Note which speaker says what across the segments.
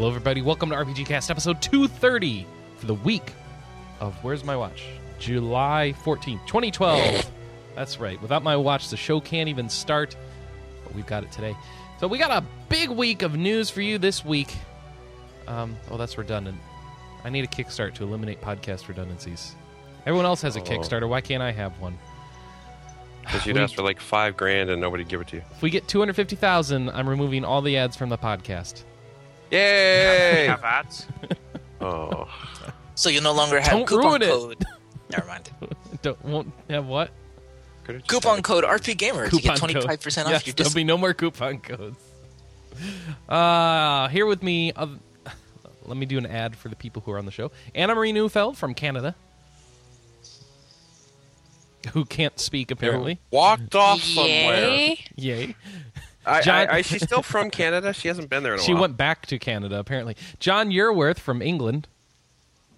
Speaker 1: everybody. Welcome to RPG Cast episode 230 for the week of Where's My Watch? July 14th, 2012. That's right. Without my watch, the show can't even start, but we've got it today. So we got a big week of news for you this week. Um, oh, that's redundant. I need a kickstart to eliminate podcast redundancies. Everyone else has a
Speaker 2: Oh.
Speaker 1: Kickstarter. Why can't I have one?
Speaker 2: Because you'd
Speaker 1: We-
Speaker 2: ask for like five grand and nobody'd give it to you.
Speaker 1: If we get 250,000, I'm removing all the ads from the podcast.
Speaker 2: Yay!
Speaker 3: have ads.
Speaker 2: oh,
Speaker 4: So you no longer have
Speaker 1: Don't
Speaker 4: coupon
Speaker 1: ruin it.
Speaker 4: code. Never mind.
Speaker 1: Don't won't have what?
Speaker 2: could have just
Speaker 4: Coupon
Speaker 2: had
Speaker 4: code RP Gamer to get twenty
Speaker 1: code.
Speaker 4: five percent
Speaker 1: Yes,
Speaker 4: off your
Speaker 1: there'll
Speaker 4: disc.
Speaker 1: be no more coupon codes. Uh, here with me, uh, let me do an ad for the people who are on the show. Anna Marie Neufeld from Canada, who can't speak
Speaker 2: a-
Speaker 1: apparently.
Speaker 2: walked off somewhere.
Speaker 5: Yay.
Speaker 1: Yay!
Speaker 2: I,
Speaker 1: John-
Speaker 2: I, I, she's still from Canada. She hasn't been there in a
Speaker 1: She
Speaker 2: while.
Speaker 1: went back to Canada apparently. John Yearworth from England.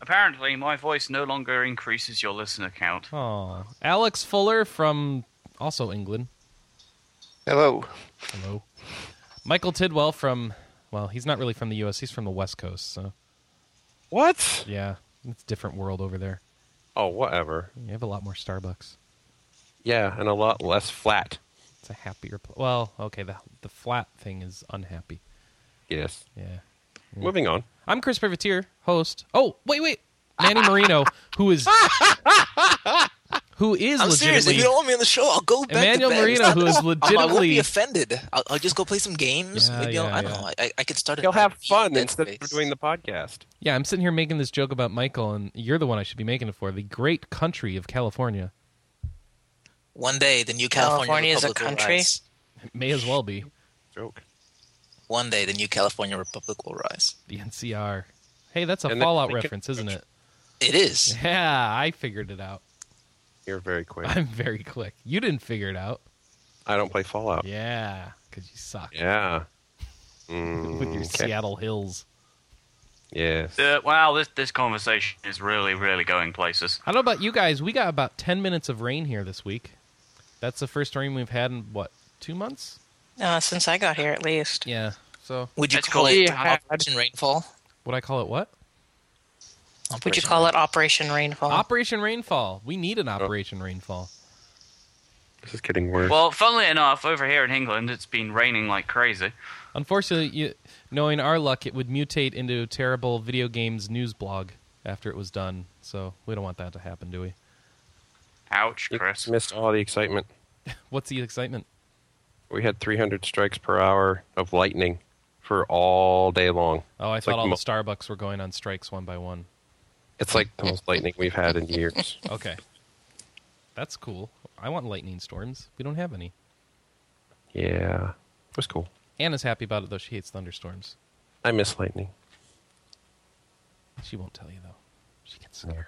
Speaker 3: Apparently, my voice no longer increases your listener count.
Speaker 1: Oh, Alex Fuller from also England.
Speaker 2: Hello.
Speaker 1: Hello. Michael Tidwell from well, he's not really from the U.S. He's from the West Coast. So
Speaker 2: What?
Speaker 1: yeah, it's a different world over there.
Speaker 2: Oh, whatever.
Speaker 1: You have a lot more Starbucks.
Speaker 2: Yeah, and a lot less flat.
Speaker 1: It's a happier. Pl- well, okay, the the flat thing is unhappy.
Speaker 2: Yes.
Speaker 1: Yeah. Mm.
Speaker 2: Moving on.
Speaker 1: I'm Chris Privateer, host. Oh, wait, wait, Manny Marino, who is who is
Speaker 4: I'm serious. If
Speaker 1: legitimately
Speaker 4: you don't want me on the show, I'll go back
Speaker 1: Emmanuel
Speaker 4: to bed.
Speaker 1: Marino, who is
Speaker 4: I won't
Speaker 1: legitimately
Speaker 4: be offended. I'll, I'll just go play some games.
Speaker 1: Yeah,
Speaker 4: Maybe I'll,
Speaker 1: yeah,
Speaker 4: I don't know. I, I could start.
Speaker 2: You'll have fun
Speaker 4: Dead
Speaker 2: instead of
Speaker 4: Space.
Speaker 2: doing the podcast.
Speaker 1: yeah. I'm sitting here making this joke about Michael, and you're the one I should be making it for. The great country of California
Speaker 4: One day, the new California
Speaker 5: California is a
Speaker 4: Republic will
Speaker 5: country?
Speaker 4: rise.
Speaker 1: it may as well be
Speaker 2: Joke.
Speaker 4: One day, the new California Republic will rise.
Speaker 1: the NCR. Hey, that's a
Speaker 2: And the-
Speaker 1: Fallout
Speaker 2: the-
Speaker 1: reference, isn't it?
Speaker 4: It is.
Speaker 1: Yeah, I figured it out.
Speaker 2: You're very quick.
Speaker 1: I'm very quick. You didn't figure it out.
Speaker 2: I don't play Fallout.
Speaker 1: Yeah, because you suck
Speaker 2: Yeah. Mm,
Speaker 1: with your
Speaker 2: okay.
Speaker 1: Seattle Hills.
Speaker 2: Yes.
Speaker 3: Uh, wow, this this conversation is really, really going places.
Speaker 1: I don't know about you guys. We got about 10 minutes of rain here this week. That's the first rain we've had in, what, two months?
Speaker 5: Uh, since I got here, at least.
Speaker 1: Yeah. So,
Speaker 4: Would you
Speaker 3: That's
Speaker 4: call
Speaker 3: cool.
Speaker 4: it
Speaker 2: Yeah.
Speaker 4: Operation Rainfall?
Speaker 1: what I call it what?
Speaker 5: Would you call it Operation
Speaker 2: Uh,
Speaker 5: Rainfall?
Speaker 1: Operation Rainfall. We need an Operation Rainfall.
Speaker 2: This is getting worse.
Speaker 3: Well, funnily enough, over here in England, it's been raining like crazy.
Speaker 1: Unfortunately, you, knowing our luck, it would mutate into a terrible video games news blog after it was done. So, we don't want that to happen, do we?
Speaker 3: Ouch,
Speaker 2: you
Speaker 3: Chris.
Speaker 2: missed all the excitement.
Speaker 1: What's the excitement?
Speaker 2: We had 300 strikes per hour of lightning for all day long.
Speaker 1: Oh, I
Speaker 2: It's
Speaker 1: thought
Speaker 2: like
Speaker 1: all
Speaker 2: mo-
Speaker 1: the Starbucks were going on strikes one by one.
Speaker 2: It's like the most lightning we've had in years.
Speaker 1: Okay. That's cool. I want lightning storms. We don't have any.
Speaker 2: Yeah. It was cool.
Speaker 1: Anna's happy about it, though. She hates thunderstorms.
Speaker 2: I miss lightning.
Speaker 1: She won't tell you though. She gets scared. All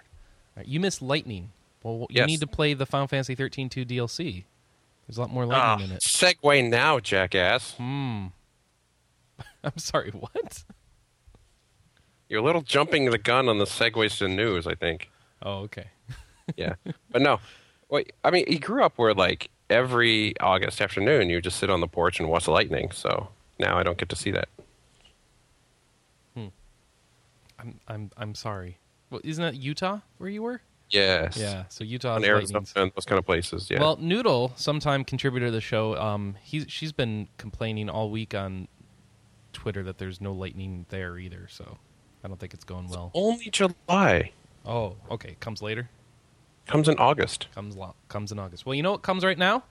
Speaker 1: right, you missed lightning. Well, you
Speaker 2: Yes.
Speaker 1: need to play the Final Fantasy 13 2 DLC. There's a lot more
Speaker 3: Ah.
Speaker 1: lightning in it.
Speaker 2: Segway now, jackass.
Speaker 1: Hmm. I'm sorry. What?
Speaker 2: You're a little jumping the gun on the segues to news, I think.
Speaker 1: Oh, okay.
Speaker 2: Yeah. but no. Wait, I mean, he grew up where, like, every August afternoon you just sit on the porch and watch lightning, so now I don't get to see that.
Speaker 1: I'm I'm I'm sorry. Well, isn't that Utah where you were?
Speaker 2: Yes.
Speaker 1: Yeah. So Utah
Speaker 2: On
Speaker 1: is
Speaker 2: Arizona
Speaker 1: lightnings.
Speaker 2: and those kind of places, yeah.
Speaker 1: Well, Noodle, sometime contributor to the show, um, he's she's been complaining all week on Twitter that there's no lightning there either. So I don't think it's going well.
Speaker 2: Only July
Speaker 1: Oh, okay. Comes later.
Speaker 2: comes in August.
Speaker 1: comes lo- comes in August. Well, you know what comes right now?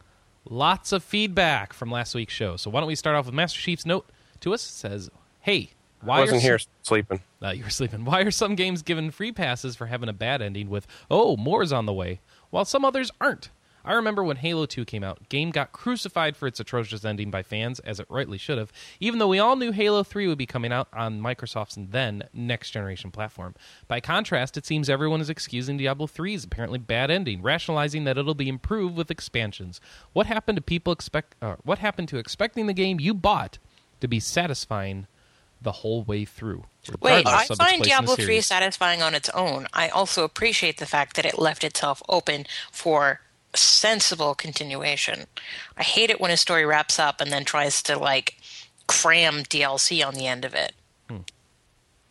Speaker 1: Lots of feedback from last week's show. So why don't we start off with Master Chief's note to us? It says, "Hey, why
Speaker 2: I wasn't
Speaker 1: are
Speaker 2: here sleeping.
Speaker 1: Some- uh, you were sleeping. Why are some games given free passes for having a bad ending with oh more's on the way, while some others aren't?" I remember when Halo 2 came out, game got crucified for its atrocious ending by fans, as it rightly should have, even though we all knew Halo 3 would be coming out on Microsoft's then next generation platform. By contrast, it seems everyone is excusing Diablo 3's apparently bad ending, rationalizing that it'll be improved with expansions. What happened to people expect uh, what happened to expecting the game you bought to be satisfying the whole way through?
Speaker 5: Wait, I
Speaker 1: regardless of its
Speaker 5: find
Speaker 1: place in the
Speaker 5: Diablo 3
Speaker 1: series?
Speaker 5: satisfying on its own. I also appreciate the fact that it left itself open for sensible continuation. I hate it when a story wraps up and then tries to, like, cram DLC on the end of it.
Speaker 3: Oh,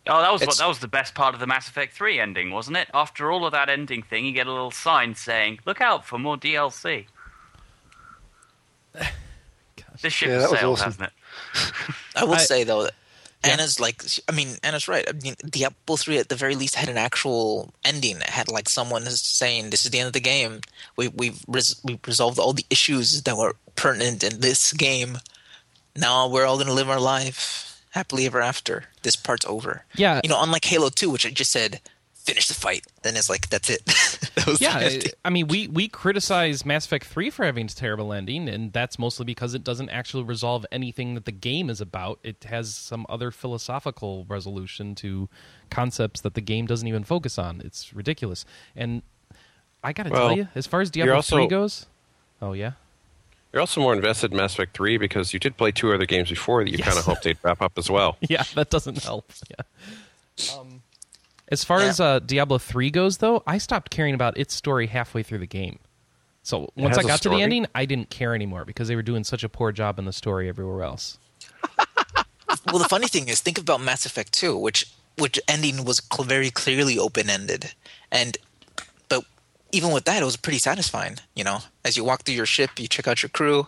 Speaker 3: that was what,
Speaker 4: It's-
Speaker 3: that was the best part of the Mass Effect 3 ending, wasn't it? After all of that ending thing, you get a little sign saying, "Look out for more DLC." This ship
Speaker 6: Yeah,
Speaker 3: has
Speaker 6: that was
Speaker 3: sailed,
Speaker 6: awesome.
Speaker 3: hasn't it?
Speaker 4: I will
Speaker 1: I-
Speaker 4: say though, that
Speaker 1: Yeah.
Speaker 4: Anna's like, she- I mean, Anna's right. I mean, Diablo three at the very least had an actual ending. It had like someone saying, "This is the end of the game. We we've res- we resolved all the issues that were pertinent in this game. Now we're all gonna live our life happily ever after. This part's over."
Speaker 1: Yeah.
Speaker 4: you know, unlike Halo two, which I just said, "Finish the fight." Then it's like, "That's it." that was the
Speaker 1: yeah,
Speaker 4: ending.
Speaker 1: I mean, we we criticize Mass Effect Three for having its terrible ending, and that's mostly because it doesn't actually resolve anything that the game is about. It has some other philosophical resolution to concepts that the game doesn't even focus on. It's ridiculous. And I gotta
Speaker 2: Well,
Speaker 1: tell you, as far as
Speaker 2: you're
Speaker 1: Diablo
Speaker 2: also-
Speaker 1: Three goes, oh yeah,
Speaker 2: You're also more invested in Mass Effect 3 because you did play two other games before that you
Speaker 1: Yes.
Speaker 2: kind of hoped they'd wrap up as well.
Speaker 1: yeah, that doesn't help. Yeah. Um, as far
Speaker 4: Yeah.
Speaker 1: as uh, Diablo Three goes, though, I stopped caring about its story halfway through the game. So once I
Speaker 2: has a
Speaker 1: got to the
Speaker 2: story?
Speaker 1: ending, I didn't care anymore because they were doing such a poor job in the story everywhere else.
Speaker 4: well, the funny thing is, think about Mass Effect Two, which which ending was cl- very clearly open ended, and but even with that, it was pretty satisfying. You know, as you walk through your ship, you check out your crew,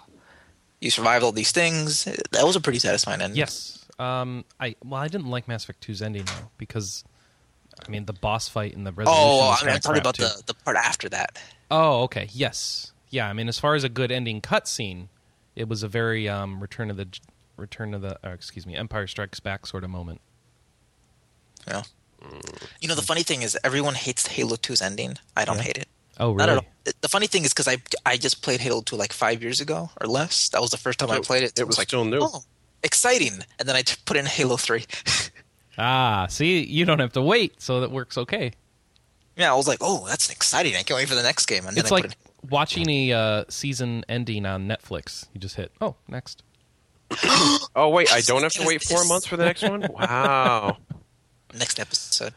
Speaker 4: you survived all these things. That was a pretty satisfying ending.
Speaker 1: Yes. Um. I well, I didn't like Mass Effect 2's ending though because, I mean, the boss fight and the resolution.
Speaker 4: Oh,
Speaker 1: was
Speaker 4: I mean,
Speaker 1: kinda
Speaker 4: I'm
Speaker 1: crap,
Speaker 4: talking about
Speaker 1: too.
Speaker 4: the, the part after that.
Speaker 1: Oh, okay. Yes. Yeah. I mean, as far as a good ending cutscene, it was a very um Return of the J- Return of the or, excuse me Empire Strikes Back sort of moment.
Speaker 4: Yeah.
Speaker 1: Mm.
Speaker 4: You know, the funny thing is, everyone hates Halo 2's ending. I don't hate it.
Speaker 1: Oh,
Speaker 4: I
Speaker 1: really?
Speaker 4: don't know. The- The funny thing is, because I I just played Halo 2 like five years ago or less. That was the first time I
Speaker 1: Oh,
Speaker 2: So
Speaker 4: played it.
Speaker 2: it
Speaker 4: so I
Speaker 2: was
Speaker 4: like,
Speaker 2: still new.
Speaker 4: Oh, exciting! And then I t- put in Halo 3.
Speaker 1: Ah, see, you don't have to wait, so that works okay.
Speaker 4: yeah, I was like, oh, that's exciting! I can't wait for the next game. And then
Speaker 1: It's
Speaker 4: I
Speaker 1: like
Speaker 4: put in,
Speaker 1: watching a uh, season ending on Netflix. You just hit, oh, next.
Speaker 2: Oh, wait, I don't have to wait four months for the next one? Wow.
Speaker 4: next episode.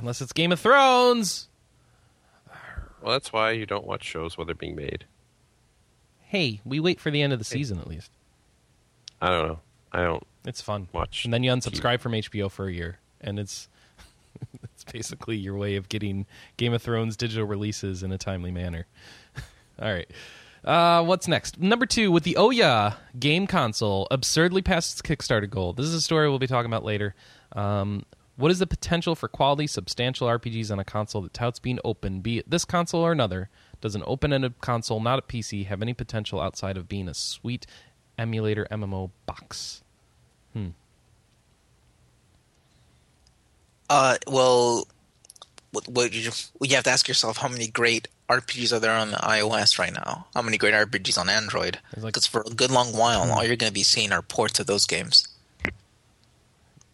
Speaker 1: Unless it's Game of Thrones.
Speaker 2: Well, that's why you don't watch shows while they're being made.
Speaker 1: Hey, we wait for the end of the season at least.
Speaker 2: I don't know. I don't.
Speaker 1: It's fun.
Speaker 2: Watch
Speaker 1: And then you unsubscribe from HBO for a year, and it's it's basically your way of getting Game of Thrones digital releases in a timely manner. All right. Uh, what's next? Number two, with the Oya game console absurdly past its Kickstarter goal. This is a story we'll be talking about later. Um, what is the potential for quality, substantial RPGs on a console that touts being open, be it this console or another? Does an open ended console, not a PC, have any potential outside of being a sweet emulator MMO box?
Speaker 4: Uh, well, what, what you you have to ask yourself how many great RPGs are there on iOS right now? How many great RPGs on Android?
Speaker 1: There's like- Hmm.
Speaker 4: Because for a good long while, all you're going to be seeing are ports of those games.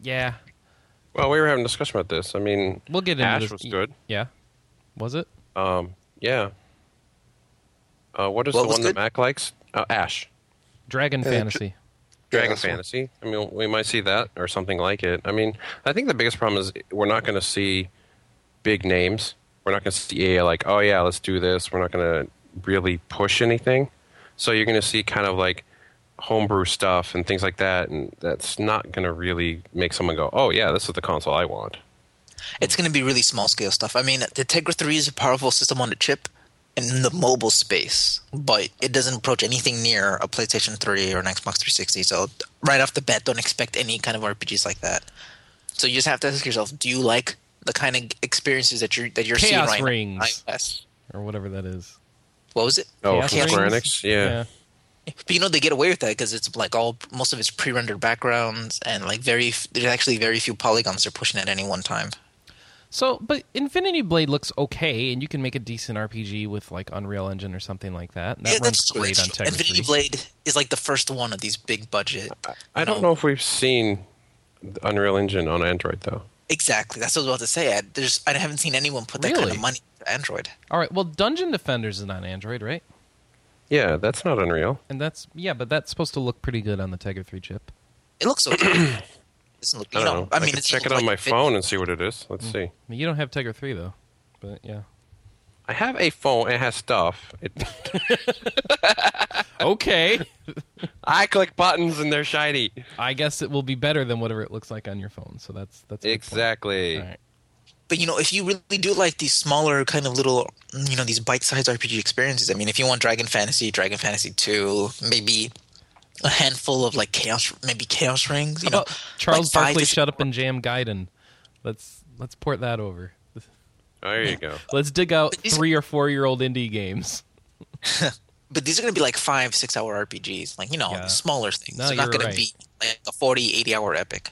Speaker 1: Yeah,
Speaker 2: Well, we were having a discussion about this. I mean,
Speaker 1: We'll get into
Speaker 2: Ash
Speaker 1: this.
Speaker 2: was good.
Speaker 1: Yeah. Was it?
Speaker 2: Um, yeah. Uh, what is
Speaker 4: What
Speaker 2: the
Speaker 4: was
Speaker 2: one
Speaker 4: good?
Speaker 2: that Mac likes? Uh, Ash.
Speaker 1: Dragon
Speaker 6: Uh,
Speaker 1: Fantasy.
Speaker 2: Dragon
Speaker 6: that's the one.
Speaker 2: Fantasy. I mean, we might see that or something like it. I mean, I think the biggest problem is we're not going to see big names. We're not going to see EA like, oh yeah, let's do this. We're not going to really push anything. So you're going to see kind of like homebrew stuff and things like that, and that's not going to really make someone go, oh yeah, this is the console I want.
Speaker 4: It's going to be really small scale stuff. I mean, the Tegra 3 is a powerful system on the chip in the mobile space, but it doesn't approach anything near a PlayStation 3 or an Xbox 360. So, right off the bat, don't expect any kind of RPGs like that. So, you just have to ask yourself do you like the kind of experiences that you're, that you're seeing
Speaker 1: Chaos
Speaker 4: right now on
Speaker 1: Rings.
Speaker 4: iOS?
Speaker 1: Or whatever that is.
Speaker 4: What was it?
Speaker 2: Oh,
Speaker 1: Chaos
Speaker 2: from Square
Speaker 1: Rings?
Speaker 2: Enix, yeah.
Speaker 4: But you know they get away with that because it's like all most of it's pre-rendered backgrounds and like very f- there's actually very few polygons they're pushing at any one time.
Speaker 1: So, but Infinity Blade looks okay, and you can make a decent RPG with like Unreal Engine or something like that. And that
Speaker 4: Yeah,
Speaker 1: runs
Speaker 4: that's true.
Speaker 1: great on
Speaker 4: That's true.
Speaker 1: Tegra
Speaker 4: Infinity
Speaker 1: 3.
Speaker 4: Blade is like the first one of these big budget.
Speaker 2: I don't know if we've seen the Unreal Engine on Android though.
Speaker 4: Exactly. That's what I was about to say. I, there's I haven't seen anyone put that kind
Speaker 1: Really?
Speaker 4: of money into Android.
Speaker 1: All right. Well, Dungeon Defenders is on Android, right?
Speaker 2: Yeah, that's not Unreal.
Speaker 1: And that's yeah, but that's supposed to look pretty good on the Tegra 3 chip.
Speaker 4: It looks okay. it doesn't look.
Speaker 2: I
Speaker 4: You
Speaker 2: don't
Speaker 4: know,
Speaker 2: know.
Speaker 4: I
Speaker 2: I,
Speaker 4: mean,
Speaker 2: could
Speaker 4: it's
Speaker 2: check it on my phone and see what it is. Let's see.
Speaker 1: I mean, you don't have Tegra 3 though, but yeah.
Speaker 2: I have a phone. It has stuff. It,
Speaker 1: okay.
Speaker 2: I click buttons and they're shiny.
Speaker 1: I guess it will be better than whatever it looks like on your phone. So that's that's a good point.
Speaker 2: Exactly.
Speaker 1: All right.
Speaker 4: But you know, if you really do like these smaller kind of little, you know, these bite-sized RPG experiences, I mean, if you want Dragon Fantasy, Dragon Fantasy Two, maybe a handful of like Chaos, maybe Chaos Rings, you know,
Speaker 1: Well, Charles
Speaker 4: like five
Speaker 1: Barkley,
Speaker 4: to-
Speaker 1: shut up and jam Gaiden. Let's let's port that over.
Speaker 2: There you go.
Speaker 1: Let's dig out
Speaker 4: But these-
Speaker 1: three or four year old indie games.
Speaker 4: But these are going to be like five, six-hour RPGs, like you know,
Speaker 1: Yeah.
Speaker 4: smaller things.
Speaker 1: No,
Speaker 4: They're not
Speaker 1: you're
Speaker 4: going
Speaker 1: right.
Speaker 4: to be like a 40, 80-hour epic.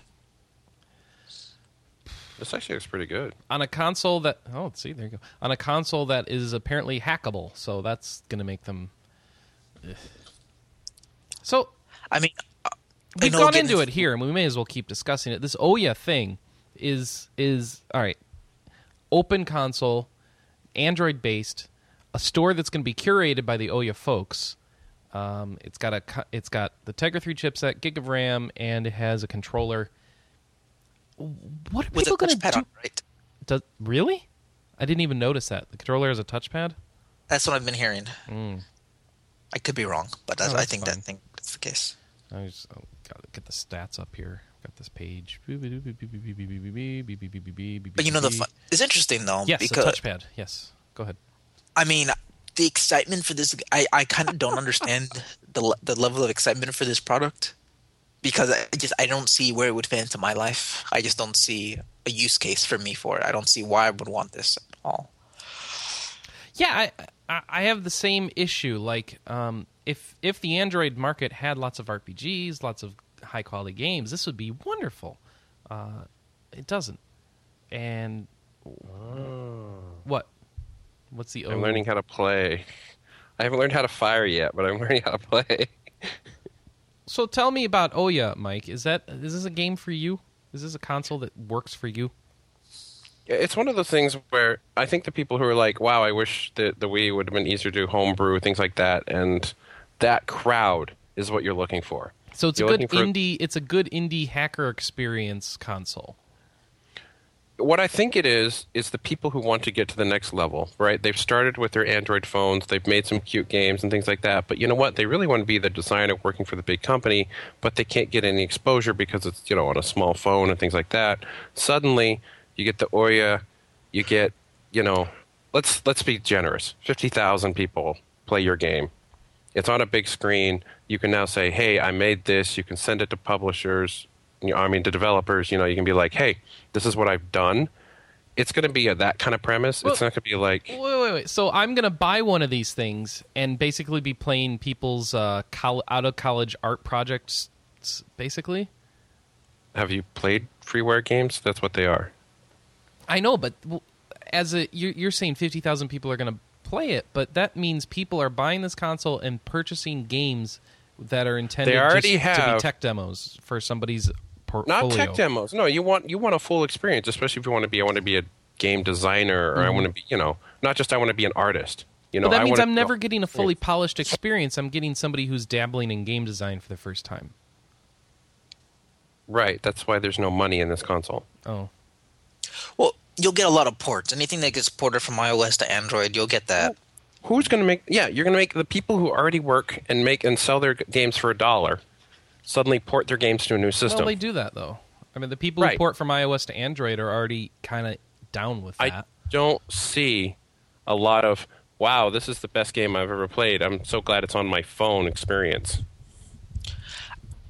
Speaker 2: This actually looks pretty good.
Speaker 1: on a console that oh see there you go on a console that is apparently hackable so that's going to make them Ugh. so
Speaker 4: I mean, uh, I
Speaker 1: we've
Speaker 4: know
Speaker 1: gone
Speaker 4: again,
Speaker 1: into it here and we may as well keep discussing it this oh yeah thing is is all right open console android based a store that's going to be curated by the oya folks um, it's got a co- it's got the tegra 3 chipset gig of ram and it has a controller what are
Speaker 4: With
Speaker 1: people
Speaker 4: a
Speaker 1: going to
Speaker 4: touchpad
Speaker 1: do
Speaker 4: on, right?
Speaker 1: does really? I didn't even notice that the controller has a touchpad.
Speaker 4: That's what I've been hearing. I could be wrong, but that's,
Speaker 1: Mm. No,
Speaker 4: I
Speaker 1: that's
Speaker 4: think
Speaker 1: fine.
Speaker 4: that thing that's the case.
Speaker 1: I just oh, gotta get the stats up here. Got this page. But
Speaker 4: But you know, the fu- it's interesting though
Speaker 1: yes,
Speaker 4: because
Speaker 1: a touchpad. Yes, go ahead.
Speaker 4: I mean, the excitement for this, I, I kind of don't understand the le- the level of excitement for this product because I just I don't see where it would fit into my life. I just don't see a use case for me for it. I don't see why I would want this at all.
Speaker 1: Yeah, I- I I have the same issue. Like, um, if if the Android market had lots of RPGs, lots of high quality games, this would be wonderful. Uh, it doesn't. And what? What's the?
Speaker 2: Oh. I'm
Speaker 1: O-
Speaker 2: learning how to play. I haven't learned how to fire yet, but I'm learning how to play.
Speaker 1: So tell me about Oya, Mike. Is that is this a game for you? Is this a console that works for you?
Speaker 2: Yeah, It's one of those things where I think the people who are like, "Wow, I wish that the Wii would have been easier to do homebrew things like that," and that crowd is what you're looking for.
Speaker 1: So it's
Speaker 2: You're
Speaker 1: a good
Speaker 2: looking for-
Speaker 1: indie. It's a good indie hacker experience console.
Speaker 2: what I think it is is the people who want to get to the next level, right? They've started with their Android phones, they've made some cute games and things like that, but you know what? They really want to be the designer working for the big company, but they can't get any exposure because it's you know on a small phone and things like that. Suddenly, you get the Oya, you get you know, let's let's be generous. Fifty thousand people play your game it's on a big screen. You can now say, "Hey, I made this." You can send it to publishers. You know, I mean, to developers. You know, you can be like, "Hey, this is what I've done." It's going to be a, that kind of premise. it's
Speaker 1: Well-
Speaker 2: not going to be like,
Speaker 1: Wait, wait, wait. So I'm gonna buy one of these things and basically be playing people's uh, col- out of college art projects, s- basically.
Speaker 2: "Have you played freeware games?" That's what they are.
Speaker 1: I know, but w- as a you're, you're saying, fifty thousand people are going to play it, but that means people are buying this console and purchasing games that are intended
Speaker 2: They already
Speaker 1: just to be
Speaker 2: have-
Speaker 1: tech demos for somebody's portfolio.
Speaker 2: Not tech demos. No, you want you want a full experience, especially if you want to be. I want to be a game designer, or I want to be, you know, not just I want to be an artist. You know,
Speaker 1: Mm-hmm. But that
Speaker 2: I
Speaker 1: means
Speaker 2: wanna
Speaker 1: I'm
Speaker 2: be-
Speaker 1: never getting a fully polished experience. I'm getting somebody who's dabbling in game design for the first time.
Speaker 2: right. That's why there's no money in this console.
Speaker 1: Oh,
Speaker 4: Well, you'll get a lot of ports. Anything that gets ported from iOS to Android, you'll get that.
Speaker 2: who's going to make yeah you're going to make the people who already work and make and sell their g- games for a dollar suddenly port their games to a new system
Speaker 1: well, they do that though. I mean, the people who
Speaker 2: Right.
Speaker 1: port from iOS to Android are already kind of down with
Speaker 2: i
Speaker 1: that.
Speaker 2: don't see a lot of wow this is the best game i've ever played i'm so glad it's on my phone experience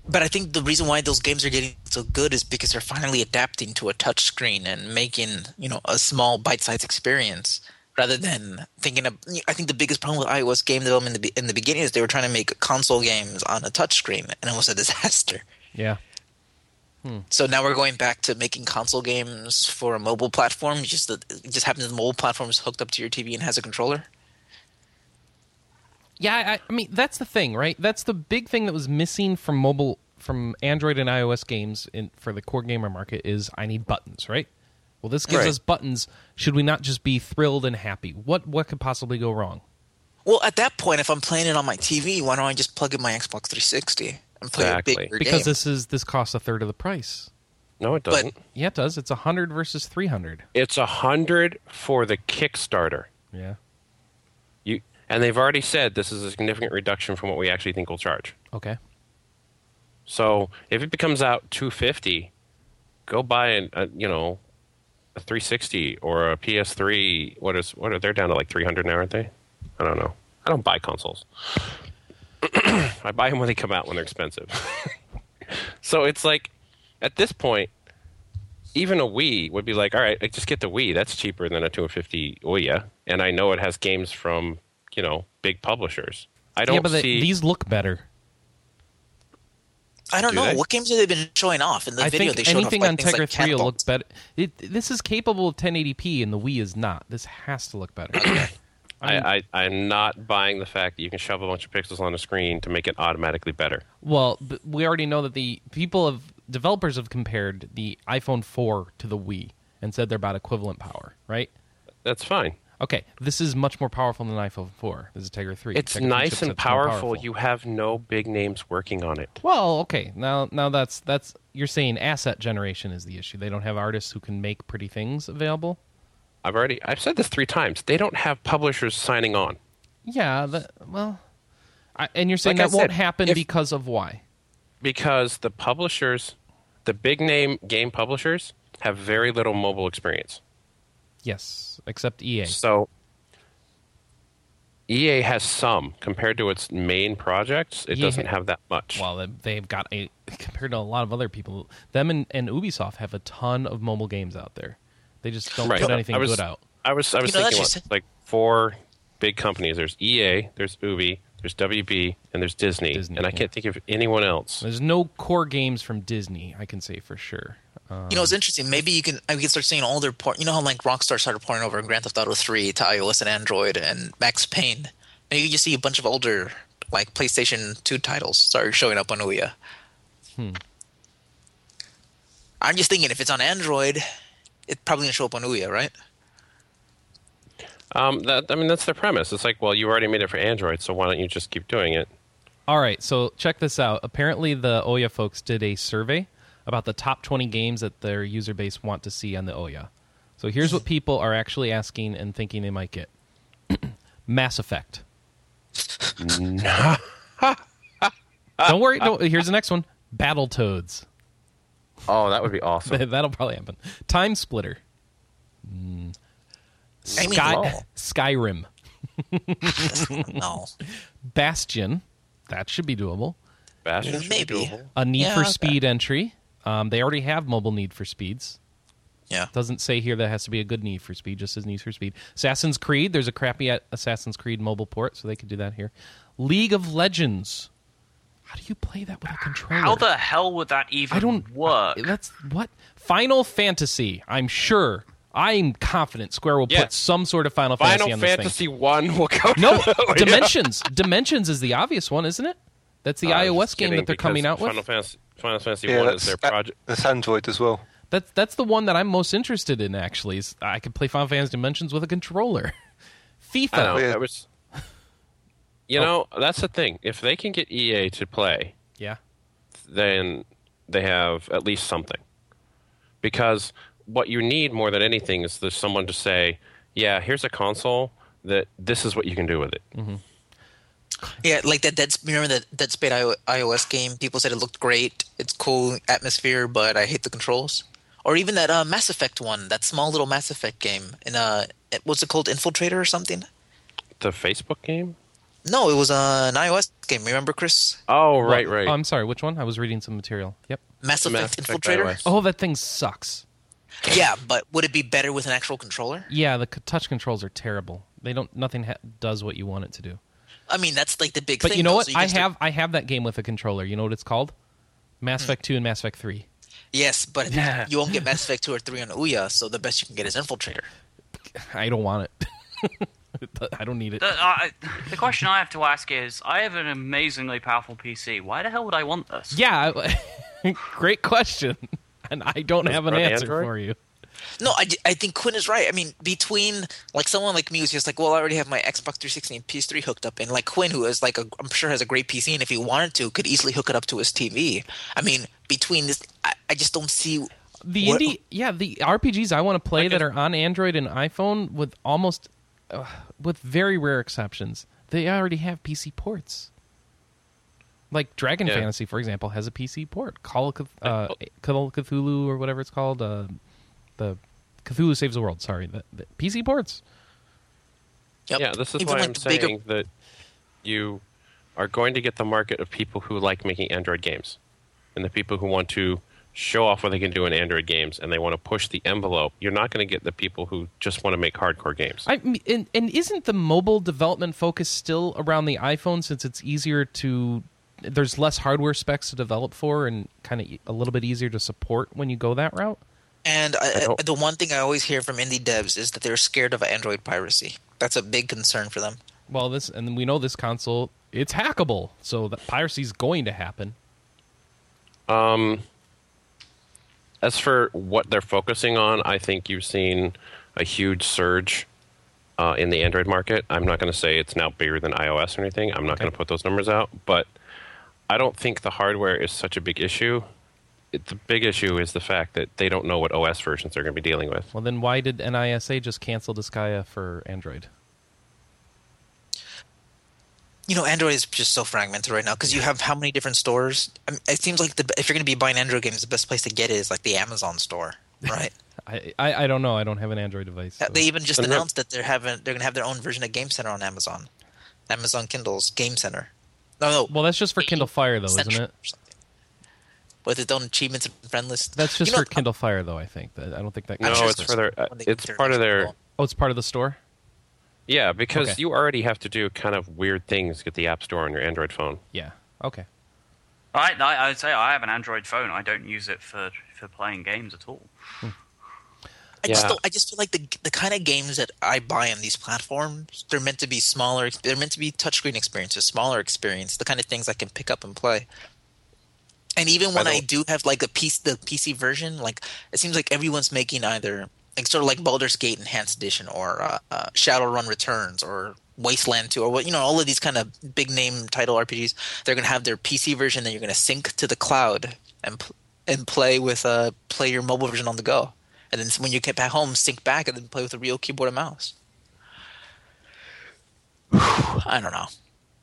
Speaker 4: But I think the reason why those games are getting so good is because they're finally adapting to a touch screen and making you know a small bite-sized experience rather than thinking of. I think the biggest problem with iOS game development in the, be- in the beginning is they were trying to make console games on a touch screen and it was a disaster.
Speaker 1: yeah.
Speaker 4: So now we're going back to making console games for a mobile platform. Just that it just happens the mobile platform is hooked up to your TV and has a controller.
Speaker 1: Yeah, I, I mean that's the thing, right? That's the big thing that was missing from mobile, from Android and iOS games in, for the core gamer market is I need buttons, right? Well, this gives
Speaker 2: Right.
Speaker 1: us buttons. Should we not just be thrilled and happy? What what could possibly go wrong?
Speaker 4: Well, at that point, if I'm playing it on my TV, why don't I just plug in my Xbox 360 and play
Speaker 2: Exactly.
Speaker 4: a bigger
Speaker 1: Because
Speaker 4: game?
Speaker 1: this is this costs a third of the price.
Speaker 2: no it
Speaker 4: But-
Speaker 2: doesn't
Speaker 1: Yeah, it does. It's hundred versus three hundred.
Speaker 2: it's a hundred for the kickstarter
Speaker 1: Yeah.
Speaker 2: you And they've already said this is a significant reduction from what we actually think we'll charge.
Speaker 1: Okay.
Speaker 2: So if it becomes out 250, go buy an, a you know a 360 or a PS3. What is what are they're down to like 300 now, aren't they? I don't know. I don't buy consoles. I buy them when they come out when they're expensive. so it's like at this point, even a Wii would be like, all right, like, just get the Wii. That's cheaper than a 250 Ouya, and I know it has games from you know big publishers. I don't
Speaker 1: yeah, but they-
Speaker 2: see
Speaker 1: these look better.
Speaker 4: I don't
Speaker 2: Do
Speaker 4: know
Speaker 2: they?
Speaker 4: what games have they been showing off in the
Speaker 1: I
Speaker 4: video.
Speaker 1: think
Speaker 4: they showed
Speaker 1: anything
Speaker 4: off like,
Speaker 1: on
Speaker 4: things
Speaker 1: Tegra
Speaker 4: like
Speaker 1: 3 will
Speaker 4: Cannibal.
Speaker 1: look better. It, this is capable of 1080p, and the Wii is not. This has to look better. I'm-
Speaker 2: I, I, I'm not buying the fact that you can shove a bunch of pixels on a screen to make it automatically better.
Speaker 1: Well, b- we already know that the people have developers have compared the iPhone 4 to the Wii and said they're about equivalent power, right?
Speaker 2: That's fine.
Speaker 1: Okay, this is much more powerful than an iPhone 4. This is a Tegra 3.
Speaker 2: It's
Speaker 1: Tegra 3
Speaker 2: nice
Speaker 1: chipset's more
Speaker 2: and powerful. You have no big names working on it.
Speaker 1: Well, okay. Now now that's that's you're saying asset generation is the issue. They don't have artists who can make pretty things available.
Speaker 2: I've already I've said this three times. They don't have publishers signing on.
Speaker 1: Yeah, that, well I, and you're saying
Speaker 2: Like I
Speaker 1: that won't
Speaker 2: said,
Speaker 1: happen
Speaker 2: if-
Speaker 1: because of why?
Speaker 2: because the publishers, the big name game publishers, have very little mobile experience.
Speaker 1: Yes, except E EA.
Speaker 2: So EA has some compared to its main projects. It
Speaker 1: EA
Speaker 2: doesn't have that much.
Speaker 1: Well, they- they've got a compared to a lot of other people. Them and, and Ubisoft have a ton of mobile games out there. They just don't put anything
Speaker 2: I was,
Speaker 1: good out.
Speaker 2: I was I was
Speaker 4: You know, that's
Speaker 2: thinking
Speaker 4: just-
Speaker 2: what, like four big companies. There's EA, there's Ubi, there's WB, and there's Disney.
Speaker 1: Disney,
Speaker 2: and I
Speaker 1: yeah.
Speaker 2: can't think of anyone else.
Speaker 1: There's no core games from Disney. I can say for sure. Uh,
Speaker 4: You know, it's interesting. Maybe you can I can start seeing all their port. You know how like Rockstar started pouring over Grand Theft Auto 3 to iOS and Android and Max Payne. Maybe you see a bunch of older like PlayStation 2 titles start showing up on Ouya.
Speaker 1: Hmm.
Speaker 4: I'm just thinking if it's on Android, it probably gonna show up on Ouya, right?
Speaker 2: Um, that, I mean, that's their premise. It's like, well, you already made it for Android, so why don't you just keep doing it?
Speaker 1: all right, so check this out. Apparently, the Oya folks did a survey about the top 20 games that their user base want to see on the Oya. So here's what people are actually asking and thinking they might get: Mass Effect. don't worry. Don't, here's the next one: Battletoads.
Speaker 2: Oh, that would be awesome.
Speaker 1: That- That'll probably happen. Time Splitter. Mm.
Speaker 4: I mean,
Speaker 1: Sky,
Speaker 4: no.
Speaker 1: Skyrim.
Speaker 4: no.
Speaker 1: Bastion. That should be doable.
Speaker 2: Bastion should be
Speaker 4: Maybe.
Speaker 2: doable.
Speaker 1: A Need
Speaker 4: Yeah,
Speaker 1: for
Speaker 4: okay.
Speaker 1: Speed entry. Um, they already have mobile Need for Speeds.
Speaker 4: Yeah.
Speaker 1: Doesn't say here that it has to be a good Need for Speed, just as Need for Speed. Assassin's Creed. There's a crappy a- Assassin's Creed mobile port, so they could do that here. League of Legends. How do you play that with a controller?
Speaker 3: How the hell would that even
Speaker 1: I don't
Speaker 3: work?
Speaker 1: That's what Final Fantasy. I'm sure. I'm confident Square will
Speaker 2: Yeah.
Speaker 1: put some sort of Final, Fantasy
Speaker 2: Final
Speaker 1: on this
Speaker 2: Fantasy One will go.
Speaker 1: thing. No,
Speaker 2: to- Yeah.
Speaker 1: Dimensions. Dimensions is the obvious one, isn't it? That's the
Speaker 2: I
Speaker 1: iOS
Speaker 2: was just
Speaker 1: game
Speaker 2: kidding
Speaker 1: that they're coming
Speaker 2: because
Speaker 1: out with.
Speaker 2: Final Fantasy, Final Fantasy
Speaker 6: Yeah,
Speaker 2: One is
Speaker 6: that's,
Speaker 2: their
Speaker 6: uh,
Speaker 2: project.
Speaker 6: that's Android as well.
Speaker 1: That's that's the one that I'm most interested in. Actually, is I could play Final Fantasy Dimensions with a controller.
Speaker 2: I know.
Speaker 1: FIFA.
Speaker 6: yeah.
Speaker 2: I was. You know, that's the thing. If they can get EA to play,
Speaker 1: Yeah.
Speaker 2: then they have at least something. Because what you need more than anything is there's someone to say, "Yeah, here's a console that this is what you can do with it."
Speaker 4: Yeah, like that Dead. Sp- Remember that Dead Space IO- iOS game? People said it looked great. It's cool atmosphere, but I hate the controls. Or even that uh, Mass Effect one, that small little Mass Effect game. In uh, it- what's it called, Infiltrator or something?
Speaker 2: The Facebook game?
Speaker 4: No, it was uh, an iOS game. Remember, Chris?
Speaker 2: Oh, right, right.
Speaker 1: Oh, I'm sorry. Which one? I was reading some material. Yep.
Speaker 4: Mass Effect
Speaker 2: Mass Effect
Speaker 4: Infiltrator.
Speaker 2: iOS.
Speaker 1: Oh, that thing sucks.
Speaker 4: Yeah, but would it be better with an actual controller?
Speaker 1: Yeah, the c- touch controls are terrible. They don't. Nothing ha- does what you want it to do.
Speaker 4: I mean, that's like the big
Speaker 1: But
Speaker 4: thing.
Speaker 1: you know
Speaker 4: though,
Speaker 1: what?
Speaker 4: so
Speaker 1: I
Speaker 4: just-
Speaker 1: have I have that game with a controller. You know what it's called? Mass Effect 2 and Mass Effect 3.
Speaker 4: yes, but
Speaker 1: Yeah.
Speaker 4: you won't get Mass Effect two or three on Ouya, so the best you can get is Infiltrator.
Speaker 1: I don't want it. I don't need it.
Speaker 2: Uh.
Speaker 3: The, I the question I have to ask is: I have an amazingly powerful PC. Why the hell would I want this?
Speaker 1: Yeah, I- great question. And I don't have an
Speaker 2: run
Speaker 1: answer
Speaker 2: Android?
Speaker 1: for you.
Speaker 4: No, I, d- I think Quinn is right. I mean, between like someone like me who's just like, well, I already have my Xbox 360 and PS3 hooked up, and like Quinn, who is like, a, I'm sure has a great PC, and if he wanted to, could easily hook it up to his TV. I mean, between this, I, I just don't see.
Speaker 1: The
Speaker 4: what-
Speaker 1: indie, yeah, the RPGs I want to play that are on Android and iPhone with almost, uh, with very rare exceptions, they already have PC ports. Like Dragon
Speaker 2: Yeah.
Speaker 1: Fantasy, for example, has a PC port. Call of Cth- uh, Call of Cthulhu or whatever it's called. Uh, the Cthulhu Saves the World. Sorry, the, the PC ports.
Speaker 4: Yep.
Speaker 2: Yeah, this is
Speaker 4: Even
Speaker 2: why
Speaker 4: with
Speaker 2: I'm
Speaker 4: the bigger-
Speaker 2: saying that you are going to get the market of people who like making Android games and the people who want to show off what they can do in Android games and they want to push the envelope. You're not going to get the people who just want to make hardcore games.
Speaker 1: I m- and, and isn't the mobile development focus still around the iPhone since it's easier to there's less hardware specs to develop for and kind of a little bit easier to support when you go that route?
Speaker 4: And I,
Speaker 2: don't-
Speaker 4: the one thing I always hear from indie devs is that they're scared of Android piracy. That's a big concern for them.
Speaker 1: Well, this and we know this console it's hackable, so that piracy's going to happen.
Speaker 2: As for what they're focusing on, I think you've seen a huge surge uh, in the Android market. I'm not going to say it's now bigger than iOS or anything. I'm not going to put those numbers out, but I don't think the hardware is such a big issue. It, the big issue is the fact that they don't know what OS versions they're going to be dealing with.
Speaker 1: Well, then why did NISA just cancel Disgaea for Android?
Speaker 4: You know, Android is just so fragmented right now because you have how many different stores? I mean, It seems like the, if you're going to be buying Android games, the best place to get it is like the Amazon store, right?
Speaker 1: I, I, I don't know. I don't have an Android device.
Speaker 4: Uh,
Speaker 1: so-
Speaker 4: they even just
Speaker 2: And that-
Speaker 4: announced that they're having they're going to have their own version of Game Center on Amazon, Amazon Kindle's Game Center. No, no,
Speaker 1: well, that's just for Kindle Fire, though, isn't
Speaker 4: Central
Speaker 1: it?
Speaker 4: or something. With its own achievements and friend list.
Speaker 1: That's
Speaker 4: You
Speaker 1: just
Speaker 4: know, uh
Speaker 1: for Kindle Fire, though. I think. That- I don't think that.
Speaker 2: No,
Speaker 4: I'm sure
Speaker 2: it's
Speaker 4: there's
Speaker 2: for their.
Speaker 4: someone
Speaker 2: uh,
Speaker 4: that can
Speaker 2: It's
Speaker 4: turn
Speaker 2: part of
Speaker 4: it
Speaker 2: their.
Speaker 4: on.
Speaker 1: Oh, it's part of the store.
Speaker 2: Yeah, because
Speaker 1: Okay.
Speaker 2: you already have to do kind of weird things to get the App Store on your Android phone.
Speaker 1: Yeah. Okay.
Speaker 3: I, I, I'd say I have an Android phone. I don't use it for, for playing games at all.
Speaker 4: I just
Speaker 2: Yeah.
Speaker 4: don't, I just feel like the the kind of games that I buy on these platforms, they're meant to be smaller. They're meant to be touchscreen experiences, smaller experience, the kind of things I can pick up and play. And even when
Speaker 2: the
Speaker 4: I
Speaker 2: way-
Speaker 4: do have like a piece, the PC version, like it seems like everyone's making either like sort of like Baldur's Gate Enhanced Edition or uh, uh, Shadowrun Returns or Wasteland Two or what you know, all of these kind of big name title RPGs. They're gonna have their PC version that you're gonna sync to the cloud and pl- and play with uh play your mobile version on the go. And then when you get back home, sync back and then play with a real keyboard and mouse. I don't know.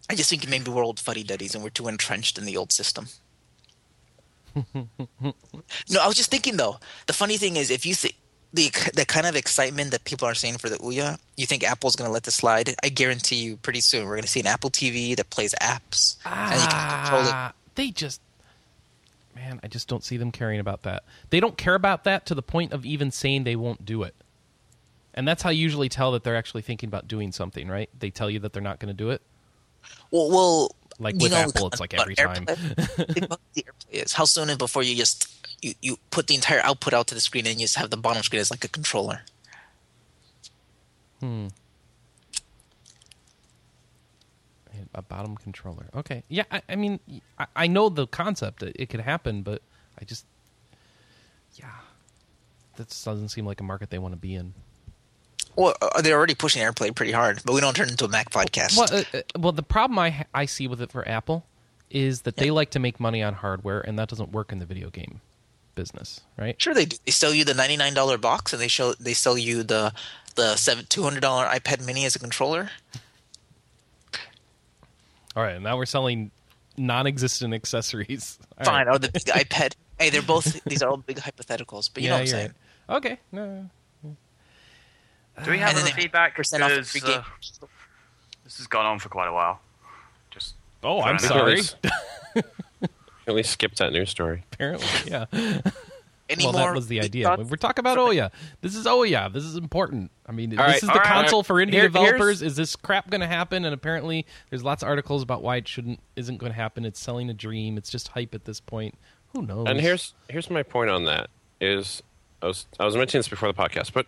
Speaker 4: I just think maybe we're old fuddy duddies and we're too entrenched in the old system. no, I was just thinking though. The funny thing is, if you think the the kind of excitement that people are seeing for the Ouya, you think Apple's going to let this slide? I guarantee you, pretty soon we're going to see an Apple TV that plays apps and you can control it.
Speaker 1: Ah, They just, man, I just don't see them caring about that. They don't care about that to the point of even saying they won't do it. And that's how you usually tell that they're actually thinking about doing something, right? They tell you that they're not going to do it.
Speaker 4: Well, well
Speaker 1: Like
Speaker 4: you
Speaker 1: with
Speaker 4: know,
Speaker 1: Apple, it's like
Speaker 4: about
Speaker 1: every time.
Speaker 4: AirPlay. Think about the AirPlay is. How soon is before you just you, you put the entire output out to the screen and you just have the bottom screen as like a controller?
Speaker 1: A bottom controller. Okay. Yeah. I, I mean, I, I know the concept. It, it could happen, but I just, yeah, that doesn't seem like a market they want to be in.
Speaker 4: Well, uh, they're already pushing AirPlay pretty hard, but we don't turn it into a Mac podcast.
Speaker 1: Well, uh, uh, well, the problem I ha- I see with it for Apple is that they like to make money on hardware, and that doesn't work in the video game business, right?
Speaker 4: Sure, they do. They sell you the ninety nine dollar box, and they show they sell you the the seven two hundred dollar iPad Mini as a controller.
Speaker 1: All right, now we're selling non-existent accessories. All
Speaker 4: Fine,
Speaker 1: right.
Speaker 4: or the big iPad. Hey, they're both these are all big hypotheticals, but you know what I'm
Speaker 1: you're
Speaker 4: saying.
Speaker 1: right. Okay, no,
Speaker 3: Do we have
Speaker 4: And then
Speaker 3: other
Speaker 4: they have
Speaker 3: feedback?
Speaker 4: 10% off
Speaker 3: Because
Speaker 4: free game.
Speaker 3: uh, this has gone on for quite a while. Just
Speaker 1: oh, I'm
Speaker 2: We can
Speaker 1: sorry.
Speaker 2: at least- we can at least skip that news story.
Speaker 1: Apparently, yeah.
Speaker 4: Any
Speaker 1: Well,
Speaker 4: more
Speaker 1: that was the
Speaker 4: big
Speaker 1: idea.
Speaker 4: thoughts?
Speaker 1: We're talking about Oya. This is Oya. This is important. I mean,
Speaker 2: All
Speaker 1: this
Speaker 2: right,
Speaker 1: is the
Speaker 2: all right, all
Speaker 1: console
Speaker 2: right.
Speaker 1: for indie
Speaker 2: Here- here's-
Speaker 1: developers. Is this crap going to happen? And apparently, there's lots of articles about why it shouldn't isn't going to happen. It's selling a dream. It's just hype at this point. Who knows?
Speaker 2: And here's here's my point on that is I was I was mentioning this before the podcast, but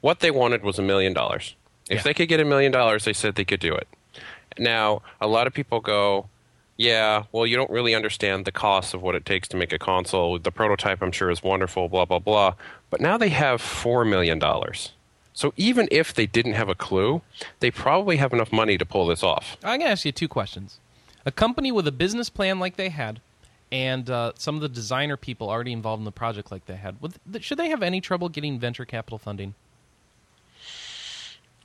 Speaker 2: what they wanted was a million dollars. If
Speaker 1: Yeah.
Speaker 2: they could get a million dollars, they said they could do it. Now, a lot of people go, "Yeah, well, you don't really understand the cost of what it takes to make a console. The prototype, I'm sure, is wonderful, blah blah blah." But now they have four million dollars. So even if they didn't have a clue, they probably have enough money to pull this off.
Speaker 1: I'm going to ask you two questions. A company with a business plan like they had, and uh, some of the designer people already involved in the project like they had, would th- should they have any trouble getting venture capital funding?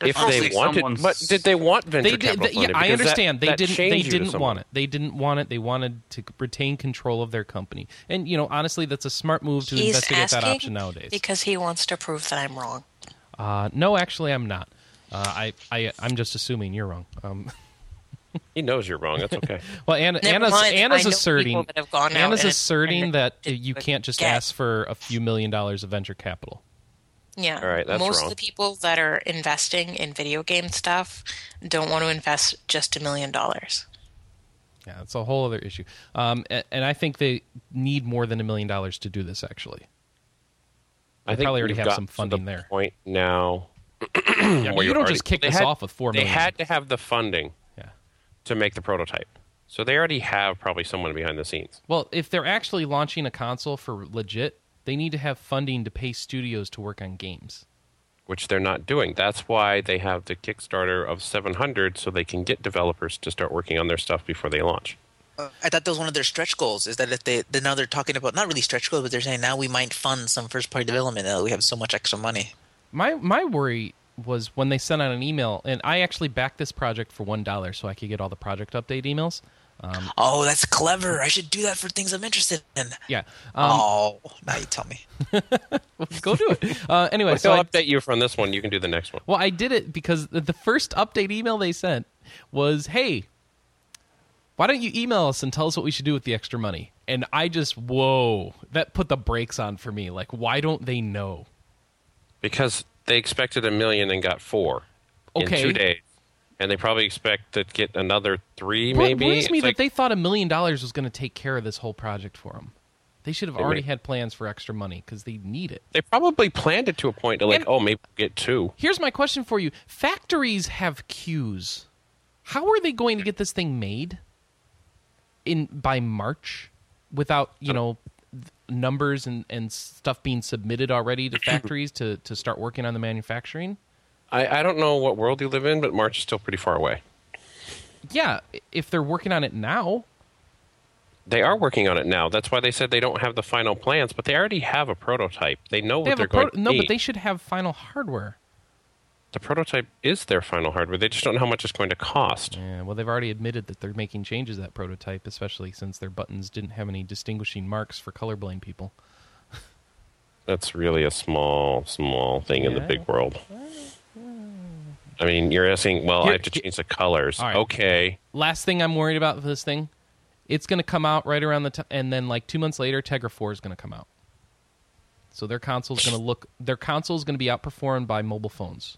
Speaker 2: if
Speaker 3: Obviously
Speaker 2: they wanted,
Speaker 3: someone's-
Speaker 2: but did they want venture
Speaker 1: They did.
Speaker 2: capital
Speaker 1: they- yeah,
Speaker 2: funding?
Speaker 1: I
Speaker 2: Because that-
Speaker 1: understand.
Speaker 2: that
Speaker 1: they didn't.
Speaker 2: chains
Speaker 1: They
Speaker 2: you to
Speaker 1: didn't
Speaker 2: someone.
Speaker 1: want it. They didn't want it. They wanted to retain control of their company. And you know, honestly, that's a smart move to
Speaker 5: He's
Speaker 1: investigate
Speaker 5: asking
Speaker 1: that option nowadays.
Speaker 5: because he wants to prove that I'm wrong.
Speaker 1: Uh, no, actually, I'm not. Uh, I, I, I'm just assuming you're wrong. Um,
Speaker 2: He knows you're wrong. That's okay.
Speaker 1: well, Anna,
Speaker 5: Never
Speaker 1: Anna's,
Speaker 5: mind,
Speaker 1: Anna's
Speaker 5: I know people
Speaker 1: asserting
Speaker 5: that have gone out
Speaker 1: Anna's
Speaker 5: and-
Speaker 1: asserting
Speaker 5: and-
Speaker 1: that you can't just
Speaker 5: Yeah.
Speaker 1: ask for a few million dollars of venture capital.
Speaker 5: Yeah.
Speaker 2: All right, that's
Speaker 5: Most
Speaker 2: wrong.
Speaker 5: of the people that are investing in video game stuff don't want to invest just a million dollars.
Speaker 1: Yeah, that's a whole other issue. Um, a- and, I think they need more than a million dollars to do this. Actually,
Speaker 2: I think
Speaker 1: probably already
Speaker 2: we've
Speaker 1: have
Speaker 2: got
Speaker 1: some
Speaker 2: to the
Speaker 1: funding there.
Speaker 2: Point now,
Speaker 1: Yeah, I mean, you
Speaker 2: where Hmm. you're
Speaker 1: don't
Speaker 2: already-
Speaker 1: just kick
Speaker 2: they
Speaker 1: this
Speaker 2: had-
Speaker 1: off with four
Speaker 2: they
Speaker 1: million.
Speaker 2: had to have the funding
Speaker 1: yeah.
Speaker 2: to make the prototype, so they already have probably someone behind the scenes.
Speaker 1: Well, if they're actually launching a console for legit, they need to have funding to pay studios to work on games.
Speaker 2: which they're not doing. That's why they have the Kickstarter of 700 so they can get developers to start working on their stuff before they launch.
Speaker 4: Uh, I thought that was one of their stretch goals. Is that if they then now they're talking about not really stretch goals, but they're saying now we might fund some first party development now that we have so much extra money.
Speaker 1: My my worry was when they sent out an email, and I actually backed this project for one dollar so I could get all the project update emails.
Speaker 4: Oh, that's clever. I should do that for things I'm interested in.
Speaker 1: Yeah, um,
Speaker 4: oh, now you tell me.
Speaker 1: go do it. Uh, anyway,
Speaker 2: They'll
Speaker 1: so I,
Speaker 2: update you from this one. You can do the next one.
Speaker 1: well, I did it because the, the first update email they sent was, "Hey, why don't you email us and tell us what we should do with the extra money?" And I just whoa, that put the brakes on for me. Like, why don't they know?
Speaker 2: Because they expected a million and got four
Speaker 1: Okay.
Speaker 2: in two days. And they probably expect to get another three,
Speaker 1: What
Speaker 2: maybe.
Speaker 1: worries me
Speaker 2: It's
Speaker 1: that
Speaker 2: like-
Speaker 1: they thought a million dollars was going to take care of this whole project for them. They should have
Speaker 2: They
Speaker 1: already
Speaker 2: may-
Speaker 1: had plans for extra money because they need it.
Speaker 2: they probably planned it to a point to like,
Speaker 1: And-
Speaker 2: oh, maybe we'll get two.
Speaker 1: Here's my question for you: Factories have queues. How are they going to get this thing made in by March without you know th- numbers and, and stuff being submitted already to factories to, to start working on the manufacturing?
Speaker 2: I, I don't know what world you live in, but March is still pretty far away.
Speaker 1: Yeah, i- if they're working on it now,
Speaker 2: They are working on it now. That's why they said they don't have the final plans, but they already have a prototype. They know
Speaker 1: they
Speaker 2: what
Speaker 1: have
Speaker 2: they're
Speaker 1: a pro-
Speaker 2: going to
Speaker 1: no,
Speaker 2: need.
Speaker 1: but they should have final hardware.
Speaker 2: The prototype is their final hardware. They just don't know how much it's going to cost.
Speaker 1: Yeah, well, they've already admitted that they're making changes to that prototype, especially since their buttons didn't have any distinguishing marks for colorblind people.
Speaker 2: That's really a small, small thing in the
Speaker 1: Yeah.
Speaker 2: big world. I mean, you're asking, well,
Speaker 1: Here-
Speaker 2: I have to change the colors.
Speaker 1: All right.
Speaker 2: Okay.
Speaker 1: Last thing I'm worried about for this thing, it's going to come out right around the time, and then like two months later, Tegra 4 is going to come out. So their console's going to look, their console's going to be outperformed by mobile phones.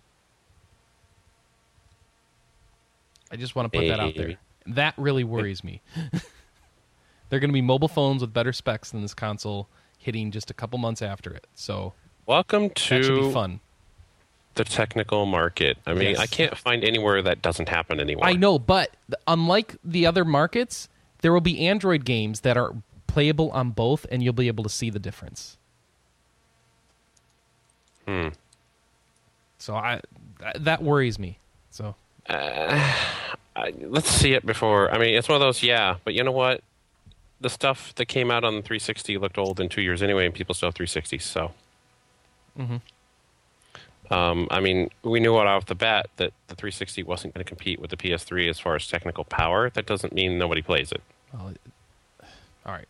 Speaker 1: I just want to put that out there.
Speaker 2: Maybe.
Speaker 1: That really worries me. They're going to be mobile phones with better specs than this console hitting just a couple months after it. So
Speaker 2: Welcome
Speaker 1: that should be
Speaker 2: to
Speaker 1: fun.
Speaker 2: the technical market. I mean,
Speaker 1: Yes.
Speaker 2: I can't find anywhere that doesn't happen anymore.
Speaker 1: I know, but th- unlike the other markets, there will be Android games that are playable on both, and you'll be able to see the difference. Hmm. So I th- that worries me. So
Speaker 2: I- let's see it before. I mean, it's one of those, yeah, but you know what? The stuff that came out on the 360 looked old in two years anyway, and people still have 360s, so.
Speaker 1: Mm-hmm.
Speaker 2: Um, I mean, we knew right off the bat that the 360 wasn't going to compete with the PS3 as far as technical power. That doesn't mean nobody plays it.
Speaker 1: well, it- all right,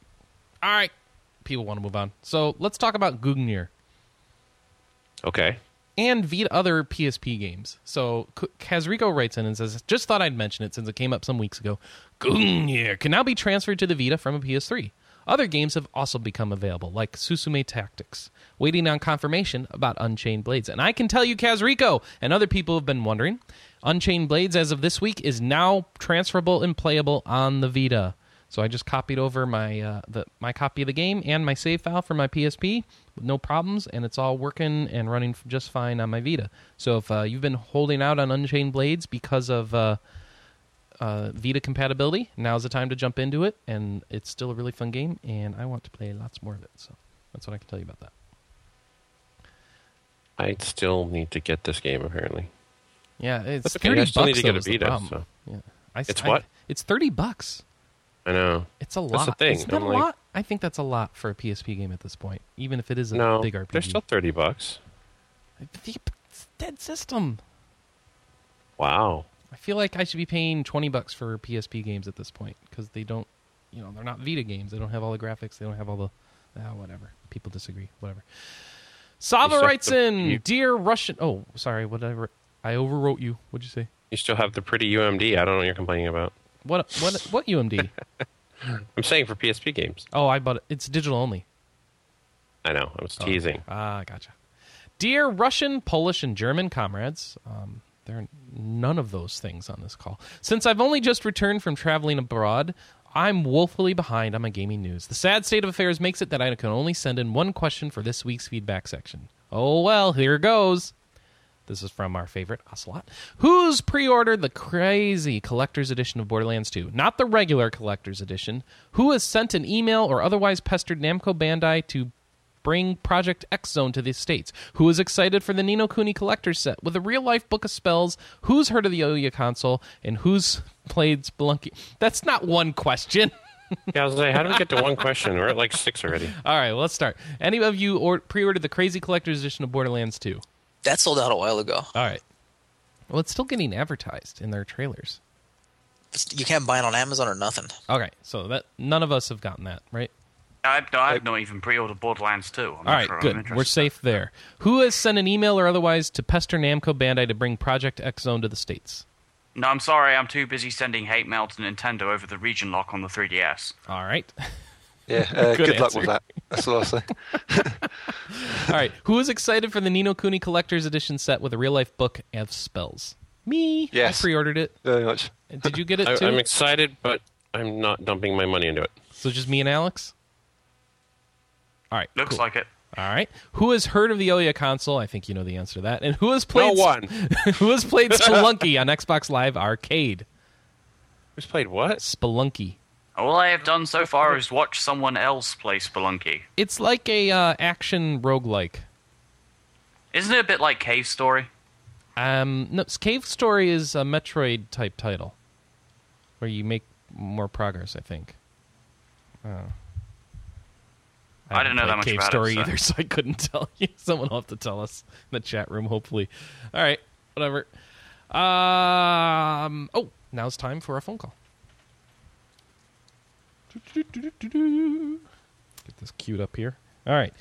Speaker 1: all right. People want to move on. So let's talk about Gugnir
Speaker 2: Okay.
Speaker 1: and Vita other PSP games. So K- Kazrico writes in and says, "Just thought I'd mention it since it came up some weeks ago. Gugnir can now be transferred to the Vita from a PS3. Other games have also become available, like Susume Tactics, waiting on confirmation about Unchained Blades. And I can tell you, Kazrico and other people have been wondering, Unchained Blades, as of this week, is now transferable and playable on the Vita. So I just copied over my uh, the my copy of the game and my save file for my PSP with no problems, and it's all working and running f- just fine on my Vita. So if uh, you've been holding out on Unchained Blades because of uh, uh, Vita compatibility, now's the time to jump into it, and it's still a really fun game, and I want to play lots more of it. So that's what I can tell you about that.
Speaker 2: I still need to get this game, apparently.
Speaker 1: Yeah, it's
Speaker 2: That's okay,
Speaker 1: thirty
Speaker 2: I still need
Speaker 1: bucks.
Speaker 2: to get
Speaker 1: though,
Speaker 2: a
Speaker 1: is the
Speaker 2: Vita,
Speaker 1: problem.
Speaker 2: so.
Speaker 1: Yeah. I s-
Speaker 2: It's
Speaker 1: I-
Speaker 2: what?
Speaker 1: it's thirty bucks.
Speaker 2: I know.
Speaker 1: It's a lot.
Speaker 2: the thing,
Speaker 1: Isn't that
Speaker 2: I'm
Speaker 1: a
Speaker 2: like-
Speaker 1: lot? I think that's a lot for a PSP game at this point, even if it is a
Speaker 2: no,
Speaker 1: big RPG.
Speaker 2: they're still 30 bux.
Speaker 1: It's dead system.
Speaker 2: Wow.
Speaker 1: I feel like I should be paying 20 bucks for PSP games at this point because they don't, you know, they're not Vita games. They don't have all the graphics. They don't have all the, ah, whatever. People disagree. Whatever. Sava
Speaker 2: Except
Speaker 1: writes
Speaker 2: the-
Speaker 1: in,
Speaker 2: you-
Speaker 1: dear Russian. Oh, sorry. Whatever. I overwrote you. What'd you say?
Speaker 2: You still have the pretty UMD. I don't know what you're complaining about.
Speaker 1: What? What? What UMD?
Speaker 2: I'm saying for PSP games.
Speaker 1: oh, I bought it. It's digital only.
Speaker 2: I know. I was teasing.
Speaker 1: Ah, gotcha. Dear Russian, Polish, and German comrades, um, there are none of those things on this call. Since I've only just returned from traveling abroad, I'm woefully behind on my gaming news. The sad state of affairs makes it that I can only send in one question for this week's feedback section. Oh well, here goes. This is from our favorite Ocelot. Who's pre ordered the crazy collector's edition of Borderlands 2? Not the regular collector's edition. Who has sent an email or otherwise pestered Namco Bandai to bring Project X Zone to the States? Who is excited for the Nino Cooney collector's set with a real life book of spells? Who's heard of the Ouya console? And who's played Spelunky? That's not one question.
Speaker 2: Yeah, I was like, how do we get to one question? We're at like six already.
Speaker 1: All right, well, let's start. Any of you or- pre ordered the crazy collector's edition of Borderlands 2?
Speaker 4: That sold out a while ago.
Speaker 1: All right. Well, it's still getting advertised in their trailers.
Speaker 4: It's- You can't buy it on Amazon or nothing.
Speaker 1: Okay, so that none of us have gotten that, right?
Speaker 3: I've, I've not even pre-ordered Borderlands 2. I'm not
Speaker 1: All right,
Speaker 3: sure I'm
Speaker 1: good.
Speaker 3: interested.
Speaker 1: We're safe there. Who has sent an email or otherwise to pester Namco Bandai to bring Project X Zone to the states?
Speaker 3: No, I'm sorry. I'm too busy sending hate mail to Nintendo over the region lock on the 3DS.
Speaker 1: All right,
Speaker 6: Yeah, uh,
Speaker 1: Good
Speaker 6: good, luck
Speaker 1: answer.
Speaker 6: with that. That's all I'll say.
Speaker 1: all right. Who is excited for the Nino Kuni Collector's Edition set with a real life book of spells? Me.
Speaker 6: Yes.
Speaker 1: I pre-ordered it.
Speaker 6: Very much.
Speaker 1: Did you get it
Speaker 2: I,
Speaker 1: too?
Speaker 2: I'm excited, but I'm not dumping my money into it.
Speaker 1: so just me and Alex. All right.
Speaker 3: Looks
Speaker 1: cool.
Speaker 3: like it.
Speaker 1: All right. Who has heard of the Ouya console? I think you know the answer to that. And who has played?
Speaker 2: No one.
Speaker 1: who has played Spelunky on Xbox Live Arcade?
Speaker 2: Who's played what?
Speaker 1: Spelunky.
Speaker 3: All I have done so far is watch someone else play Spelunky.
Speaker 1: It's like a uh, action roguelike.
Speaker 3: Isn't it a bit like Cave Story?
Speaker 1: Um, no, s- Cave Story is a Metroid type title where you make more progress. I think. Oh.
Speaker 3: I don't know
Speaker 1: haven't
Speaker 3: that
Speaker 1: played
Speaker 3: much
Speaker 1: Cave
Speaker 3: about it,
Speaker 1: Story
Speaker 3: so-
Speaker 1: either, so I couldn't tell you. Someone will have to tell us in the chat room, hopefully. All right, whatever. Um. Oh, now it's time for our phone call. Get this queued up here. All right,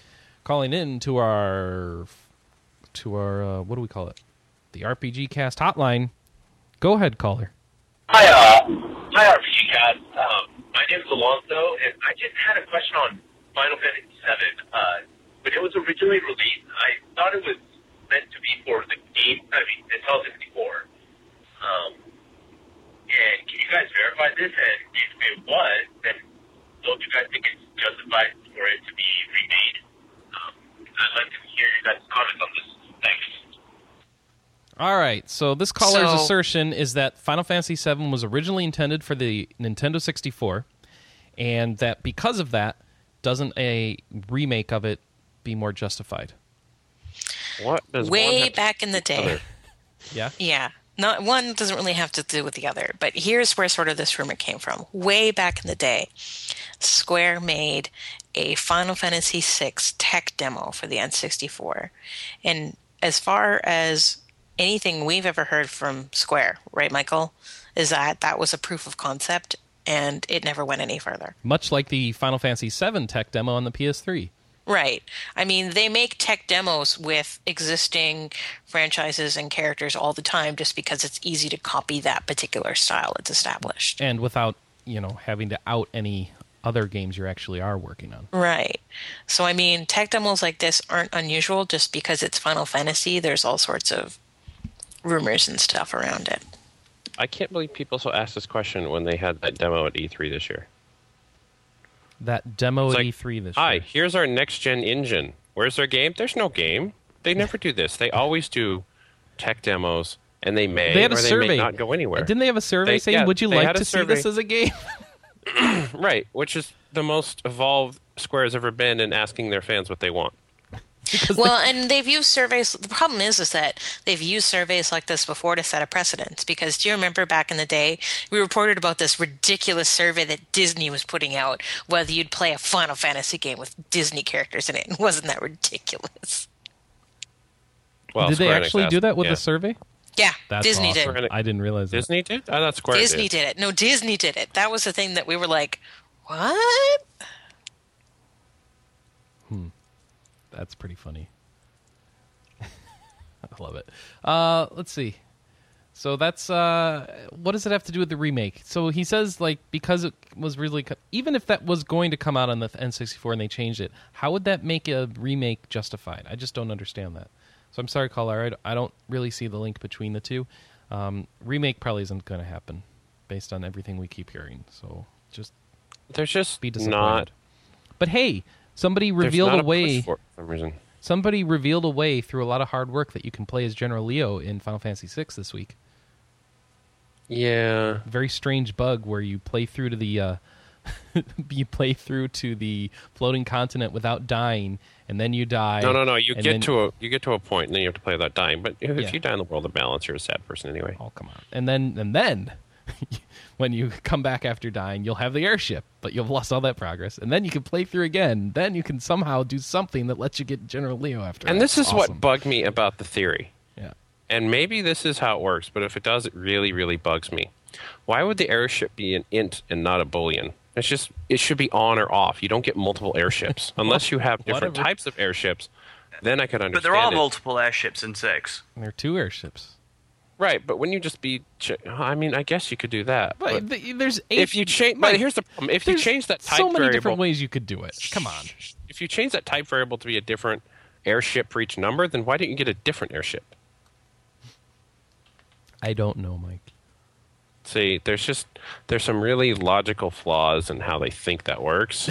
Speaker 1: calling in to our to our uh, what do we call it? The RPG Cast hotline. Go ahead, caller.
Speaker 7: Hi, uh, hi, RPG Cat. Um, my name's Alonso, and I just had a question on Final Fantasy VII. Uh, when it was originally released, I thought it was meant to be for the game, I mean, Nintendo 64. Um, and can you guys verify this? And if it was, then don't you guys think it's justified for it to be remade? Um, I'd like to hear you guys' comments on this. Thanks.
Speaker 1: All right. So this caller's
Speaker 5: So-
Speaker 1: assertion is that Final Fantasy VII was originally intended for the Nintendo 64, and that because of that, doesn't a remake of it be more justified?
Speaker 2: What does one
Speaker 5: Way
Speaker 2: have to-
Speaker 5: back in the day.
Speaker 1: Yeah.
Speaker 5: Yeah. Not one doesn't really have to do with the other, but here's where sort of this rumor came from. Way back in the day, Square made a Final Fantasy VI tech demo for the N64. And as far as anything we've ever heard from Square, right, Michael, is that that was a proof of concept and it never went any further.
Speaker 1: Much like the Final Fantasy VII tech demo on the PS3.
Speaker 5: Right. I mean, they make tech demos with existing franchises and characters all the time just because it's easy to copy that particular style it's established.
Speaker 1: and without you know having to out any other games you actually are working on.
Speaker 5: Right. So, I mean, tech demos like this aren't unusual just because it's Final Fantasy. There's all sorts of rumors and stuff around it.
Speaker 2: I can't believe people still asked this question when they had that demo at E3 this year.
Speaker 1: That demo
Speaker 2: It's
Speaker 1: at
Speaker 2: like,
Speaker 1: E3 this
Speaker 2: Hi,
Speaker 1: year.
Speaker 2: here's our next gen engine. Where's their game? There's no game. They never do this. They always do tech demos, and they may
Speaker 1: They had a
Speaker 2: or they
Speaker 1: survey.
Speaker 2: may not go anywhere.
Speaker 1: Didn't they have a survey
Speaker 2: They-
Speaker 1: saying,
Speaker 2: yeah,
Speaker 1: "Would you
Speaker 2: they
Speaker 1: like
Speaker 2: had a
Speaker 1: to see
Speaker 2: survey.
Speaker 1: this as a game?"
Speaker 2: Right, which is the most evolved Square's ever been in asking their fans what they want.
Speaker 5: Well, and they've used surveys. The problem is, is that they've used surveys like this before to set a precedent. Because do you remember back in the day, we reported about this ridiculous survey that Disney was putting out whether you'd play a Final Fantasy game with Disney characters in it. And wasn't that ridiculous?
Speaker 2: Well,
Speaker 1: Did they
Speaker 2: Square Enix
Speaker 1: actually
Speaker 2: asked-
Speaker 1: do that with
Speaker 2: yeah.
Speaker 1: a survey?
Speaker 5: Yeah,
Speaker 1: That's
Speaker 5: Disney
Speaker 1: awesome.
Speaker 5: did.
Speaker 2: did.
Speaker 1: I didn't realize that.
Speaker 2: Disney did? I thought Square
Speaker 5: Disney did it. No, Disney did it. That was the thing that we were like, what?
Speaker 1: That's pretty funny. I love it. Uh, let's see. So that's uh, what does it have to do with the remake? So he says like because it was really co- even if that was going to come out on the N64 and they changed it, how would that make a remake justified? I just don't understand that. So I'm sorry, caller. I d- I don't really see the link between the two. Um, remake probably isn't going to happen based on everything we keep hearing. So just
Speaker 2: There's just
Speaker 1: be disappointed.
Speaker 2: not.
Speaker 1: but hey, somebody
Speaker 2: there's
Speaker 1: revealed
Speaker 2: not
Speaker 1: a way.
Speaker 2: push for, it for some reason.
Speaker 1: Somebody revealed a way through a lot of hard work that you can play as General Leo in Final Fantasy VI this week.
Speaker 2: Yeah.
Speaker 1: Very strange bug where you play through to the uh, you play through to the floating continent without dying, and then you die.
Speaker 2: No, no, no. You
Speaker 1: and
Speaker 2: get
Speaker 1: then-
Speaker 2: to a you get to a point, and then you have to play without dying. But if
Speaker 1: Yeah.
Speaker 2: you die in the world of balance, you're a sad person anyway.
Speaker 1: oh come on, and then and then when you come back after dying, you'll have the airship, but you've lost all that progress, and then you can play through again. Then you can somehow do something that lets you get General Leo after.
Speaker 2: And
Speaker 1: all.
Speaker 2: this is
Speaker 1: Awesome.
Speaker 2: what bugged me about the theory.
Speaker 1: yeah.
Speaker 2: And maybe this is how it works, but if it does, it really, really bugs me. Why would the airship be an int and not a boolean? It's just it should be on or off. You don't get multiple airships unless you have different
Speaker 1: Whatever.
Speaker 2: types of airships. Then I could
Speaker 3: But
Speaker 2: understand.
Speaker 3: there are
Speaker 2: it.
Speaker 3: multiple airships in six.
Speaker 1: And there are two airships.
Speaker 2: right? But when you just be, ch- I mean, I guess you could do that.
Speaker 1: But,
Speaker 2: But,
Speaker 1: th- there's eight.
Speaker 2: if you change, but here's the problem: if you
Speaker 1: There's
Speaker 2: change that type
Speaker 1: so many
Speaker 2: variable,
Speaker 1: different ways you could do it. Come on.
Speaker 2: if you change that type variable to be a different airship for each number, then why didn't you get a different airship?
Speaker 1: I don't know, Mike.
Speaker 2: See, there's just there's some really logical flaws in how they think that works.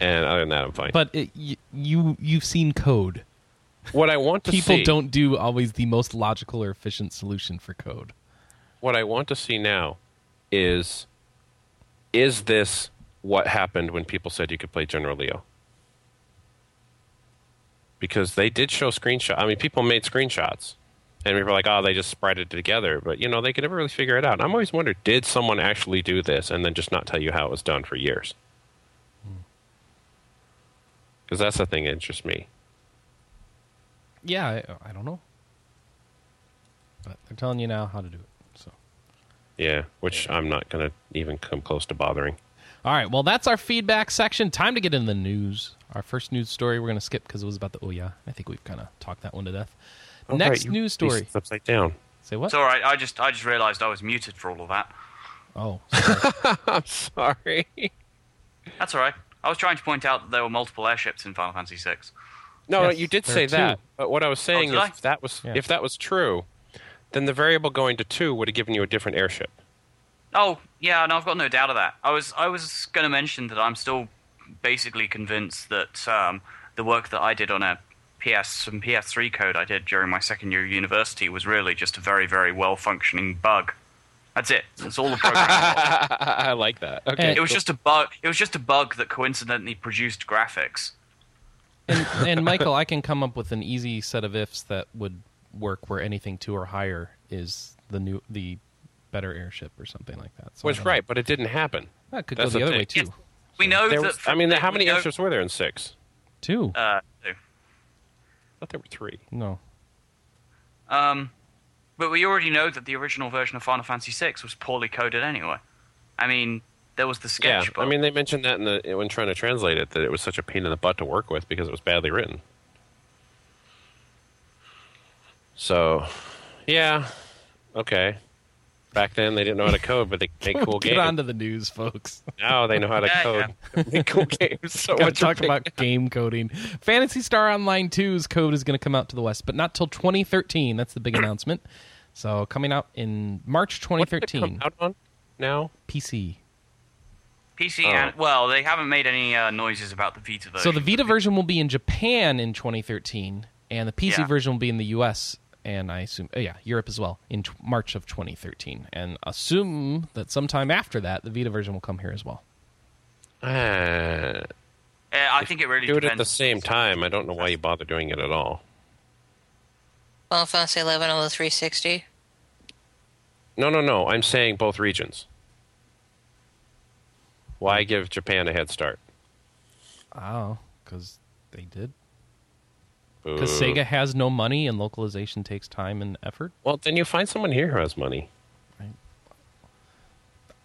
Speaker 2: and other than that, I'm fine.
Speaker 1: But it, y- you you've seen code.
Speaker 2: what I want to
Speaker 1: People
Speaker 2: see,
Speaker 1: don't do always the most logical or efficient solution for code.
Speaker 2: what I want to see now is is this what happened when people said you could play General Leo? Because they did show screenshots. I mean, people made screenshots. And we were like, oh, they just spread it together. But, you know, they could never really figure it out. And I'm always wondered, did someone actually do this and then just not tell you how it was done for years? Hmm. Because that's the thing that interests me.
Speaker 1: Yeah, I, I don't know. But they're telling you now how to do it. So.
Speaker 2: Yeah, which I'm not going to even come close to bothering.
Speaker 1: All right. Well, that's our feedback section. Time to get in the news. Our first news story we're going to skip because it was about the oh yeah. I think we've kind of talked that one to death. Next
Speaker 2: Alright, you-
Speaker 1: news story.
Speaker 2: it's upside down.
Speaker 1: Say what?
Speaker 3: It's all right. I just I just realised I was muted for all of that.
Speaker 1: Oh, sorry.
Speaker 2: Sorry.
Speaker 3: That's all right. I was trying to point out that there were multiple airships in Final Fantasy VI.
Speaker 2: No,
Speaker 1: Yes,
Speaker 2: no, you did
Speaker 1: there
Speaker 2: say
Speaker 1: are
Speaker 2: that.
Speaker 1: two.
Speaker 2: But what I was saying,
Speaker 3: did I?
Speaker 2: if that was
Speaker 1: Yeah.
Speaker 2: if that was true, then the variable going to two would have given you a different airship.
Speaker 3: Oh yeah, no, I've got no doubt of that. I was I was going to mention that I'm still basically convinced that um, the work that I did on a PS some PS3 code I did during my second year of university was really just a very very well functioning bug. That's it. That's all the programming. was.
Speaker 2: I like that. Okay.
Speaker 1: And-
Speaker 3: it was just a bug. It was just a bug that coincidentally produced graphics.
Speaker 1: and, and Michael, I can come up with an easy set of ifs that would work where anything two or higher is the new the better airship or something like that. So I
Speaker 2: Which
Speaker 1: don't know.
Speaker 2: right, but it didn't happen.
Speaker 1: That could
Speaker 2: That's
Speaker 1: go the
Speaker 2: the
Speaker 1: other
Speaker 2: thing.
Speaker 1: way too.
Speaker 3: Yes. We know
Speaker 2: There
Speaker 3: that.
Speaker 2: was,
Speaker 3: from-
Speaker 2: I mean,
Speaker 3: we
Speaker 2: how many
Speaker 3: know-
Speaker 2: airships were there in six?
Speaker 1: Two?
Speaker 3: Uh,
Speaker 2: I thought there were three.
Speaker 1: no.
Speaker 3: Um, but we already know that the original version of Final Fantasy VI was poorly coded anyway. I mean, there was the
Speaker 2: Yeah,
Speaker 3: sketch.
Speaker 2: I mean, they mentioned that in the when trying to translate it that it was such a pain in the butt to work with because it was badly written. So, yeah, okay. Back then, they didn't know how to code, but they could make cool
Speaker 1: Get
Speaker 2: games.
Speaker 1: on to the news, folks.
Speaker 2: Now they know how to
Speaker 3: Yeah,
Speaker 2: code. Make cool games. So
Speaker 1: Got to
Speaker 2: what's your
Speaker 1: talk
Speaker 2: pick?
Speaker 1: about game coding. Fantasy Star Online 2's code is going to come out to the West, but not till 2013. That's the big announcement. So coming out in March
Speaker 2: What did it come
Speaker 1: 2013,
Speaker 2: out on now?
Speaker 1: PC.
Speaker 3: PC
Speaker 2: Oh.
Speaker 3: and well, they haven't made any uh, noises about the Vita version.
Speaker 1: So the Vita version will be in Japan in 2013, and the PC
Speaker 3: Yeah.
Speaker 1: version will be in the U.S. and I assume, oh yeah, Europe as well in t- March of 2013. And assume that sometime after that, the Vita version will come here as well.
Speaker 2: Uh,
Speaker 3: Uh, I think it really
Speaker 2: do it
Speaker 3: depends.
Speaker 2: at the same time. I don't know why you bother doing it at all.
Speaker 5: Final Fantasy 11 on the 360.
Speaker 2: No, no, no. I'm saying both regions. Why give Japan a head start?
Speaker 1: Oh, because they did. because Sega has no money and localization takes time and effort.
Speaker 2: Well, then you find someone here who has money.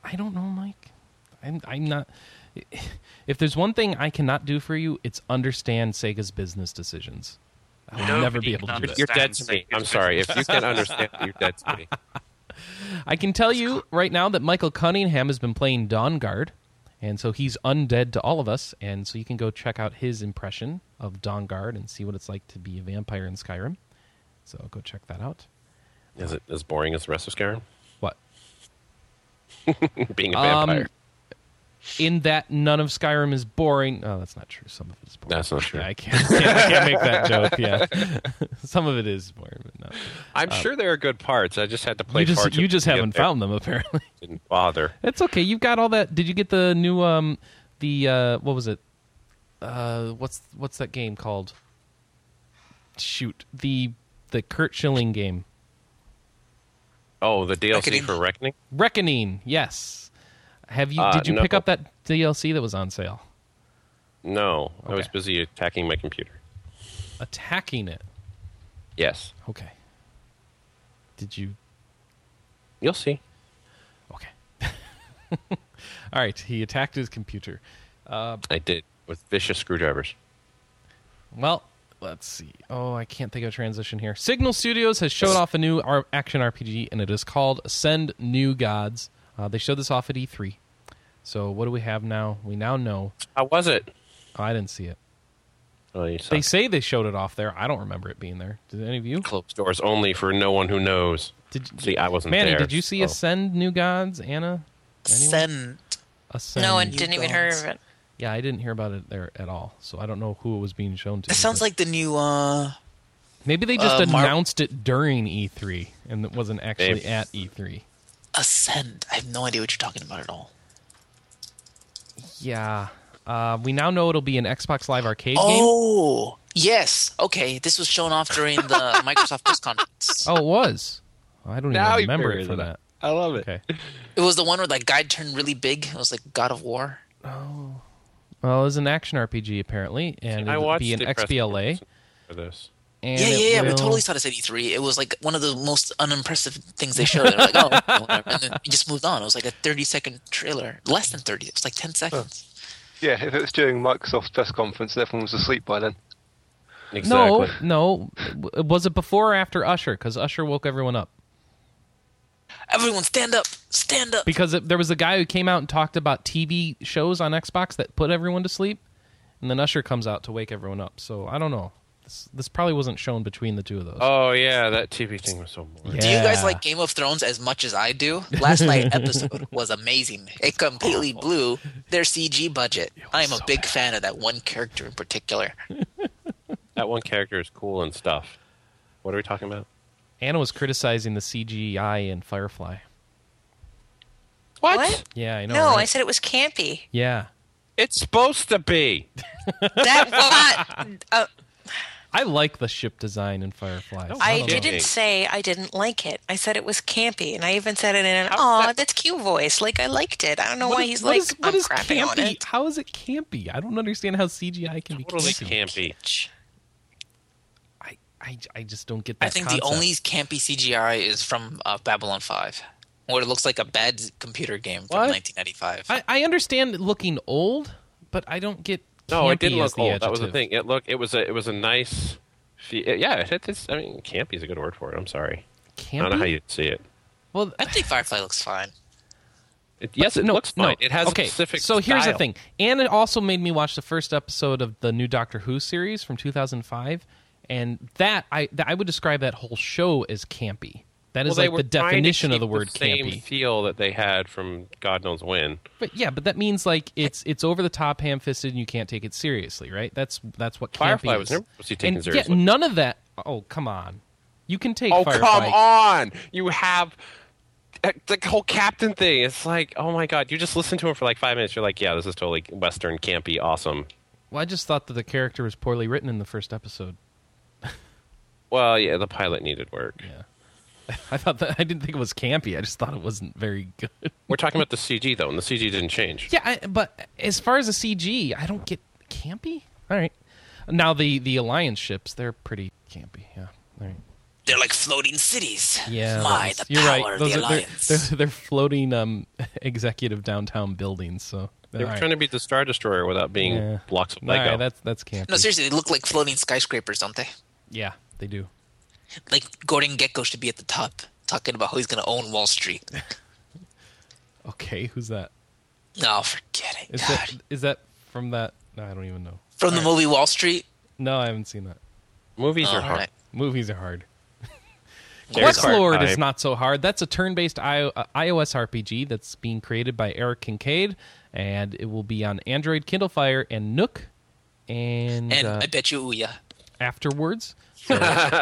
Speaker 1: I don't know, Mike. I'm I'm not. If there's one thing I cannot do for you, it's understand Sega's business decisions. I will
Speaker 3: Nobody
Speaker 1: never be able to do
Speaker 3: can
Speaker 1: that.
Speaker 2: You're dead to
Speaker 3: Stan's
Speaker 2: me.
Speaker 3: like-
Speaker 2: I'm sorry. If you can understand, you're dead to me.
Speaker 1: I can tell you right now that Michael Cunningham has been playing Dawn Guard, and so he's undead to all of us, and so you can go check out his impression of Dawn Guard and see what it's like to be a vampire in Skyrim. So go check that out.
Speaker 2: Is it as boring as the rest of Skyrim?
Speaker 1: What?
Speaker 2: Being a
Speaker 1: Um,
Speaker 2: vampire.
Speaker 1: In that none of Skyrim is boring. Oh, that's not true. Some of it's boring.
Speaker 2: That's not true.
Speaker 1: Yeah, I can't, I can't, I can't make that joke. Yeah, some of it is boring, but no.
Speaker 2: I'm sure there are good parts. I just had to play.
Speaker 1: uh, you
Speaker 2: far
Speaker 1: just
Speaker 2: too
Speaker 1: you just
Speaker 2: many of
Speaker 1: haven't
Speaker 2: them.
Speaker 1: found them apparently.
Speaker 2: Didn't bother.
Speaker 1: It's okay. You've got all that. Did you get the new um the uh what was it? Uh what's what's that game called? Shoot. The the Kurt Schilling game.
Speaker 2: Oh, the DLC
Speaker 4: Reckoning.
Speaker 2: for Reckoning.
Speaker 1: Reckoning. Yes. Have you
Speaker 2: Uh,
Speaker 1: did you
Speaker 2: no.
Speaker 1: pick up that DLC that was on sale?
Speaker 2: No, I was
Speaker 1: Okay.
Speaker 2: busy attacking my computer.
Speaker 1: Attacking it.
Speaker 2: Yes,
Speaker 1: Okay. Did you
Speaker 2: you'll see.
Speaker 1: Okay. all right, he attacked his computer.
Speaker 2: I did with vicious screwdrivers.
Speaker 1: Well, let's see. Oh, I can't think of a transition here. Signal Studios has showed off a new R- action RPG, and it is called Ascend New Gods. Uh, they showed this off at E3. So what do we have now? We now know.
Speaker 2: How was it?
Speaker 1: Oh, I didn't see it.
Speaker 2: Oh, you
Speaker 1: They
Speaker 2: suck.
Speaker 1: say they showed it off there. I don't remember it being there. Did any of you?
Speaker 2: closed doors only for no one who knows.
Speaker 1: Did you-
Speaker 2: See, I wasn't
Speaker 1: Manny,
Speaker 2: there.
Speaker 1: did you see
Speaker 2: so-
Speaker 1: Ascend New Gods, Anna? Anyone?
Speaker 4: Send.
Speaker 1: Ascend.
Speaker 5: No one didn't even hear of it.
Speaker 1: Yeah, I didn't hear about it there at all. So I don't know who it was being shown to.
Speaker 4: It sounds
Speaker 1: but
Speaker 4: like the new. uh
Speaker 1: maybe they just
Speaker 4: uh, Mar-
Speaker 1: announced it during E3 and it wasn't actually
Speaker 2: They've-
Speaker 1: at E E3.
Speaker 4: Ascend. I have no idea what you're talking about at all.
Speaker 1: Yeah. Uh, we now know it'll be an Xbox Live Arcade game.
Speaker 4: Oh, yes. Okay, this was shown off during the Microsoft press conference.
Speaker 1: Oh, it was. I don't
Speaker 2: Now
Speaker 1: even
Speaker 2: you
Speaker 1: remember it
Speaker 2: figured
Speaker 1: for
Speaker 2: it
Speaker 1: that.
Speaker 2: out. I love it.
Speaker 1: Okay.
Speaker 4: It was the one where that guy turned really big. It was like God of War.
Speaker 1: Well, it was an action RPG apparently, and
Speaker 2: I
Speaker 1: it'll
Speaker 2: watched
Speaker 1: be an
Speaker 2: the press
Speaker 1: XBLA.
Speaker 2: conference for this.
Speaker 1: And
Speaker 4: yeah,
Speaker 1: it
Speaker 4: yeah, yeah.
Speaker 1: will...
Speaker 4: We totally saw this at E3. It was like one of the most unimpressive things they showed. They were like, oh, whatever. and then we just moved on. It was like a 30 second trailer, less than 30. It was like 10 seconds.
Speaker 6: Yeah, if it was during Microsoft's press conference and everyone was asleep by then.
Speaker 2: Exactly.
Speaker 1: No, no. W- Was it before or after Usher? Because Usher woke everyone up.
Speaker 4: Everyone, stand up, stand up.
Speaker 1: Because it, there was a guy who came out and talked about TV shows on Xbox that put everyone to sleep, and then Usher comes out to wake everyone up. So I don't know. This, this probably wasn't shown between the two of those.
Speaker 2: Oh yeah, that TV thing was so boring.
Speaker 4: Do you guys
Speaker 1: Yeah.
Speaker 4: like Game of Thrones as much as I do? Last night episode was amazing. It completely
Speaker 1: Oh.
Speaker 4: blew their CG budget. I am a big fan of that one character in particular.
Speaker 2: That one character is cool and stuff. What are we talking about?
Speaker 1: Anna was criticizing the CGI in Firefly.
Speaker 2: What?
Speaker 5: What?
Speaker 1: Yeah, I know.
Speaker 5: No,
Speaker 1: right?
Speaker 5: I said it was campy.
Speaker 1: Yeah.
Speaker 2: It's supposed to be.
Speaker 5: That what? Uh,
Speaker 1: I like the ship design in Firefly. Son
Speaker 5: I
Speaker 1: of a-
Speaker 5: didn't say I didn't like it. I said it was campy, and I even said it in an
Speaker 2: How's
Speaker 5: "aw,
Speaker 2: that-
Speaker 5: that's cute" voice. Like I liked it. I don't know
Speaker 1: What
Speaker 5: why
Speaker 1: is-
Speaker 5: he's
Speaker 1: what
Speaker 5: like
Speaker 1: is- what
Speaker 5: I'm
Speaker 1: is
Speaker 5: crapping on
Speaker 1: campy?
Speaker 5: it.
Speaker 1: How is it campy? I don't understand how CGI can be
Speaker 2: Totally
Speaker 1: campy.
Speaker 2: campy.
Speaker 1: I, I, I just don't get that.
Speaker 4: I think
Speaker 1: concept.
Speaker 4: the only campy CGI is from uh, Babylon 5, where it looks like a bad computer game from
Speaker 1: What?
Speaker 4: 1995.
Speaker 1: I, I understand looking old, but I don't get.
Speaker 2: No, it
Speaker 1: campy
Speaker 2: didn't
Speaker 1: as
Speaker 2: look
Speaker 1: the
Speaker 2: old. That was the
Speaker 1: adjective.
Speaker 2: thing. It looked. It was a. It was a nice. fe- Yeah, it, it's. I mean, campy is a good word for it. I'm sorry. I
Speaker 1: Campy.
Speaker 2: don't know how you see it.
Speaker 1: well,
Speaker 4: I think Firefly looks fine.
Speaker 2: it yes, it
Speaker 1: Uh, no,
Speaker 2: looks fine.
Speaker 1: no.
Speaker 2: It has
Speaker 1: okay.
Speaker 2: a specific.
Speaker 1: So here's the
Speaker 2: style.
Speaker 1: thing. Anna also made me watch the first episode of the new Doctor Who series from 2005, and that I that, I would describe that whole show as campy. That
Speaker 2: Well,
Speaker 1: is
Speaker 2: they
Speaker 1: like
Speaker 2: were
Speaker 1: the
Speaker 2: trying to
Speaker 1: definition
Speaker 2: keep
Speaker 1: of the word
Speaker 2: same
Speaker 1: campy.
Speaker 2: feel that they had from God knows when.
Speaker 1: But yeah, but that means like it's it's over the top, ham fisted, and you can't take it seriously, right? That's that's what campy
Speaker 2: Firefly
Speaker 1: is.
Speaker 2: was never supposed to be taken
Speaker 1: and
Speaker 2: seriously.
Speaker 1: Yet none of that. Oh come on, you can take.
Speaker 2: Oh
Speaker 1: Firefly.
Speaker 2: come on! You have eh, the whole captain thing. It's like, oh my god! You just listen to him for like five minutes. You're like, yeah, this is totally Western campy, awesome.
Speaker 1: Well, I just thought that the character was poorly written in the first episode.
Speaker 2: Well, yeah, the pilot needed work.
Speaker 1: I thought that I didn't think it was campy. I just thought it wasn't very good.
Speaker 2: We're talking about the CG though, and the CG didn't change.
Speaker 1: Yeah, I, but as far as the CG, I don't get campy. All right. Now the the alliance ships, they're pretty campy. Yeah. All right.
Speaker 4: They're like floating cities.
Speaker 1: Yeah,
Speaker 4: my
Speaker 1: those-
Speaker 4: the
Speaker 1: you're
Speaker 4: power
Speaker 1: right. Those
Speaker 4: of the
Speaker 1: are, they're-
Speaker 4: alliance.
Speaker 1: They're, they're, floating um, executive downtown buildings. So
Speaker 2: They were
Speaker 1: All right.
Speaker 2: trying to beat the Star Destroyer without being
Speaker 1: Yeah.
Speaker 2: blocks of
Speaker 1: All right,
Speaker 2: Lego.
Speaker 1: that's that's campy.
Speaker 4: no, seriously, they look like floating skyscrapers, don't they?
Speaker 1: yeah, they do.
Speaker 4: Like Gordon Gecko should be at the top, talking about who he's going to own Wall Street.
Speaker 1: Okay, who's that?
Speaker 4: No, forget it.
Speaker 1: Is
Speaker 4: God.
Speaker 1: that is that from that? No, I don't even know.
Speaker 4: From the movie Wall Street.
Speaker 1: No, I haven't seen that.
Speaker 2: Movies
Speaker 4: All
Speaker 2: are hard.
Speaker 4: right.
Speaker 1: Movies are hard.
Speaker 2: There's hard
Speaker 1: Questlord is
Speaker 2: time.
Speaker 1: not so hard. That's a turn-based I- uh, iOS RPG that's being created by Eric Kincaid, and it will be on Android, Kindle Fire, and Nook, and,
Speaker 4: And
Speaker 1: uh,
Speaker 4: I bet you, Ouya.
Speaker 1: afterwards. So,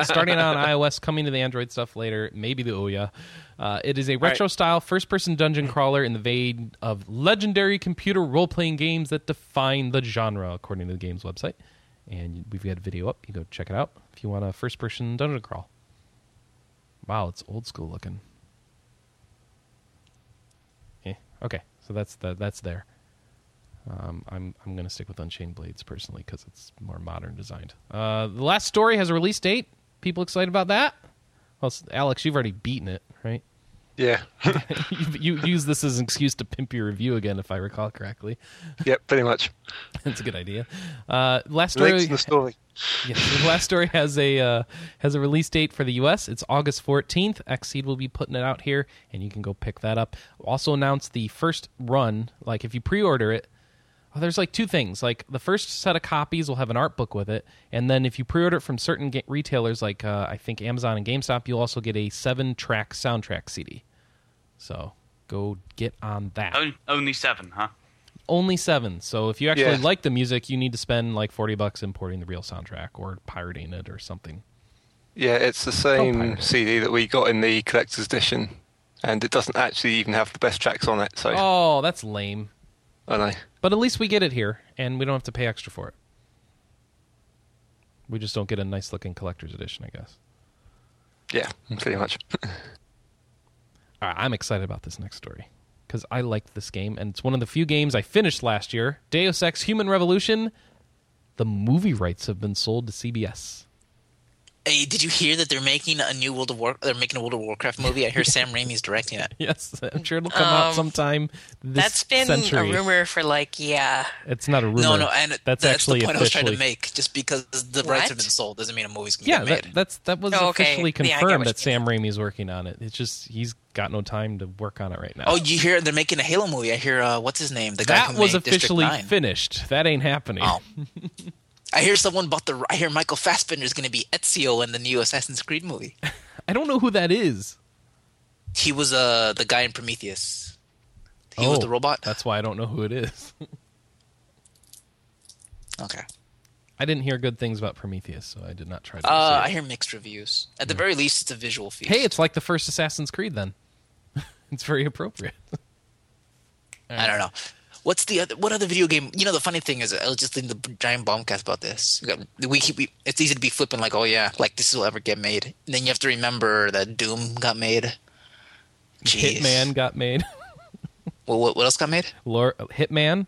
Speaker 1: starting on iOS, coming to the Android stuff later, maybe the Ouya. Uh, it is a retro style first person dungeon crawler in the vein of legendary computer role playing games that define the genre, according to the game's website. And we've got a video up. You go check it out if you want a first person dungeon crawl. Wow, it's old school looking. Eh, okay, so that's the, that's there. Um, I'm I'm gonna stick with Unchained Blades personally because it's more modern designed. Uh, the last story has a release date. People excited about that? Well, s- Alex, you've already beaten it, right?
Speaker 6: Yeah.
Speaker 1: you, you use this as an excuse to pimp your review again, if I recall correctly.
Speaker 6: yep, pretty much.
Speaker 1: That's a good idea. Uh, last story.
Speaker 6: Links in the story.
Speaker 1: Yeah, the last story has a uh, has a release date for the U.S. It's August 14th. Xseed will be putting it out here, and you can go pick that up. Also announced the first run. Like if you pre-order it, oh, there's like two things. Like the first set of copies will have an art book with it, and then if you pre-order it from certain ga- retailers, like uh, I think Amazon and GameStop, you'll also get a seven-track soundtrack CD. So go get on that
Speaker 3: On- Only seven, huh?
Speaker 1: only seven. So if you actually
Speaker 6: Yeah.
Speaker 1: like the music, you need to spend like forty bucks importing the real soundtrack or pirating it or something.
Speaker 6: Yeah, it's the
Speaker 1: pirate
Speaker 6: same
Speaker 1: it.
Speaker 6: CD that we got in the collector's edition, and it doesn't actually even have the best tracks on it. So
Speaker 1: Oh, that's lame.
Speaker 6: I know.
Speaker 1: But at least we get it here, and we don't have to pay extra for it. We just don't get a nice looking collector's edition, I guess.
Speaker 6: Yeah, pretty much.
Speaker 1: All right, I'm excited about this next story because I liked this game, and it's one of the few games I finished last year. Deus Ex: Human Revolution. The movie rights have been sold to CBS.
Speaker 4: Hey, did you hear that they're making a new World of War? They're making a World of Warcraft movie. I hear Sam Raimi's directing it.
Speaker 1: Yes, I'm sure it'll come out
Speaker 5: Um,
Speaker 1: sometime this
Speaker 5: That's been
Speaker 1: century.
Speaker 5: a rumor for like yeah.
Speaker 1: It's not a rumor.
Speaker 4: No, no, and
Speaker 1: that's,
Speaker 4: that's,
Speaker 1: actually
Speaker 4: the point I was trying
Speaker 1: officially.
Speaker 4: to make. Just because the rights have
Speaker 5: What?
Speaker 4: been sold doesn't mean a movie's gonna
Speaker 1: Yeah,
Speaker 4: get
Speaker 1: that,
Speaker 4: made.
Speaker 1: that's that was
Speaker 5: Oh, okay.
Speaker 1: officially
Speaker 5: Yeah, I get
Speaker 1: confirmed
Speaker 5: what
Speaker 1: that
Speaker 5: you
Speaker 1: Sam Raimi's working on it. It's just he's got no time to work on it right now.
Speaker 4: oh, you hear they're making a Halo movie. I hear uh, what's his name? The guy
Speaker 1: that
Speaker 4: who
Speaker 1: was
Speaker 4: made District
Speaker 1: officially
Speaker 4: 9.
Speaker 1: finished. That ain't happening.
Speaker 4: Oh. I hear someone bought the. I hear Michael Fassbender is going to be Ezio in the new Assassin's Creed movie.
Speaker 1: I don't know who that is.
Speaker 4: He was uh the guy in Prometheus. He was
Speaker 1: Oh,
Speaker 4: the robot.
Speaker 1: That's why I don't know who it is.
Speaker 4: Okay.
Speaker 1: I didn't hear good things about Prometheus, so I did not try to.
Speaker 4: Uh, I
Speaker 1: see it.
Speaker 4: hear mixed reviews. At the very least, it's a visual feast.
Speaker 1: Hey, it's like the first Assassin's Creed. Then it's very appropriate.
Speaker 4: I don't know. What's the other? What other video game? You know, the funny thing is, I was just thinking the giant bombcast about this. We keep. We, it's easy to be flipping like, oh yeah, like this will ever get made. And then you have to remember that Doom got made. Jeez.
Speaker 1: Hitman got made.
Speaker 4: Well, what, what else got made?
Speaker 1: Lor- Hitman,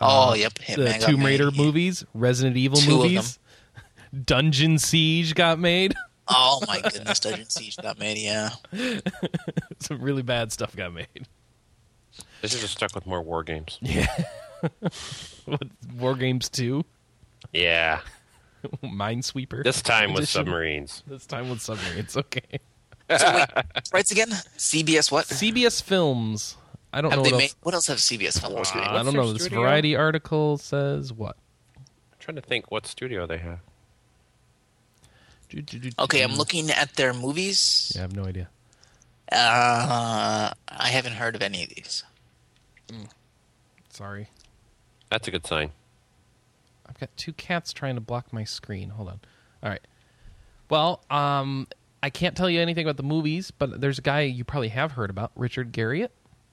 Speaker 4: oh yep,
Speaker 1: Uh, the
Speaker 4: Hitman got
Speaker 1: Tomb
Speaker 4: made.
Speaker 1: Raider movies, Resident Evil
Speaker 4: Two of
Speaker 1: movies, Dungeon Siege got made.
Speaker 4: Oh my goodness, Dungeon Siege got made. Yeah.
Speaker 1: Some really bad stuff got made.
Speaker 2: They should have stuck with more war games.
Speaker 1: What, War Games 2,
Speaker 2: Yeah.
Speaker 1: Minesweeper.
Speaker 2: This time with
Speaker 1: Edition.
Speaker 2: submarines.
Speaker 1: This time with submarines. Okay.
Speaker 4: Rights again? CBS what?
Speaker 1: CBS Films. I don't
Speaker 4: have
Speaker 1: know
Speaker 4: they
Speaker 1: what
Speaker 4: made?
Speaker 1: else.
Speaker 4: What else have CBS done?
Speaker 2: Uh,
Speaker 1: I don't
Speaker 2: their
Speaker 1: know. This
Speaker 2: studio?
Speaker 1: Variety article says what?
Speaker 2: I'm trying to think what studio they have.
Speaker 1: Do, do, do, do.
Speaker 4: Okay, I'm looking at their movies.
Speaker 1: Yeah, I have no idea.
Speaker 4: Uh, I haven't heard of any of these.
Speaker 1: Sorry.
Speaker 2: That's a good sign.
Speaker 1: I've got two cats trying to block my screen. Hold on. All right. Well, um, I can't tell you anything about the movies, but there's a guy you probably have heard about, Richard Garriott.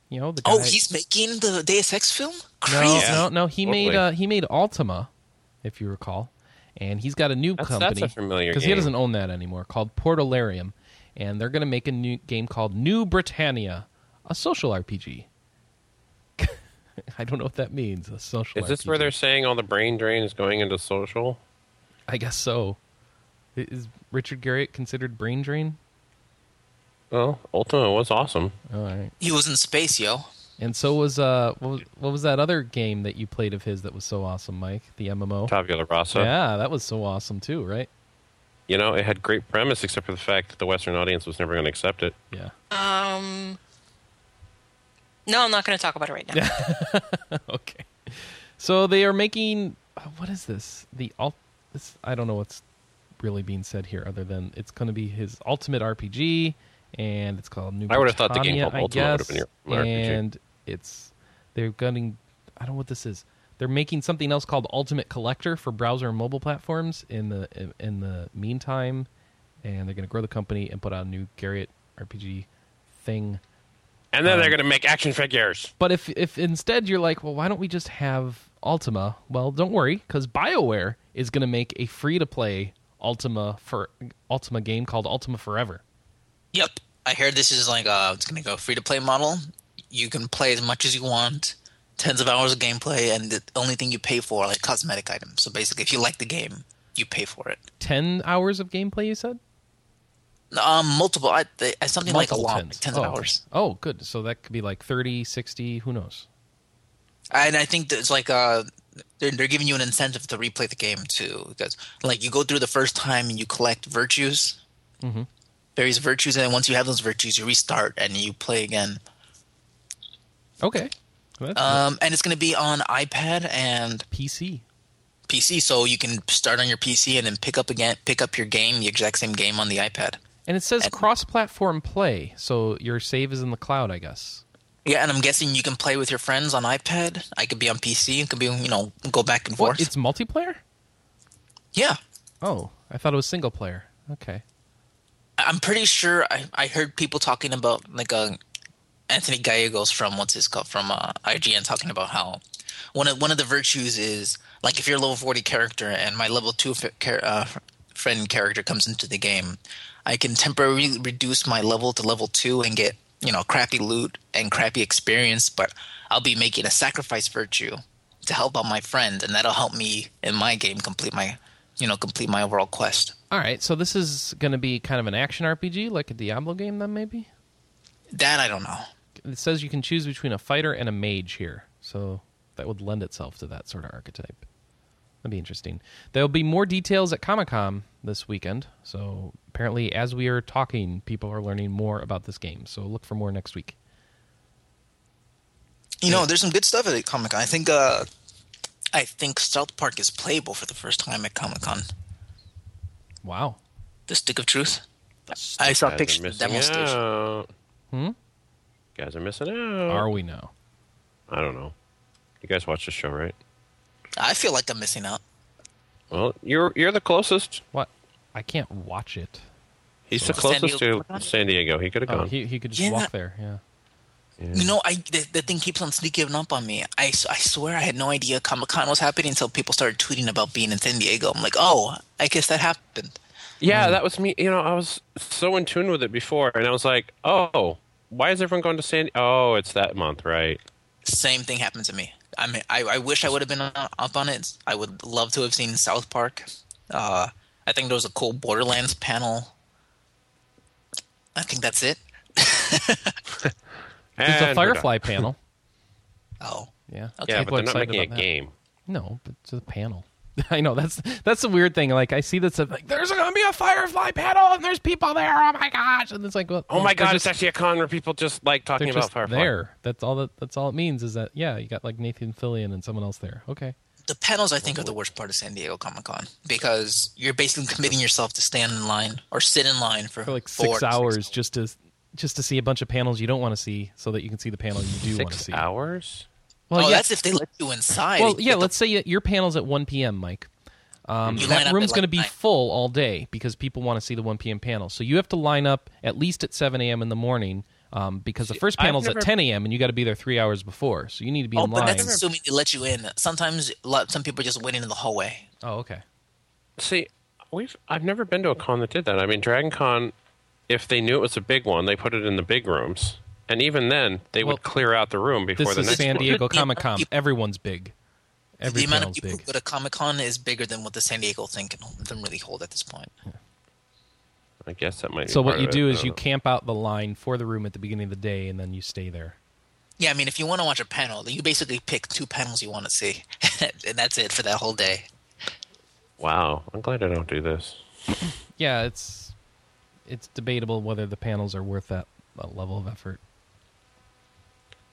Speaker 1: You know the guy.
Speaker 4: Oh, he's making the Deus Ex film?
Speaker 1: no,
Speaker 4: Crazy.
Speaker 1: no, no. He made
Speaker 2: Totally.
Speaker 1: uh, he made Altima, if you recall, and he's got a new
Speaker 2: That's-
Speaker 1: company
Speaker 2: that's a familiar
Speaker 1: he
Speaker 2: game.
Speaker 1: doesn't own that anymore called Portalarium, and they're going to make a new game called New Britannia, a social RPG. I don't know what that means. A social.
Speaker 2: Is this
Speaker 1: RPG.
Speaker 2: where they're saying all the brain drain is going into social?
Speaker 1: I guess so. I- Is Richard Garriott considered brain drain?
Speaker 2: Well, Ultima was awesome.
Speaker 1: All right.
Speaker 4: He was in space, yo.
Speaker 1: And so was uh, what was, what was that other game that you played of his that was so awesome, Mike? The MMO.
Speaker 2: Tabula Rasa.
Speaker 1: Oh. Yeah, that was so awesome too, right?
Speaker 2: You know, it had great premise, except for the fact that the Western audience was never going to accept it.
Speaker 1: Yeah.
Speaker 5: Um, no, I'm not going to talk about it right now.
Speaker 1: okay. So they are making uh, what is this? The ult. This, I don't know what's really being said here, other than it's going to be his ultimate RPG, and it's called New.
Speaker 2: I would've thought the game
Speaker 1: Britannia,
Speaker 2: called
Speaker 1: I
Speaker 2: Ultima
Speaker 1: guess,
Speaker 2: would've been your RPG.
Speaker 1: And it's they're getting. I don't know what this is. They're making something else called Ultimate Collector for browser and mobile platforms. In the in, in the meantime, and they're going to grow the company and put out a new Garriott RPG thing.
Speaker 2: And
Speaker 1: Um,
Speaker 2: then they're going to make action figures.
Speaker 1: But if if instead you're like, well, why don't we just have Ultima? Well, don't worry, because Bioware is going to make a free to play Ultima for Ultima game called Ultima Forever.
Speaker 4: Yep. I hear this is like uh, it's gonna go free to play model. You can play as much as you want, tens of hours of gameplay, and the only thing you pay for are like cosmetic items. So basically, if you like the game, you pay for it.
Speaker 1: Ten hours of gameplay, you said?
Speaker 4: Um, multiple, I, they, something
Speaker 1: Multiple
Speaker 4: like a lot, like tens
Speaker 1: oh.
Speaker 4: of hours.
Speaker 1: Oh, good. So that could be like 30, 60, who knows?
Speaker 4: And I think that it's like uh, they're they're giving you an incentive to replay the game too, because like you go through the first time and you collect virtues, various virtues, and then once you have those virtues, you restart and you play again.
Speaker 1: Okay. Well, that's
Speaker 4: Um, and it's gonna be on iPad and
Speaker 1: PC.
Speaker 4: PC, so you can start on your PC and then pick up again, pick up your game, the exact same game on the iPad.
Speaker 1: And it says cross platform play, so your save is in the cloud, I guess.
Speaker 4: Yeah, and I'm guessing you can play with your friends on iPad. I could be on PC. It could be, you know, go back and
Speaker 1: What?
Speaker 4: forth.
Speaker 1: It's multiplayer?
Speaker 4: yeah,
Speaker 1: Oh, I thought it was single player. Okay.
Speaker 4: I- I'm pretty sure. I, I heard people talking about like uh, Anthony Gallegos from what's his called from uh, IGN talking about how one of one of the virtues is like if you're a level 40 character and my level two f- char- uh, friend character comes into the game, I can temporarily reduce my level to level two and get you know crappy loot and crappy experience, but I'll be making a sacrifice virtue to help out my friend, and that'll help me in my game complete my you know complete my overall quest.
Speaker 1: All right, so this is going to be kind of an action RPG, like a Diablo game, then maybe?
Speaker 4: That I don't know.
Speaker 1: it says you can choose between a fighter and a mage here, so that would lend itself to that sort of archetype. That'd be interesting. There'll be more details at Comic Con this weekend. So apparently, as we are talking, people are learning more about this game. So look for more next week.
Speaker 4: You know, there's some good stuff at Comic Con. I think uh I think South Park is playable for the first time at Comic Con.
Speaker 1: Wow.
Speaker 4: The Stick of Truth. I saw
Speaker 2: Guys are
Speaker 4: pictures of the
Speaker 2: missing
Speaker 4: demo station.
Speaker 2: out.
Speaker 1: Hmm?
Speaker 2: Guys are missing out.
Speaker 1: Are we now?
Speaker 2: I don't know. You guys watch the show, right?
Speaker 4: I feel like I'm missing out.
Speaker 2: Well, you're you're the closest.
Speaker 1: What? I can't watch it.
Speaker 2: He's the
Speaker 4: San
Speaker 2: closest
Speaker 4: Diego
Speaker 2: to
Speaker 4: Comic Con?
Speaker 2: San Diego. He could have
Speaker 1: Oh,
Speaker 2: gone.
Speaker 1: he, he could just
Speaker 4: Yeah.
Speaker 1: walk there. Yeah.
Speaker 4: You know, I the, the thing keeps on sneaking up on me. I, s- I swear I had no idea Comic Con was happening until people started tweeting about being in San Diego. I'm like, oh, I guess that happened.
Speaker 1: mm.
Speaker 2: yeah, that was me. You know, I was so in tune with it before, and I was like, oh, why is everyone going to San? Oh, it's that month, right?
Speaker 4: Same thing happened to me. I mean, I, I wish I would have been on, up on it. I would love to have seen South Park. Uh, I think there was a cool Borderlands panel. I think that's it.
Speaker 1: There's a
Speaker 2: And we're done.
Speaker 1: Firefly panel.
Speaker 4: Oh,
Speaker 1: Yeah.
Speaker 4: Okay.
Speaker 2: Yeah,
Speaker 1: People
Speaker 2: but
Speaker 1: are
Speaker 2: they're not
Speaker 1: excited
Speaker 2: making a
Speaker 1: about that.
Speaker 2: game.
Speaker 1: No, but it's a panel. I know that's that's the weird thing. Like I see this, I'm like there's gonna be a firefly panel and there's people there. Oh my gosh! And it's like, well,
Speaker 2: Oh
Speaker 1: they're
Speaker 2: my god,
Speaker 1: just,
Speaker 2: it's actually a con where people just like
Speaker 1: they're
Speaker 2: talking about
Speaker 1: just
Speaker 2: Firefly.
Speaker 1: there. That's all that that's all it means is that yeah, you got like Nathan Fillion and someone else there. Okay,
Speaker 4: the panels I think are the worst part of San Diego Comic Con because you're basically committing yourself to stand in line or sit in line for,
Speaker 1: for like
Speaker 4: four
Speaker 1: six hours just to just to see a bunch of panels you don't want to see, so that you can see the panel you do want to
Speaker 2: Six
Speaker 1: see.
Speaker 2: hours?
Speaker 1: Well,
Speaker 4: oh,
Speaker 1: yeah,
Speaker 4: that's if they let you inside.
Speaker 1: well, yeah. Let's say your panel's at 1 p.m., Mike. Um,
Speaker 4: You line
Speaker 1: that
Speaker 4: up
Speaker 1: room's
Speaker 4: at, like,
Speaker 1: going to be
Speaker 4: nine.
Speaker 1: full all day because people want to see the 1 p.m. panel. So you have to line up at least at 7 a.m. in the morning um, because the first
Speaker 2: I've
Speaker 1: panel's
Speaker 2: never-
Speaker 1: at 10 a.m. and you got to be there three hours before. So you need to be
Speaker 4: oh,
Speaker 1: in
Speaker 4: but
Speaker 1: line.
Speaker 4: that's assuming they let you in. Sometimes a lot, some people are just waiting in the hallway.
Speaker 1: oh, okay.
Speaker 2: See, we've I've never been to a con that did that. I mean, Dragon Con, if they knew it was a big one, they put it in the big rooms, and even then, they
Speaker 1: Well,
Speaker 2: would clear out the room before
Speaker 1: This
Speaker 2: the
Speaker 1: is
Speaker 2: next
Speaker 1: San
Speaker 2: one.
Speaker 1: Diego
Speaker 4: Could be-
Speaker 1: Comic Con. Everyone's big. Every
Speaker 4: the amount of
Speaker 1: panel's
Speaker 4: people
Speaker 1: big.
Speaker 4: who go to Comic Con is bigger than what the San Diego thing can can really hold at this point.
Speaker 2: I guess that might. be
Speaker 1: So what
Speaker 2: part
Speaker 1: you
Speaker 2: of it.
Speaker 1: do
Speaker 2: I
Speaker 1: is
Speaker 2: don't
Speaker 1: you
Speaker 2: know.
Speaker 1: camp out the line for the room at the beginning of the day, and then you stay there.
Speaker 4: Yeah, I mean, if you want to watch a panel, you basically pick two panels you want to see, and that's it for that whole day.
Speaker 2: Wow, I'm glad I don't do this.
Speaker 1: Yeah, it's it's debatable whether the panels are worth that, that level of effort.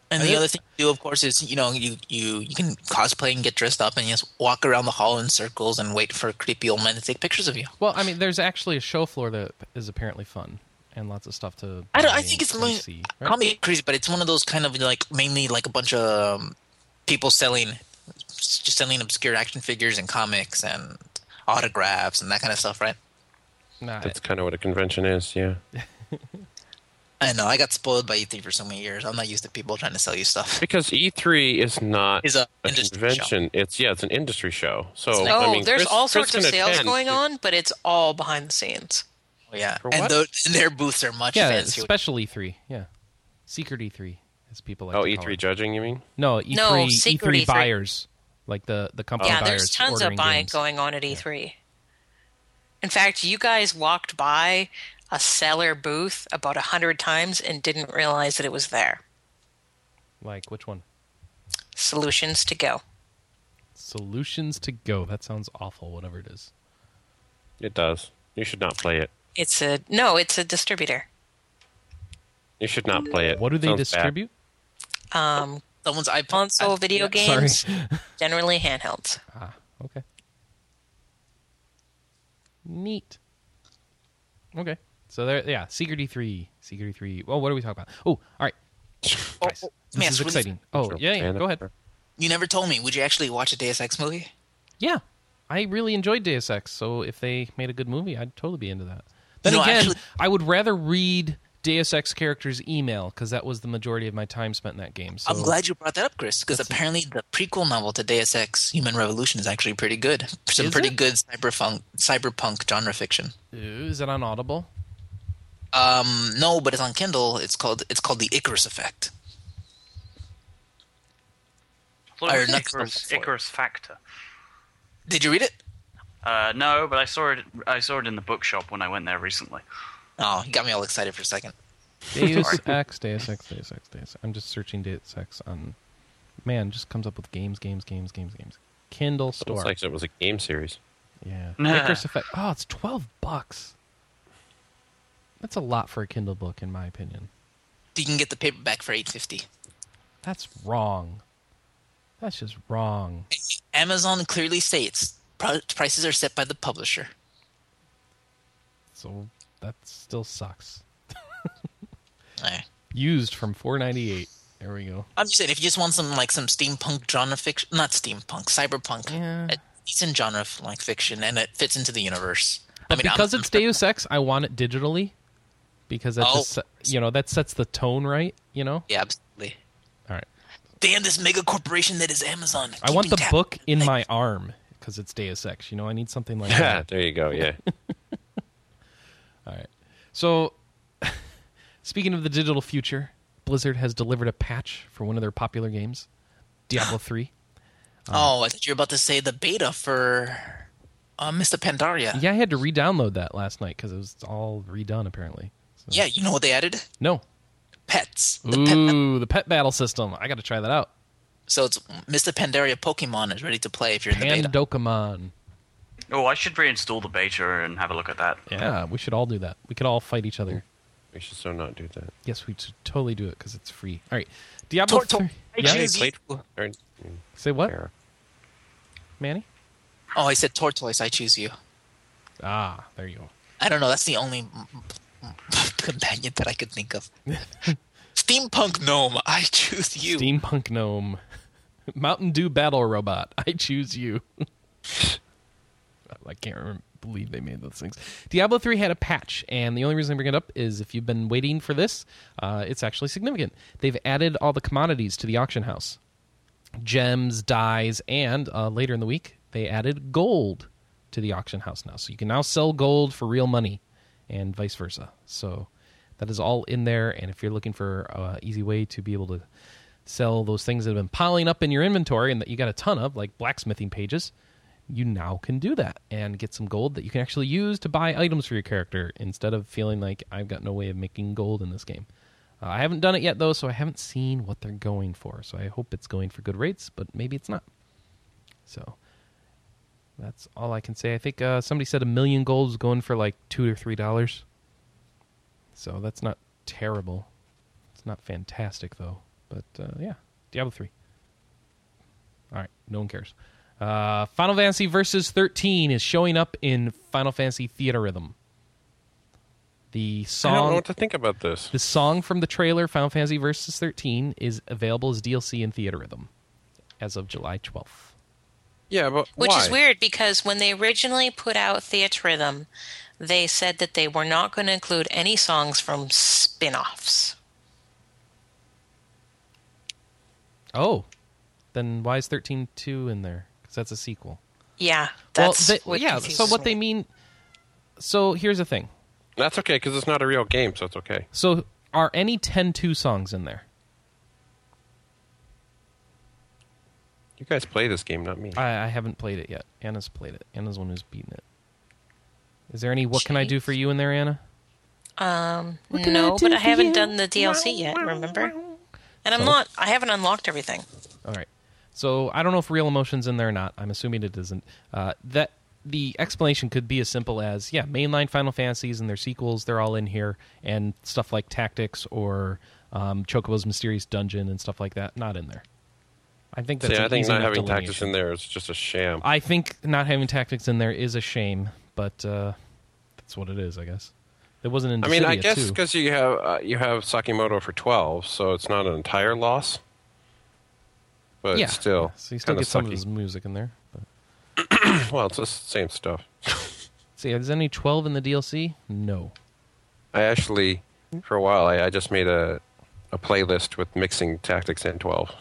Speaker 4: And
Speaker 1: I
Speaker 4: the
Speaker 1: think-
Speaker 4: other thing you do, of course, is you know you you you can cosplay and get dressed up and just walk around the hall in circles and wait for creepy old men to take pictures of you.
Speaker 1: Well, I mean, there's actually a show floor that is apparently fun and lots of stuff to.
Speaker 4: I don't.
Speaker 1: buy
Speaker 4: I think it's
Speaker 1: and
Speaker 4: like,
Speaker 1: see, right?
Speaker 4: call me crazy, but it's one of those kind of like mainly like a bunch of um, people selling, just selling obscure action figures and comics and autographs and that kind of stuff, right?
Speaker 1: Nah,
Speaker 2: That's kind of what a convention is. Yeah.
Speaker 4: I know. I got spoiled by E3 for so many years. I'm not used to people trying to sell you stuff.
Speaker 2: Because E3 is not
Speaker 4: Is a
Speaker 2: a
Speaker 4: industry
Speaker 2: convention. It's yeah, it's an industry show. So
Speaker 5: Oh,
Speaker 2: I mean,
Speaker 5: there's
Speaker 2: Chris-
Speaker 5: all
Speaker 2: Chris
Speaker 5: sorts of
Speaker 2: can
Speaker 5: sales
Speaker 2: attend.
Speaker 5: going on, but it's all behind the scenes.
Speaker 4: Oh, yeah,
Speaker 2: For
Speaker 4: and,
Speaker 2: what?
Speaker 4: those, and their booths are much
Speaker 1: yeah,
Speaker 4: fancier.
Speaker 1: special E3. Yeah, secret E3, as people like.
Speaker 2: Oh,
Speaker 1: to call
Speaker 2: E3
Speaker 1: it.
Speaker 2: judging, you mean?
Speaker 1: No, E E3,
Speaker 5: No,
Speaker 1: E3,
Speaker 5: secret E3.
Speaker 1: buyers, like the the
Speaker 2: Oh.
Speaker 1: company
Speaker 5: yeah,
Speaker 1: buyers.
Speaker 5: there's tons of
Speaker 1: ordering
Speaker 5: buying
Speaker 1: games.
Speaker 5: going on at E3. In fact, you guys walked by a seller booth about a hundred times and didn't realize that it was there.
Speaker 1: Like which one?
Speaker 5: Solutions to go.
Speaker 1: Solutions to go. That sounds awful. Whatever it is.
Speaker 2: It does. You should not play it.
Speaker 5: It's a no, it's a distributor.
Speaker 2: You should not play it.
Speaker 1: What do they
Speaker 2: Sounds bad.
Speaker 1: distribute?
Speaker 5: Um,
Speaker 4: Someone's iPod.
Speaker 5: console
Speaker 4: I-
Speaker 5: video
Speaker 4: yeah.
Speaker 1: Sorry.
Speaker 5: games, generally handhelds.
Speaker 1: Ah, okay. Neat. Okay. So there, yeah, Secret E3, Secret E3. Well, what are we talking about? Oh, all right. Guys,
Speaker 4: oh,
Speaker 1: this
Speaker 4: man,
Speaker 1: is
Speaker 4: it's really-
Speaker 1: exciting. Oh, yeah, yeah. Go ahead.
Speaker 4: You never told me. Would you actually watch a Deus Ex movie?
Speaker 1: Yeah, I really enjoyed Deus Ex. So if they made a good movie, I'd totally be into that. Then
Speaker 4: No,
Speaker 1: again,
Speaker 4: actually-
Speaker 1: I would rather read Deus Ex characters' email because that was the majority of my time spent in that game. So
Speaker 4: I'm glad you brought that up, Chris, because apparently the prequel novel to Deus Ex: Human Revolution is actually pretty good. Some
Speaker 1: Is
Speaker 4: pretty
Speaker 1: it?
Speaker 4: good cyberpunk cyberpunk genre fiction.
Speaker 1: Ooh, is it on Audible?
Speaker 4: Um, no, but it's on Kindle. It's called it's called the Icarus Effect.
Speaker 3: I thought it
Speaker 4: Or
Speaker 3: was
Speaker 4: not
Speaker 3: Icarus,
Speaker 4: Star Fox.
Speaker 3: Icarus Factor.
Speaker 4: Did you read it?
Speaker 3: Uh, no, but I saw it. I saw it in the bookshop when I went there recently.
Speaker 4: Oh, you got me all excited for a second.
Speaker 1: Deus Ex, Deus Ex, Deus Ex, Deus. Ex. I'm just searching Deus Ex on. Man, just comes up with games, games, games, games, games. Kindle store.
Speaker 2: It's like it was a game series.
Speaker 1: yeah.
Speaker 3: Nah.
Speaker 1: Icarus Effect. Oh, it's twelve bucks. That's a lot for a Kindle book, in my opinion.
Speaker 4: You can get the paperback for eight fifty.
Speaker 1: That's wrong. That's just wrong.
Speaker 4: Amazon clearly states pro- prices are set by the publisher.
Speaker 1: So that still sucks.
Speaker 4: Eh.
Speaker 1: Used from 498. There we go.
Speaker 4: I'm just saying, if you just want some like some steampunk genre fiction, not steampunk, cyberpunk,
Speaker 1: Yeah.
Speaker 4: a decent genre of, like fiction, and it fits into the universe.
Speaker 1: But
Speaker 4: I'm-
Speaker 1: because it's Deus Ex, I want it digitally because that
Speaker 4: Oh.
Speaker 1: just se- you know that sets the tone right. You know.
Speaker 4: yeah, absolutely.
Speaker 1: All right.
Speaker 4: Damn this mega corporation that is Amazon.
Speaker 1: I want the
Speaker 4: keeping tab-
Speaker 1: book in my arm because it's Deus Ex. You know, I need something like
Speaker 2: Yeah,
Speaker 1: that.
Speaker 2: there you go. Yeah.
Speaker 1: So, speaking of the digital future, Blizzard has delivered a patch for one of their popular games, Diablo 3.
Speaker 4: Oh, I thought you were about to say the beta for uh, Mr. Pandaria.
Speaker 1: Yeah, I had to re-download that last night because it was all redone apparently. So-
Speaker 4: Yeah, you know what they added?
Speaker 1: No.
Speaker 4: Pets. The pet-
Speaker 1: Ooh, the pet battle system. I got to try that out.
Speaker 4: so it's Mr. Pandaria Pokemon is ready to play if you're in the beta.
Speaker 1: Pandokamon.
Speaker 3: Oh, I should reinstall the beta and have a look at that.
Speaker 1: Yeah, we should all do that. We could all fight each other.
Speaker 2: we should so not do that.
Speaker 1: Yes, we should totally do it because it's free. All right, Diablo.
Speaker 4: Tor- tor-
Speaker 1: 3.
Speaker 4: Yeah,
Speaker 2: They
Speaker 1: Yeah?
Speaker 4: Jeez.
Speaker 2: played- or- mm,
Speaker 1: Say what,
Speaker 2: Sarah.
Speaker 1: Manny?
Speaker 4: Oh, I said Tortoise, I choose you.
Speaker 1: Ah, there you go.
Speaker 4: I don't know. That's the only companion that I could think of. Steampunk gnome, I choose you.
Speaker 1: Steampunk gnome, Mountain Dew battle robot. I choose you. I can't remember, believe they made those things. Diablo 3 had a patch, and the only reason I bring it up is if you've been waiting for this, uh, it's actually significant. They've added all the commodities to the auction house gems, dyes, and uh, later in the week, they added gold to the auction house now. So you can now sell gold for real money and vice uh, versa. So that is all in there. And if you're looking for an easy way to be able to sell those things that have been piling up in your inventory and that you got a ton of, like blacksmithing pages, you now can do that and get some gold that you can actually use to buy items for your character instead of feeling like I've got no way of making gold in this game. Uh, I haven't done it yet though, so I haven't seen what they're going for. So I hope it's going for good rates, but maybe it's not. So that's all I can say. I think uh, somebody said a million gold was going for like two or three dollars. So that's not terrible. It's not fantastic though. But uh, yeah, Diablo three. All right, no one cares. Uh, Final Fantasy Versus 13 is showing up in Final Fantasy Theater Rhythm. The
Speaker 2: I don't know
Speaker 1: song,
Speaker 2: what to think about this.
Speaker 1: the song from the trailer Final Fantasy Versus 13 is available as DLC in Theater Rhythm as of July 12th.
Speaker 2: Yeah, but
Speaker 5: Which
Speaker 2: why?
Speaker 5: is weird because when they originally put out Theater Rhythm, they said that they were not going to include any songs from spin offs.
Speaker 1: Oh, then why is 13.2 in there? Because that's a sequel.
Speaker 5: Yeah. That's
Speaker 1: well, they-
Speaker 5: what
Speaker 1: yeah. So
Speaker 5: confuses
Speaker 1: what
Speaker 5: me.
Speaker 1: they mean? So here's the thing.
Speaker 2: That's okay because it's not a real game, so it's okay.
Speaker 1: So are any 10.2 songs in there?
Speaker 2: You guys play this game, not me.
Speaker 1: I, I haven't played it yet. Anna's played it. Anna's the one who's beaten it. Is there any "What Can I Do for You" in there, Anna?
Speaker 5: No, but I haven't done the DLC yet, remember? And I'm
Speaker 1: So-
Speaker 5: not, I haven't unlocked everything.
Speaker 1: All right. So I don't know if real emotions in there or not. I'm assuming it isn't. Uh, that the explanation could be as simple as yeah, mainline Final Fantasies and their sequels, they're all in here, and stuff like Tactics or um, Chocobo's Mysterious Dungeon and stuff like that, not in there. I think that's
Speaker 2: See,
Speaker 1: an
Speaker 2: I think
Speaker 1: easy
Speaker 2: not
Speaker 1: enough
Speaker 2: having tactics
Speaker 1: delineation.
Speaker 2: in there is just a sham.
Speaker 1: I think not having tactics in there is a shame, but uh, that's what it is, I guess. It wasn't in.
Speaker 2: I mean, I
Speaker 1: Dissidia,
Speaker 2: guess
Speaker 1: too.
Speaker 2: because you have uh, you have Sakimoto for twelve, so it's not an entire loss. But
Speaker 1: yeah,
Speaker 2: still,
Speaker 1: So you still
Speaker 2: kinda
Speaker 1: get some of
Speaker 2: sucky.
Speaker 1: his music in there. But.
Speaker 2: Well, it's the same stuff.
Speaker 1: See, is there any twelve in the DLC? No.
Speaker 2: I actually, for a while, I, I just made a a playlist with mixing tactics and twelve,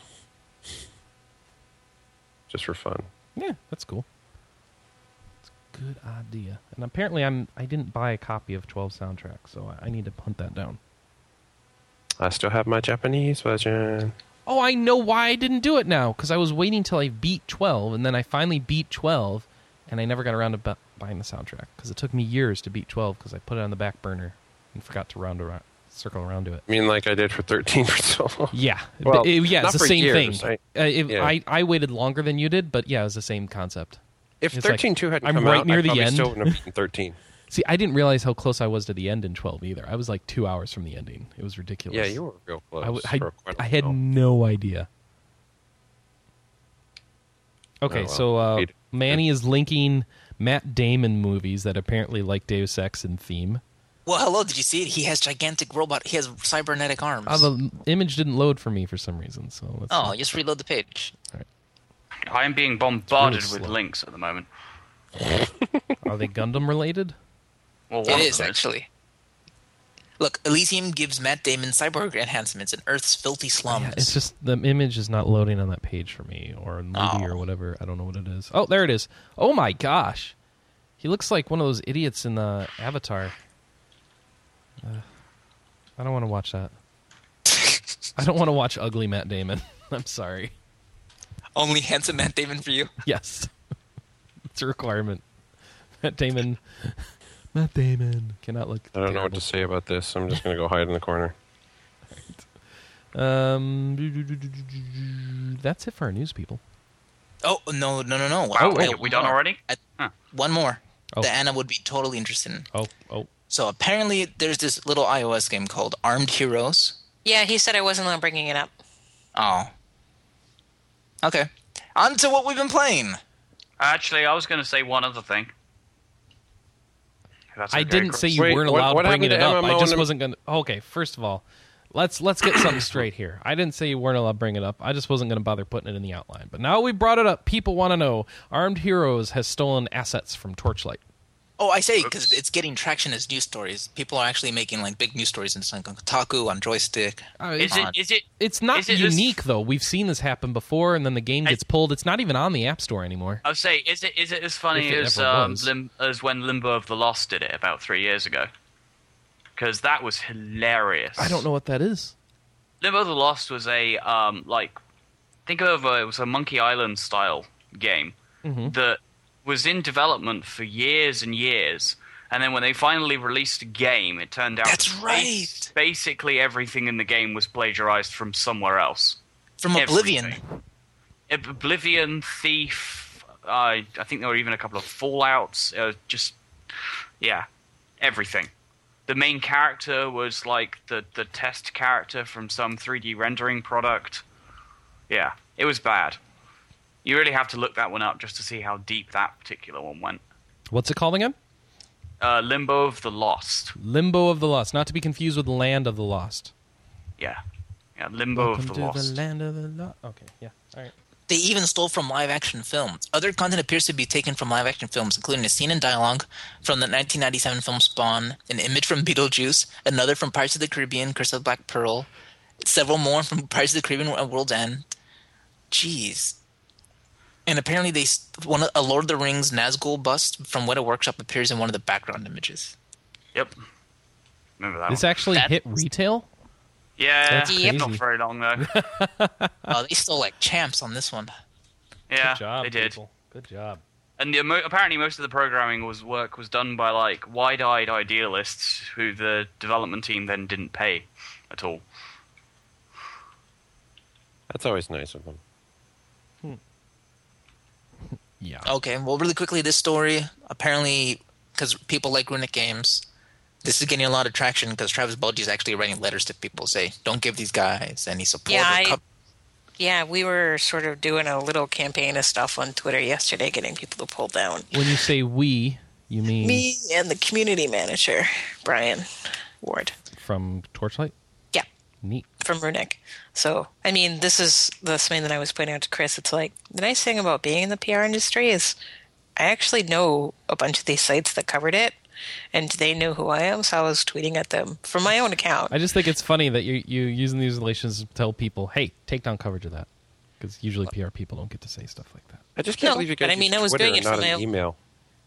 Speaker 2: just for fun.
Speaker 1: Yeah, that's cool. It's a good idea. And apparently, I'm I didn't buy a copy of Twelve soundtrack, so I, I need to hunt that down.
Speaker 2: I still have my Japanese version.
Speaker 1: Oh, I know why I didn't do it now because I was waiting till I beat twelve, and then I finally beat twelve, and I never got around to bu- buying the soundtrack because it took me years to beat twelve because I put it on the back burner and forgot to round around, circle around to it.
Speaker 2: I mean, like I did for thirteen for so long.
Speaker 1: Yeah,
Speaker 2: Well,
Speaker 1: But it- yeah, it's
Speaker 2: not
Speaker 1: the
Speaker 2: for
Speaker 1: same
Speaker 2: years,
Speaker 1: thing.
Speaker 2: right?
Speaker 1: Uh, if-
Speaker 2: Yeah.
Speaker 1: I I waited longer than you did, but yeah, it was the same concept.
Speaker 2: If
Speaker 1: It's like,
Speaker 2: thirteen two hadn't
Speaker 1: I'm
Speaker 2: come
Speaker 1: right
Speaker 2: out,
Speaker 1: near
Speaker 2: I
Speaker 1: the
Speaker 2: probably
Speaker 1: end.
Speaker 2: still wouldn't have beaten thirteen.
Speaker 1: See, I didn't realize how close I was to the end in 12 either. I was like two hours from the ending. It was ridiculous.
Speaker 2: Yeah, you were real close.
Speaker 1: I, w- I,
Speaker 2: for quite a
Speaker 1: I had
Speaker 2: while.
Speaker 1: no idea. Okay,
Speaker 2: Oh, well.
Speaker 1: so uh,
Speaker 2: Indeed.
Speaker 1: Manny is linking Matt Damon movies that apparently like Deus Ex in theme.
Speaker 4: Well, hello. Did you see it? He has gigantic robot. He has cybernetic arms.
Speaker 1: Uh, the image didn't load for me for some reason. So let's
Speaker 4: oh, just reload the page.
Speaker 3: I am being bombarded
Speaker 1: It's really
Speaker 3: with
Speaker 1: slow.
Speaker 3: links at the moment.
Speaker 1: are they Gundam related?
Speaker 3: Well, one
Speaker 4: It
Speaker 3: of
Speaker 4: is
Speaker 3: them
Speaker 4: actually. Look, Elysium gives Matt Damon cyborg enhancements in Earth's filthy slums.
Speaker 1: It's just the image is not loading on that page for me, or movie, or whatever. I don't know what it is. Oh, there it is. Oh my gosh, he looks like one of those idiots in uh, Avatar. Uh, I don't want to watch that. I don't want to watch ugly Matt Damon. I'm sorry.
Speaker 4: Only handsome Matt Damon for you.
Speaker 1: Yes, it's a requirement. Matt Damon. Matt Damon cannot look.
Speaker 2: I don't know what
Speaker 1: terrible.
Speaker 2: to say about this. I'm just going to go hide in the corner.
Speaker 1: Um, that's it for our news, people.
Speaker 4: Oh no no no no!
Speaker 3: Wow,
Speaker 4: Oh,
Speaker 3: we,
Speaker 4: wait,
Speaker 3: we done
Speaker 4: one more.
Speaker 3: already?
Speaker 4: I-
Speaker 3: Huh.
Speaker 4: One more
Speaker 1: Oh.
Speaker 4: that Anna would be totally interested in.
Speaker 1: Oh, oh,
Speaker 4: So apparently, there's this little iOS game called Armed Heroes.
Speaker 5: Yeah, he said I wasn't allowed bringing it up.
Speaker 4: Oh. Okay. On to what we've been playing.
Speaker 3: Actually, I was going to say one other thing. If that's
Speaker 1: I
Speaker 3: okay,
Speaker 1: didn't
Speaker 3: Chris.
Speaker 1: say you
Speaker 2: Wait,
Speaker 1: weren't
Speaker 2: what-
Speaker 1: allowed
Speaker 2: what
Speaker 1: bringing
Speaker 2: happened
Speaker 1: it
Speaker 2: to
Speaker 1: up. I
Speaker 2: MMO
Speaker 1: just
Speaker 2: and-
Speaker 1: wasn't gonna. Okay, first of all, let's let's get something straight here. I didn't say you weren't allowed to bring it up. I just wasn't gonna bother putting it in the outline. But now we brought it up. People want to know: Armed Heroes has stolen assets from Torchlight.
Speaker 4: Oh, I say because it's getting traction as news stories. People are actually making like big news stories in on Kotaku on Joystick.
Speaker 1: Uh,
Speaker 3: Is it?
Speaker 4: on.
Speaker 3: Is it?
Speaker 1: it's not
Speaker 3: is it as-
Speaker 1: unique though. We've seen this happen before, and then the game
Speaker 3: I-
Speaker 1: gets pulled. It's not even on the App Store anymore.
Speaker 3: I would say, is it? Is it as funny
Speaker 1: If it
Speaker 3: as
Speaker 1: ever
Speaker 3: um,
Speaker 1: was.
Speaker 3: Lim- as when Limbo of the Lost did it about three years ago? Because that was hilarious.
Speaker 1: I don't know what that is.
Speaker 3: Limbo of the Lost was a um, like think of a, it was a Monkey Island style game
Speaker 1: Mm-hmm.
Speaker 3: that was in development for years and years, and then when they finally released a game, it turned out
Speaker 4: That's
Speaker 3: bas-
Speaker 4: right.
Speaker 3: Basically, everything in the game was plagiarized from somewhere else.
Speaker 4: From Oblivion.
Speaker 3: Everything. Ob- Oblivion, Thief. Uh, I think there were even a couple of Fallout's. Uh, just yeah, everything. The main character was like the the test character from some 3D rendering product. Yeah, it was bad. You really have to look that one up just to see how deep that particular one went.
Speaker 1: What's it called again?
Speaker 3: Uh, Limbo of the Lost.
Speaker 1: Limbo of the Lost, not to be confused with Land of the Lost.
Speaker 3: Yeah, yeah. Limbo
Speaker 1: Welcome
Speaker 3: of
Speaker 1: to
Speaker 3: the Lost.
Speaker 1: the Land of the Lost. Okay, yeah, all right.
Speaker 4: They even stole from live action films. Other content appears to be taken from live action films, including a scene and dialogue from the 1997 film Spawn, an image from Beetlejuice, another from Pirates of the Caribbean, Curse of the Black Pearl, several more from Pirates of the Caribbean at World's End. Jeez. And apparently, they s- one of, a Lord of the Rings Nazgul bust from Weta Workshop appears in one of the background images.
Speaker 3: yep. Remember that
Speaker 1: This
Speaker 3: one?
Speaker 1: actually
Speaker 4: That's-
Speaker 1: hit retail.
Speaker 3: yeah,
Speaker 1: That's
Speaker 5: Yep.
Speaker 3: not
Speaker 1: crazy.
Speaker 3: very long though.
Speaker 4: Oh, they stole like champs on this one.
Speaker 3: Yeah,
Speaker 1: Good job,
Speaker 3: they did.
Speaker 1: people. Good job.
Speaker 3: And the, mo- apparently, most of the programming was work was done by like wide-eyed idealists who the development team then didn't pay at all.
Speaker 2: That's always nice of them.
Speaker 1: Yeah.
Speaker 4: Okay, well, really quickly, this story apparently because people like Runic games, this is getting a lot of traction because Travis Bulge is actually writing letters to people say, "Don't give these guys any support."
Speaker 5: Yeah,
Speaker 4: or
Speaker 5: I-
Speaker 4: cup-
Speaker 5: Yeah, we were sort of doing a little campaign of stuff on Twitter yesterday, getting people to pull down
Speaker 1: When you say we, you mean
Speaker 5: me and the community manager, Brian Ward.
Speaker 1: from Torchlight?
Speaker 5: Yeah,
Speaker 1: Neat.
Speaker 5: from Runic. So, I mean, this is the something that I was pointing out to Chris. It's like the nice thing about being in the PR industry is I actually know a bunch of these sites that covered it, and they knew who I am, so I was tweeting at them from my own account.
Speaker 1: I just think it's funny that you you using these relations to tell people, hey, take down coverage of that, because usually PR people don't get to say stuff like that.
Speaker 2: I just can't
Speaker 5: No,
Speaker 2: believe you
Speaker 5: but
Speaker 2: guys
Speaker 5: I mean,
Speaker 2: use
Speaker 5: I was
Speaker 2: Twitter
Speaker 5: doing
Speaker 2: and
Speaker 5: it for
Speaker 2: not
Speaker 5: my
Speaker 2: an
Speaker 5: own-
Speaker 2: email.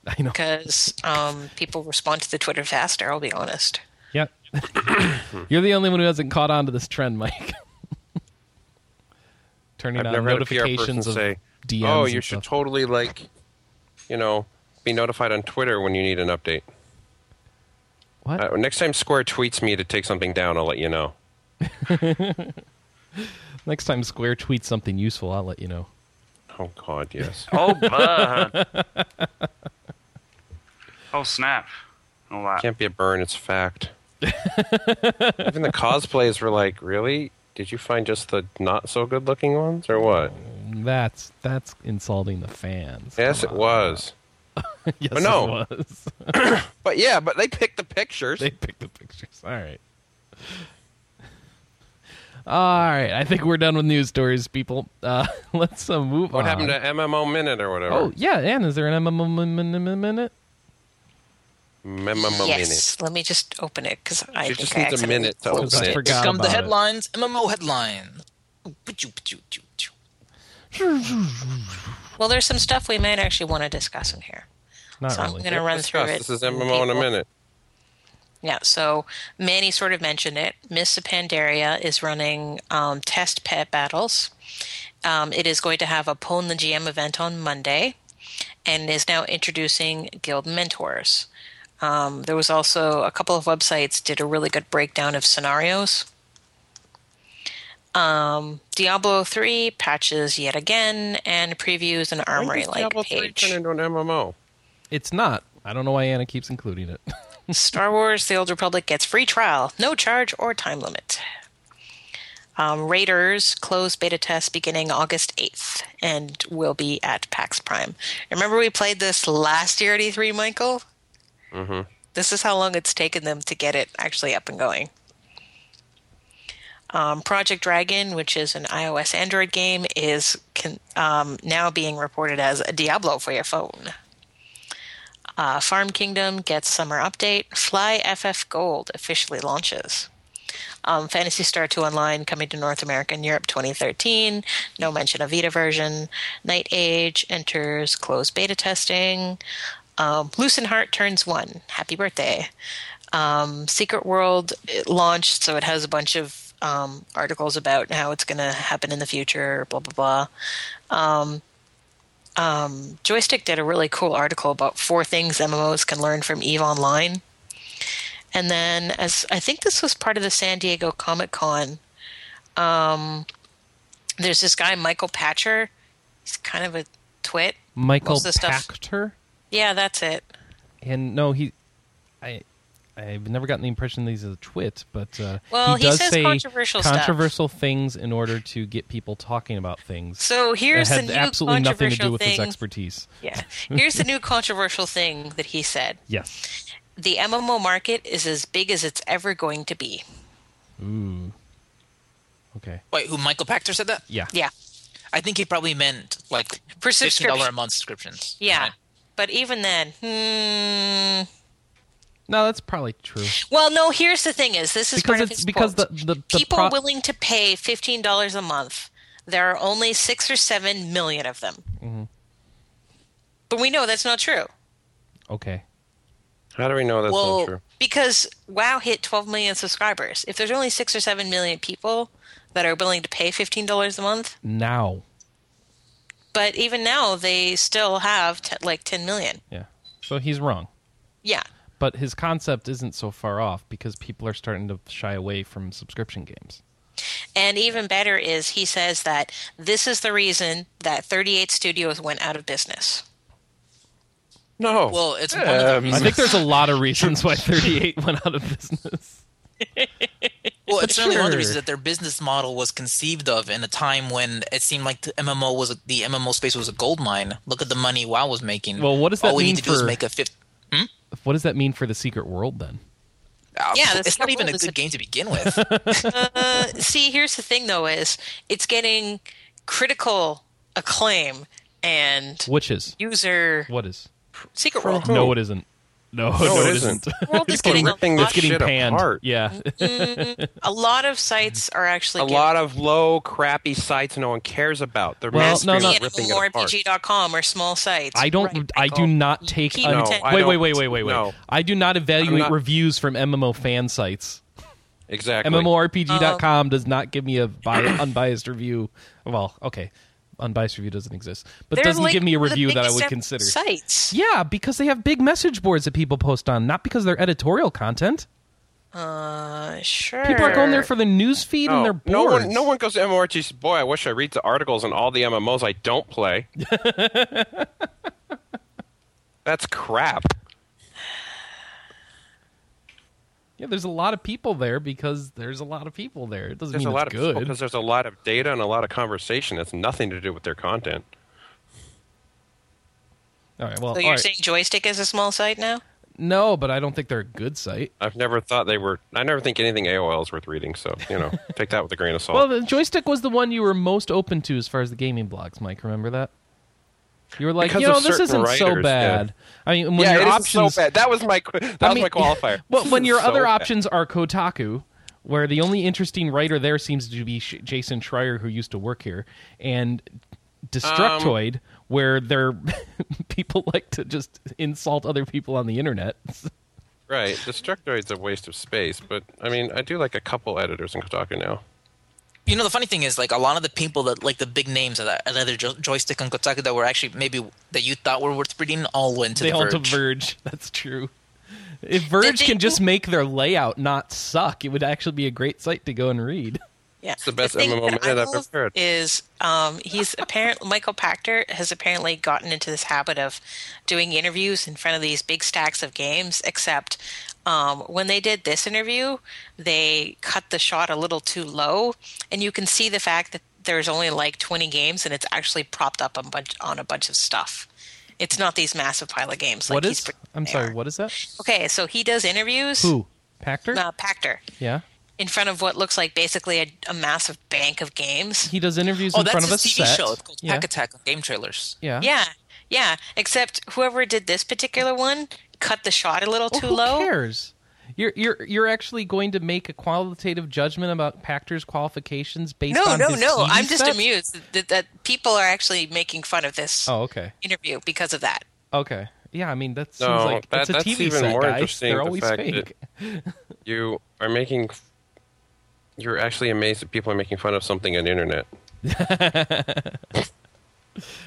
Speaker 1: I know.
Speaker 5: because um, people respond to the Twitter faster. I'll be honest.
Speaker 1: Yeah. You're the only one who hasn't caught on to this trend, Mike. Turning
Speaker 2: I've
Speaker 1: on
Speaker 2: never had a PR person
Speaker 1: notifications of
Speaker 2: say,
Speaker 1: DMs.
Speaker 2: "Oh,
Speaker 1: and
Speaker 2: you should
Speaker 1: stuff.
Speaker 2: totally like, you know, be notified on Twitter when you need an update."
Speaker 1: What?
Speaker 2: Uh, next time Square tweets me to take something down, I'll let you know.
Speaker 1: Next time Square tweets something useful, I'll let you know.
Speaker 2: Oh God, yes.
Speaker 3: Oh, burn! oh snap! All that.
Speaker 2: Can't be a burn. It's fact. Even the cosplays were like, really? Did you find just the not so good looking ones, or what?
Speaker 1: That's that's insulting the fans.
Speaker 2: Yes, it
Speaker 1: Come on.
Speaker 2: was.
Speaker 1: Yes,
Speaker 2: But no.
Speaker 1: it was.
Speaker 2: But yeah, but they picked the pictures.
Speaker 1: they picked the pictures. All right. All right. I think we're done with news stories, people. Uh, let's uh, move
Speaker 2: what
Speaker 1: on.
Speaker 2: happened to MMO Minute or whatever?
Speaker 1: Oh yeah, and is there an MMO minute?
Speaker 2: MMO
Speaker 5: yes, let me just open it because I
Speaker 2: She
Speaker 5: think
Speaker 2: just needs
Speaker 5: I
Speaker 2: a
Speaker 5: accidentally
Speaker 2: minute to
Speaker 5: closed
Speaker 2: open
Speaker 1: it.
Speaker 5: it.
Speaker 1: Forgot
Speaker 4: Scum the
Speaker 1: about it.
Speaker 4: headlines, MMO headline. Ooh, ba-choo, ba-choo, choo, choo.
Speaker 5: Well, there's some stuff we might actually want to discuss in here.
Speaker 1: Not
Speaker 5: so
Speaker 1: really.
Speaker 5: I'm going to run through
Speaker 2: Discuss.
Speaker 5: it.
Speaker 2: This is MMO in a
Speaker 5: People-
Speaker 2: minute.
Speaker 5: Yeah, so Manny sort of mentioned it. Miss Pandaria is running um, test pet battles. Um, it is going to have a Pwn the GM event on Monday and is now introducing guild mentors. Um, there was also a couple of websites did a really good breakdown of scenarios. Um, Diablo 3 patches yet again and previews an
Speaker 2: When
Speaker 5: armory
Speaker 2: does
Speaker 5: like
Speaker 2: Diablo three
Speaker 5: page.
Speaker 2: turn into an MMO?
Speaker 1: It's not. I don't know why Anna keeps including it.
Speaker 5: Star Wars The Old Republic gets free trial, no charge or time limit. Um, Raiders closed beta test beginning August 8th and will be at PAX Prime. Remember, we played this last year at E3, Michael? Mm-hmm. This is how long it's taken them to get it actually up and going. Um, Project Dragon, which is an iOS Android game, is con- um, now being reported as a Diablo for your phone. Uh, Farm Kingdom gets summer update. Fly FF Gold officially launches. Um, Fantasy Star 2 Online coming to North America and Europe 2013. No mention of Vita version. Night Age enters closed beta testing. Um, Lucent Heart turns one. Happy birthday. Um, Secret World it launched, so it has a bunch of um, articles about how it's going to happen in the future, blah, blah, blah. Um, um, Joystick did a really cool article about four things MMOs can learn from EVE Online. And then, as I think this was part of the San Diego Comic Con, um, there's this guy, Michael Patcher. He's kind of a twit.
Speaker 1: Michael
Speaker 5: Most of the stuff-
Speaker 1: Pachter,
Speaker 5: Yeah, that's it.
Speaker 1: and no, he, I, I've never gotten the impression that he's a twit, but uh,
Speaker 5: Well,
Speaker 1: he
Speaker 5: he
Speaker 1: does
Speaker 5: says
Speaker 1: say
Speaker 5: controversial stuff.
Speaker 1: controversial things in order to get people talking about things.
Speaker 5: So here's
Speaker 1: that
Speaker 5: the
Speaker 1: had
Speaker 5: new
Speaker 1: absolutely nothing to do
Speaker 5: controversial
Speaker 1: with his
Speaker 5: thing.
Speaker 1: expertise.
Speaker 5: Yeah. Here's the new controversial thing that he said.
Speaker 1: Yes.
Speaker 5: The MMO market is as big as it's ever going to be.
Speaker 1: Ooh. Okay.
Speaker 4: Wait, who? Michael Pachter said that?
Speaker 1: Yeah.
Speaker 5: Yeah.
Speaker 4: I think he probably meant like
Speaker 5: For
Speaker 4: fifteen dollar a
Speaker 5: subscription.
Speaker 4: month subscriptions.
Speaker 5: Yeah.
Speaker 4: Right?
Speaker 5: But even then, hmm,
Speaker 1: No, that's probably true.
Speaker 5: Well, no. Here's the thing: is this is
Speaker 1: Because
Speaker 5: part of
Speaker 1: it's-
Speaker 5: his
Speaker 1: because
Speaker 5: quote.
Speaker 1: the- the- the
Speaker 5: people
Speaker 1: pro-
Speaker 5: willing to pay fifteen dollars a month. There are only six or seven million of them.
Speaker 1: Mm-hmm.
Speaker 5: But we know that's not true.
Speaker 1: Okay.
Speaker 2: How do we know that's
Speaker 5: well,
Speaker 2: not true?
Speaker 5: because WoW hit twelve million subscribers. If there's only six or seven million people that are willing to pay fifteen dollars a month,
Speaker 1: Now.
Speaker 5: but even now they still have t- like ten million.
Speaker 1: Yeah. So he's wrong.
Speaker 5: Yeah.
Speaker 1: But his concept isn't so far off because people are starting to shy away from subscription games.
Speaker 5: And even better is he says that this is the reason that 38 Studios went out of business.
Speaker 2: No.
Speaker 4: Well, it's one of the
Speaker 1: I
Speaker 4: reasons.
Speaker 1: think there's a lot of reasons why 38 went out of business.
Speaker 4: Well, it's certainly one of the reasons
Speaker 1: Sure.
Speaker 4: that their business model was conceived of in a time when it seemed like the MMO was a, the MMO space was a gold mine. Look at the money WoW was making.
Speaker 1: Well, what does that
Speaker 4: All we
Speaker 1: mean
Speaker 4: need to do is
Speaker 1: for-
Speaker 4: make a fifth.
Speaker 1: What does that mean for the secret world then?
Speaker 5: Yeah, the
Speaker 4: it's not
Speaker 5: Secret
Speaker 4: even a
Speaker 5: World is
Speaker 4: good
Speaker 5: a-
Speaker 4: game to begin with.
Speaker 5: See, here's the thing though is it's getting critical acclaim and
Speaker 1: Witches.
Speaker 5: user
Speaker 1: What is?
Speaker 5: Secret World.
Speaker 1: No, it isn't. No, no,
Speaker 2: it
Speaker 1: it
Speaker 2: isn't.
Speaker 1: isn't.
Speaker 5: World is
Speaker 1: It's getting-
Speaker 5: getting
Speaker 2: ripping
Speaker 5: a
Speaker 2: this
Speaker 5: lot,
Speaker 1: it's getting
Speaker 2: Shit
Speaker 1: panned.
Speaker 2: apart.
Speaker 1: Yeah.
Speaker 5: a lot of sites are actually
Speaker 2: a
Speaker 5: getting
Speaker 2: lot of low, crappy sites no one cares about. They're
Speaker 1: Well,
Speaker 2: mass
Speaker 1: no, no.
Speaker 2: not
Speaker 1: Yeah,
Speaker 2: ripping it
Speaker 5: more
Speaker 2: apart.
Speaker 5: RPG.com or small sites.
Speaker 1: I don't.
Speaker 5: Right,
Speaker 1: I do
Speaker 5: Michael.
Speaker 1: not take.
Speaker 5: keep
Speaker 1: un-
Speaker 5: No,
Speaker 2: I
Speaker 1: wait, wait,
Speaker 2: don't-
Speaker 1: wait, wait, wait, wait.
Speaker 2: no.
Speaker 1: I do not evaluate
Speaker 2: not-
Speaker 1: reviews from MMO fan sites.
Speaker 2: Exactly.
Speaker 1: MMORPG.com
Speaker 5: um,
Speaker 1: does not give me a bi- unbiased review. Well, okay, unbiased review doesn't exist, but
Speaker 5: They're
Speaker 1: doesn't
Speaker 5: like
Speaker 1: give me a
Speaker 5: the
Speaker 1: review that I
Speaker 5: biggest
Speaker 1: would
Speaker 5: ever
Speaker 1: consider.
Speaker 5: Sites.
Speaker 1: Yeah, because they have big message boards that people post on, not because they're editorial content.
Speaker 5: Uh, sure.
Speaker 1: People are going there for the news feed and
Speaker 2: No,
Speaker 1: their
Speaker 2: no
Speaker 1: boards.
Speaker 2: one, no one goes to MMORPGs. Boy, I wish I read the articles on all the MMOs I don't play. That's crap.
Speaker 1: Yeah, there's a lot of people there because there's a lot of people there. It doesn't
Speaker 2: There's
Speaker 1: mean
Speaker 2: a lot
Speaker 1: it's
Speaker 2: of people
Speaker 1: good.
Speaker 2: because there's a lot of data and a lot of conversation. It's nothing to do with their content.
Speaker 1: all right, well,
Speaker 5: So
Speaker 1: all
Speaker 5: you're
Speaker 1: right.
Speaker 5: saying joystick is a small site now?
Speaker 1: no, but I don't think they're a good site.
Speaker 2: I've never thought they were. I never think anything AOL is worth reading. So you know, take that with a grain of salt.
Speaker 1: Well, the joystick was the one you were most open to as far as the gaming blogs, Mike. Remember that? You were like,
Speaker 2: Because
Speaker 1: you know,
Speaker 2: of
Speaker 1: this
Speaker 2: certain
Speaker 1: isn't so
Speaker 2: writers,
Speaker 1: bad. I mean, when
Speaker 2: yeah,
Speaker 1: your
Speaker 2: it isn't
Speaker 1: options,
Speaker 2: so bad. That was my that
Speaker 1: I
Speaker 2: was
Speaker 1: mean,
Speaker 2: my qualifier.
Speaker 1: Well,
Speaker 2: This
Speaker 1: when your
Speaker 2: isn't so
Speaker 1: other
Speaker 2: bad.
Speaker 1: options are Kotaku, where the only interesting writer there seems to be Sh- Jason Schreier, who used to work here, and Destructoid,
Speaker 2: Um,
Speaker 1: where their people like to just insult other people on the internet.
Speaker 2: right? Destructoid's a waste of space, but I mean, I do like a couple editors in Kotaku now.
Speaker 4: You know, the funny thing is, like a lot of the people that like the big names at, at either jo- joystick and Kotaku that were actually maybe that you thought were worth reading all went to
Speaker 1: they
Speaker 4: the
Speaker 1: all
Speaker 4: verge.
Speaker 1: diverge. That's true. If Verge
Speaker 5: they-
Speaker 1: can just make their layout not suck, it would actually be a great site to go and read.
Speaker 5: Yeah,
Speaker 2: It's the best
Speaker 5: thing
Speaker 2: MMO
Speaker 5: that I
Speaker 2: minute I've
Speaker 5: love
Speaker 2: ever heard.
Speaker 5: Is um, he's apparently Michael Pachter has apparently gotten into this habit of doing interviews in front of these big stacks of games. Except um, when they did this interview, they cut the shot a little too low, and you can see the fact that there's only like 20 games, and it's actually propped up a bunch on a bunch of stuff. It's not these massive pile of games. Like
Speaker 1: What
Speaker 5: he's
Speaker 1: is?
Speaker 5: pretending
Speaker 1: I'm
Speaker 5: they
Speaker 1: sorry.
Speaker 5: are.
Speaker 1: What is that?
Speaker 5: Okay, so he does interviews.
Speaker 1: Who? Pactor?
Speaker 5: Uh, Pachter.
Speaker 1: Yeah.
Speaker 5: in front of what looks like basically a, a massive bank of games.
Speaker 1: He does interviews
Speaker 4: Oh,
Speaker 1: in front
Speaker 4: that's
Speaker 1: of
Speaker 4: a
Speaker 1: a
Speaker 4: TV
Speaker 1: set.
Speaker 4: show. It's called
Speaker 1: yeah.
Speaker 4: Pack Attack on Game Trailers.
Speaker 1: yeah.
Speaker 5: Yeah, yeah. Except whoever did this particular one cut the shot a little
Speaker 1: Well,
Speaker 5: too
Speaker 1: who
Speaker 5: low.
Speaker 1: cares? You're you're you're actually going to make a qualitative judgment about Pactor's qualifications based
Speaker 5: No,
Speaker 1: on
Speaker 5: no,
Speaker 1: his
Speaker 5: no.
Speaker 1: TV
Speaker 5: I'm just
Speaker 1: set?
Speaker 5: amused that, that people are actually making fun of this
Speaker 1: Oh, okay,
Speaker 5: interview because of that.
Speaker 1: okay. Yeah, I mean that seems
Speaker 2: No,
Speaker 1: like
Speaker 2: that-
Speaker 1: it's a
Speaker 2: that's
Speaker 1: TV
Speaker 2: even
Speaker 1: set,
Speaker 2: more
Speaker 1: guys.
Speaker 2: interesting,
Speaker 1: They're
Speaker 2: the
Speaker 1: always
Speaker 2: fact
Speaker 1: fake.
Speaker 2: You are making You're actually amazed that people are making fun of something on the internet.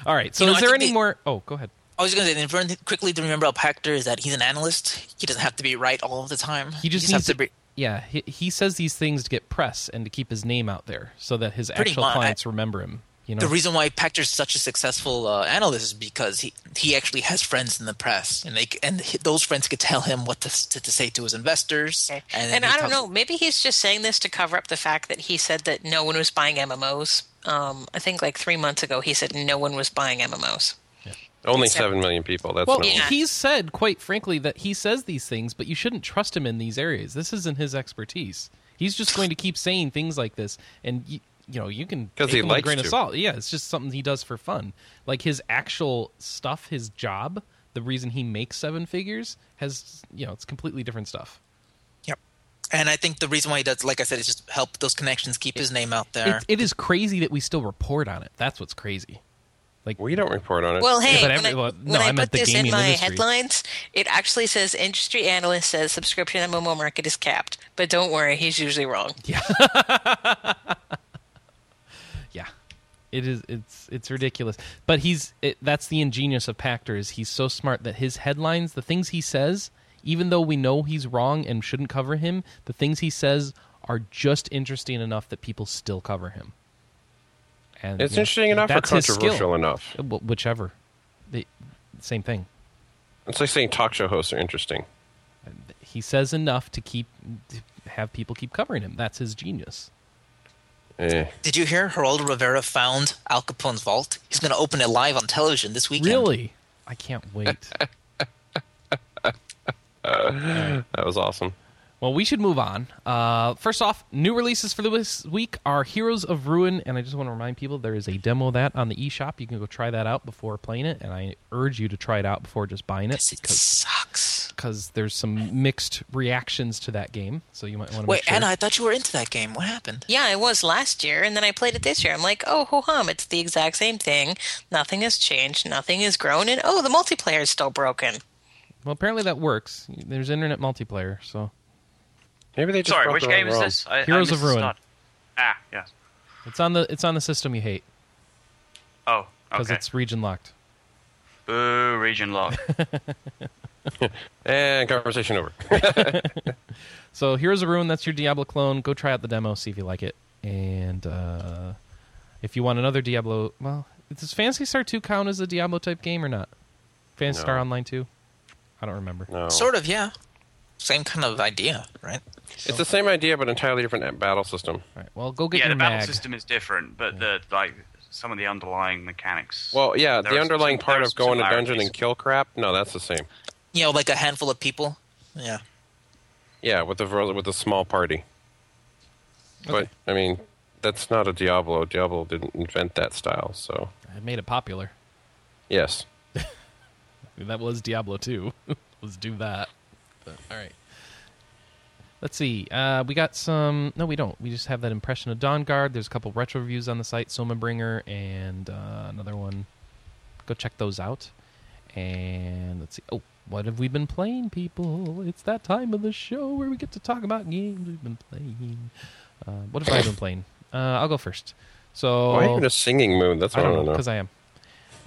Speaker 1: All right. So
Speaker 4: You know,
Speaker 1: is
Speaker 4: I
Speaker 1: there
Speaker 4: think
Speaker 1: any
Speaker 4: they-
Speaker 1: more? Oh, go ahead.
Speaker 4: I was going to say, the important thing quickly to remember about Hector is that he's an analyst. He doesn't have to be right all of the time.
Speaker 1: He just
Speaker 4: has
Speaker 1: needs to. yeah, he, he says these things to get press and to keep his name out there so that his
Speaker 4: Pretty
Speaker 1: actual
Speaker 4: much.
Speaker 1: clients remember him. You know,
Speaker 4: The reason why Pector's such a successful uh, analyst is because he, he actually has friends in the press, and they c- and he, those friends could tell him what to, s- to, to say to his investors.
Speaker 5: Okay.
Speaker 4: And,
Speaker 5: And,
Speaker 4: then he
Speaker 5: I don't
Speaker 4: talks-
Speaker 5: know. Maybe he's just saying this to cover up the fact that he said that no one was buying MMOs. Um, I think like three months ago, he said no one was buying MMOs.
Speaker 2: Only
Speaker 5: Except-
Speaker 2: seven million people. That's
Speaker 1: well,
Speaker 2: not
Speaker 5: yeah.
Speaker 1: he's said quite frankly that he says these things, but you shouldn't trust him in these areas. This isn't his expertise. He's just going to keep saying things like this, and you, you know you can
Speaker 2: 'Cause
Speaker 1: take
Speaker 2: he
Speaker 1: him with a
Speaker 2: likes
Speaker 1: grain of
Speaker 2: to.
Speaker 1: salt. Yeah, it's just something he does for fun. Like his actual stuff, his job, the reason he makes seven figures has you know it's completely different stuff.
Speaker 4: Yep. And I think the reason why he does, like I said, is just help those connections keep his name out there.
Speaker 1: It, it is crazy that we still report on it. That's what's crazy.
Speaker 2: we don't report on it.
Speaker 5: Well, hey,
Speaker 1: but
Speaker 5: when I,
Speaker 1: every- well, no,
Speaker 5: when
Speaker 1: I
Speaker 5: I,
Speaker 1: meant
Speaker 5: put
Speaker 1: the
Speaker 5: this in
Speaker 1: gaming
Speaker 5: my
Speaker 1: industry.
Speaker 5: headlines, it actually says industry analyst says subscription MMO market is capped. But don't worry, he's usually wrong.
Speaker 1: Yeah. It is it's it's ridiculous. But he's it, that's the ingenious of Pactor is he's so smart that his headlines, the things he says, even though we know he's wrong and shouldn't cover him, the things he says are just interesting enough that people still cover him. And
Speaker 2: it's
Speaker 1: you know,
Speaker 2: interesting enough or
Speaker 1: that's his skill.
Speaker 2: controversial enough.
Speaker 1: Uh, wh- Whichever. The same thing.
Speaker 2: It's like saying talk show hosts are interesting.
Speaker 1: He says enough to keep to have people keep covering him. That's his genius.
Speaker 2: Eh.
Speaker 4: Did you hear Geraldo Rivera found Al Capone's vault? He's going to open it live on television this weekend.
Speaker 1: Really? I can't wait.
Speaker 2: That was awesome.
Speaker 1: Well, we should move on. Uh, first off, new releases for this week are Heroes of Ruin, and I just want to remind people there is a demo of that on the eShop. You can go try that out before playing it, and I urge you to try it out before just buying it
Speaker 4: Yes, It sucks.
Speaker 1: because there's some mixed reactions to that game, so you might want to
Speaker 4: Wait,
Speaker 1: make sure.
Speaker 4: Anna, I thought you were into that game. What happened?
Speaker 5: Yeah, I was last year, and then I played it this year. I'm like, oh, ho hum, it's the exact same thing. Nothing has changed, nothing has grown, and oh, the multiplayer is still broken.
Speaker 1: well, apparently that works. There's internet multiplayer, so
Speaker 2: Maybe they just
Speaker 3: Sorry,
Speaker 2: brought
Speaker 3: which
Speaker 2: the right
Speaker 3: game is
Speaker 2: ROM.
Speaker 3: this? I, I
Speaker 1: Heroes of
Speaker 3: missed the
Speaker 1: Ruin.
Speaker 3: start. Ah, yes.
Speaker 1: it's on the it's on the system you hate
Speaker 3: Oh,
Speaker 1: because
Speaker 3: okay.
Speaker 1: it's region locked.
Speaker 3: Boo, region lock.
Speaker 2: And Eh, conversation over.
Speaker 1: So Heroes of Ruin, that's your Diablo clone. Go try out the demo, see if you like it. And uh, if you want another Diablo, well, does Fantasy Star 2 count as a Diablo type game or not? Fantasy
Speaker 2: No.
Speaker 1: Star Online 2? I don't remember.
Speaker 2: No.
Speaker 4: Oh. Sort of, yeah. Same kind of idea, right?
Speaker 2: It's the same idea, but entirely different battle system.
Speaker 1: All right, well, go get
Speaker 3: yeah,
Speaker 1: your
Speaker 3: the battle
Speaker 1: mag.
Speaker 3: system is different, but the like some of the underlying mechanics.
Speaker 2: Well, yeah,
Speaker 3: There
Speaker 2: the
Speaker 3: are
Speaker 2: underlying
Speaker 3: some-
Speaker 2: part
Speaker 3: there are
Speaker 2: of
Speaker 3: some
Speaker 2: going to dungeon
Speaker 3: similarities.
Speaker 2: and kill crap. No, that's the same.
Speaker 4: You know, like a handful of people. Yeah.
Speaker 2: Yeah, with the with the small party.
Speaker 1: Okay.
Speaker 2: But I mean, that's not a Diablo. Diablo didn't invent that style. So
Speaker 1: It made it popular.
Speaker 2: yes,
Speaker 1: I mean, that was Diablo 2. Let's do that. But, all right. Let's see. Uh, we got some. No, we don't. We just have that impression of Dawn Guard. There's a couple retro reviews on the site, Soma Bringer and uh, another one. Go check those out. And let's see. Oh, what have we been playing, people? It's that time of the show where we get to talk about games we've been playing. Uh, what have I been playing? Uh, I'll go first. So
Speaker 2: why are you in a singing mood? That's
Speaker 1: I
Speaker 2: what I
Speaker 1: don't know
Speaker 2: want
Speaker 1: because
Speaker 2: to know.
Speaker 1: I am.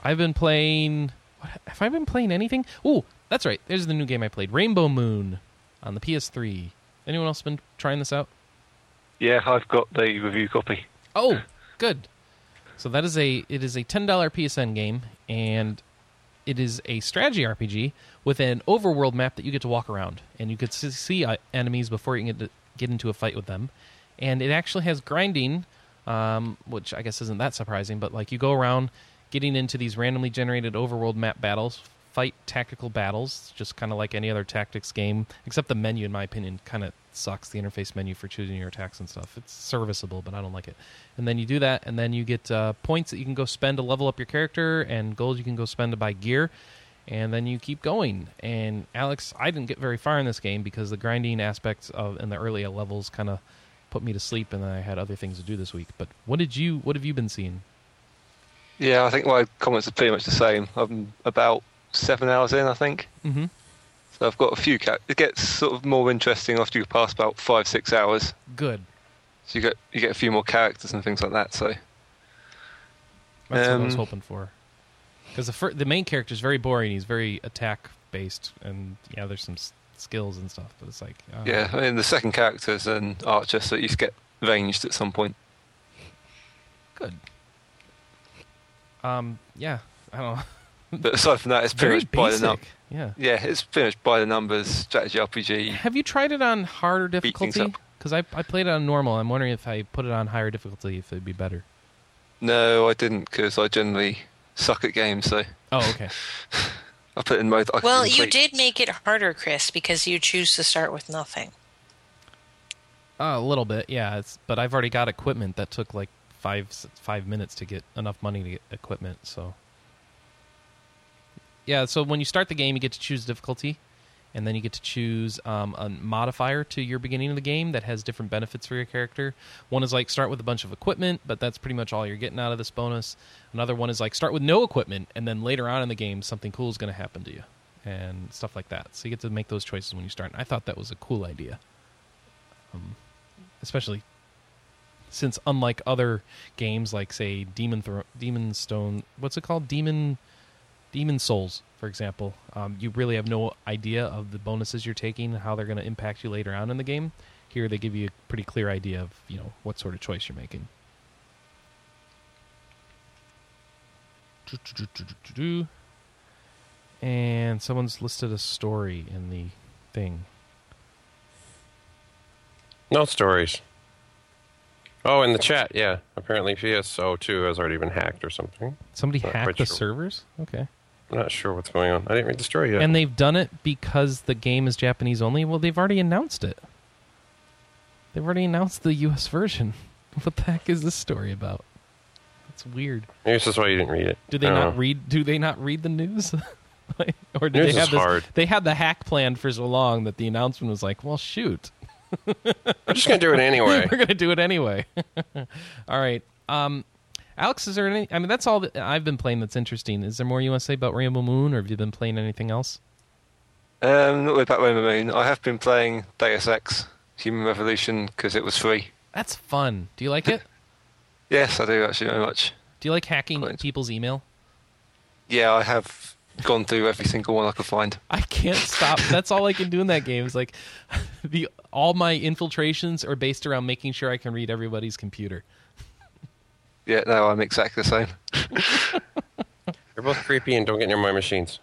Speaker 1: I've been playing. What, have I been playing anything? Oh, that's right. There's the new game I played, Rainbow Moon, on the PS3. Anyone else been trying this out?
Speaker 6: Yeah, I've got the review copy.
Speaker 1: Oh, good. So that is a it is a ten dollar PSN game, and it is a strategy RPG with an overworld map that you get to walk around, and you could s- see uh, enemies before you can get, to- get into a fight with them. And it actually has grinding, um, which I guess isn't that surprising, but like you go around getting into these randomly generated overworld map battles, fight tactical battles, just kind of like any other tactics game, except the menu, in my opinion, kind of sucks the interface menu for choosing your attacks and stuff. It's serviceable, but I don't like it. And then you do that, and then you get uh, points that you can go spend to level up your character, and gold you can go spend to buy gear, and then you keep going. And Alex, I didn't get very far in this game because the grinding aspects of in the early levels kind of put me to sleep, and then I had other things to do this week. But what did you? What have you been seeing?
Speaker 6: Yeah, I think my comments are pretty much the same. I'm about seven hours in, I think.
Speaker 1: Mhm.
Speaker 6: So I've got a few. Ca- it gets sort of more interesting after you pass about five, six hours.
Speaker 1: Good.
Speaker 6: So you get you get a few more characters and things like that. So
Speaker 1: That's what I was
Speaker 6: Um,
Speaker 1: hoping for. Because the fir- the main character is very boring. He's very attack based, and yeah, there's some s- skills and stuff. But it's like, uh,
Speaker 6: yeah, I mean the second character is an archer, so you get ranged at some point.
Speaker 1: good. Um, yeah, I don't know.
Speaker 6: But aside from that, it's pretty
Speaker 1: Very
Speaker 6: much by the
Speaker 1: basic.
Speaker 6: num-
Speaker 1: Yeah.
Speaker 6: Yeah, it's pretty much by the numbers strategy RPG.
Speaker 1: Have you tried it on harder
Speaker 6: Beat things
Speaker 1: difficulty?
Speaker 6: up.
Speaker 1: Because I I played it on normal. I'm wondering if I put it on higher difficulty, if it'd be better.
Speaker 6: No, I didn't because I generally suck at games. So
Speaker 1: Oh, okay.
Speaker 6: I put it in mode. I can
Speaker 5: Well, you
Speaker 6: complete-
Speaker 5: did make it harder, Chris, because you choose to start with nothing.
Speaker 1: Uh, a little bit, yeah. It's but I've already got equipment that took like five s- five minutes to get enough money to get equipment. So yeah, so when you start the game, you get to choose difficulty, and then you get to choose um, a modifier to your beginning of the game that has different benefits for your character. One is like start with a bunch of equipment, but that's pretty much all you're getting out of this bonus. Another one is like start with no equipment, and then later on in the game, something cool is going to happen to you. And stuff like that. So you get to make those choices when you start. And I thought that was a cool idea especially since unlike other games like say Demon Thro- Demon Stone, what's it called? Demon Demon Souls, for example, um, you really have no idea of the bonuses you're taking and how they're going to impact you later on in the game. Here, they give you a pretty clear idea of you know what sort of choice you're making. And someone's listed a story in the thing.
Speaker 2: No stories. Oh, in the chat, yeah. Apparently PS02 has already been hacked or something.
Speaker 1: Somebody
Speaker 2: Not
Speaker 1: hacked
Speaker 2: quite
Speaker 1: the
Speaker 2: sure.
Speaker 1: servers. Okay.
Speaker 2: I'm not sure what's going on. I didn't read the story yet.
Speaker 1: And they've done it because the game is Japanese only. Well, they've already announced it. They've already announced the US version. What the heck is this story about? That's weird.
Speaker 2: Maybe this is why you didn't read it.
Speaker 1: Do they
Speaker 2: I don't
Speaker 1: not
Speaker 2: know.
Speaker 1: read do they not read the news? Like, or did
Speaker 2: News
Speaker 1: they have
Speaker 2: is
Speaker 1: this,
Speaker 2: hard.
Speaker 1: they had the hack planned for so long that the announcement was like, "Well, shoot.
Speaker 2: I'm just gonna do it anyway.
Speaker 1: We're going to do it anyway." all right. Um Alex, is there any I mean that's all that I've been playing that's interesting. Is there more you want to say about Rainbow Moon or have you been playing anything else?
Speaker 6: Um, not with Batman and the Moon. I have been playing Deus Ex: Human Revolution because it was free.
Speaker 1: That's fun. Do you like it?
Speaker 6: Yes, I do actually very much.
Speaker 1: Do you like hacking
Speaker 6: Quite.
Speaker 1: people's email?
Speaker 6: Yeah, I have gone through every single one I could find.
Speaker 1: I can't stop. That's all I can do in that game. Is like the all my infiltrations are based around making sure I can read everybody's computer.
Speaker 6: Yeah, no, I'm exactly the same.
Speaker 2: You're both creepy and don't get near my machines.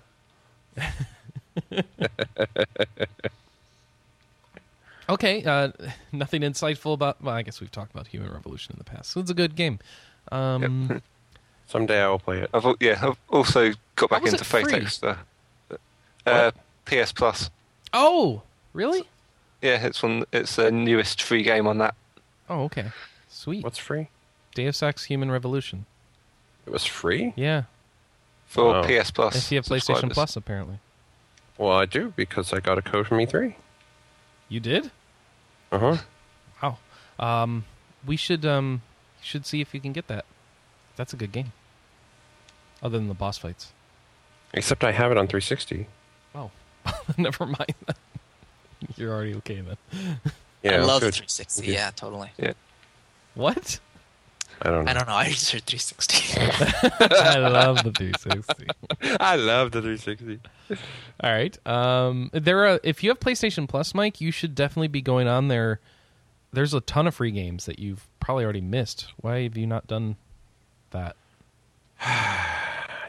Speaker 1: Okay, uh, nothing insightful about. Well, I guess we've talked about Human Revolution in the past, so it's a good game. Um,
Speaker 2: Someday I will play it.
Speaker 6: I've al- yeah, I've also got back
Speaker 1: was
Speaker 6: into
Speaker 1: it free?
Speaker 6: Fate Extra. Uh, PS Plus.
Speaker 1: Oh, really?
Speaker 6: Yeah, it's one. It's the newest free game on that.
Speaker 1: Oh, okay. Sweet.
Speaker 2: What's free?
Speaker 1: Deus Ex Human Revolution?
Speaker 2: It was free?
Speaker 1: Yeah,
Speaker 6: for
Speaker 2: Wow.
Speaker 6: PS Plus.
Speaker 1: if you have PlayStation
Speaker 6: subscribers.
Speaker 1: Plus, apparently
Speaker 2: Well, I do because I got a code from E E3.
Speaker 1: you did.
Speaker 2: Uh huh.
Speaker 1: Wow. Um, we should um, should see if you can get that. That's a good game. Other than the boss fights.
Speaker 2: Except I have it on 360.
Speaker 1: Oh, never mind. Then. You're already okay then.
Speaker 2: Yeah,
Speaker 4: I love
Speaker 2: good.
Speaker 4: 360.
Speaker 2: Okay.
Speaker 4: Yeah, totally.
Speaker 1: What?
Speaker 2: I don't know.
Speaker 4: I don't know. I just heard 360.
Speaker 1: I love the 360.
Speaker 2: I love the 360.
Speaker 1: All right. Um, there are. If you have PlayStation Plus, Mike, you should definitely be going on there. There's a ton of free games that you've probably already missed. Why have you not done that?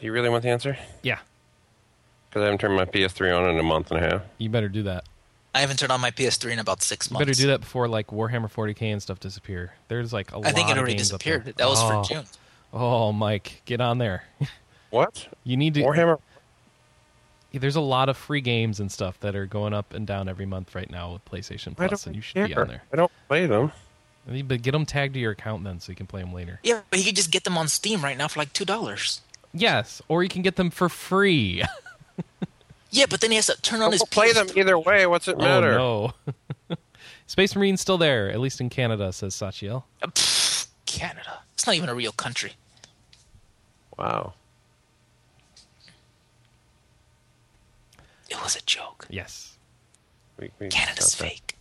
Speaker 2: You really want the answer?
Speaker 1: Yeah,
Speaker 2: Because I haven't turned my PS3 on in a month and a half.
Speaker 1: you better do that.
Speaker 4: I haven't turned on my PS3 in about six
Speaker 1: You
Speaker 4: months.
Speaker 1: better do that before like Warhammer 40k and stuff disappear. There's like a lot.
Speaker 4: I think it
Speaker 1: of
Speaker 4: already
Speaker 1: games up
Speaker 4: disappeared.
Speaker 1: there.
Speaker 4: That was
Speaker 1: Oh.
Speaker 4: for June.
Speaker 1: Oh, Mike, get on there.
Speaker 2: What?
Speaker 1: You need to.
Speaker 2: Warhammer?
Speaker 1: Yeah, there's a lot of free games and stuff that are going up and down every month right now with PlayStation
Speaker 2: I
Speaker 1: Plus,
Speaker 2: don't
Speaker 1: and you should be
Speaker 2: care.
Speaker 1: on there.
Speaker 2: I don't play them.
Speaker 1: But get them tagged to your account then, so you can play them later.
Speaker 4: Yeah, but you could just get them on Steam right now for like two dollars.
Speaker 1: Yes, or you can get them for free.
Speaker 4: Yeah, but then he has to turn on
Speaker 2: I
Speaker 4: his
Speaker 2: will play
Speaker 4: PS3.
Speaker 2: them either way. What's it matter?
Speaker 1: Oh no, Space Marine's still there, at least in Canada, says Sachiel.
Speaker 4: Pfft, Canada. It's not even a real country.
Speaker 2: Wow.
Speaker 4: It was a joke.
Speaker 1: Yes.
Speaker 2: We, we
Speaker 4: Canada's
Speaker 2: stop that.
Speaker 4: fake.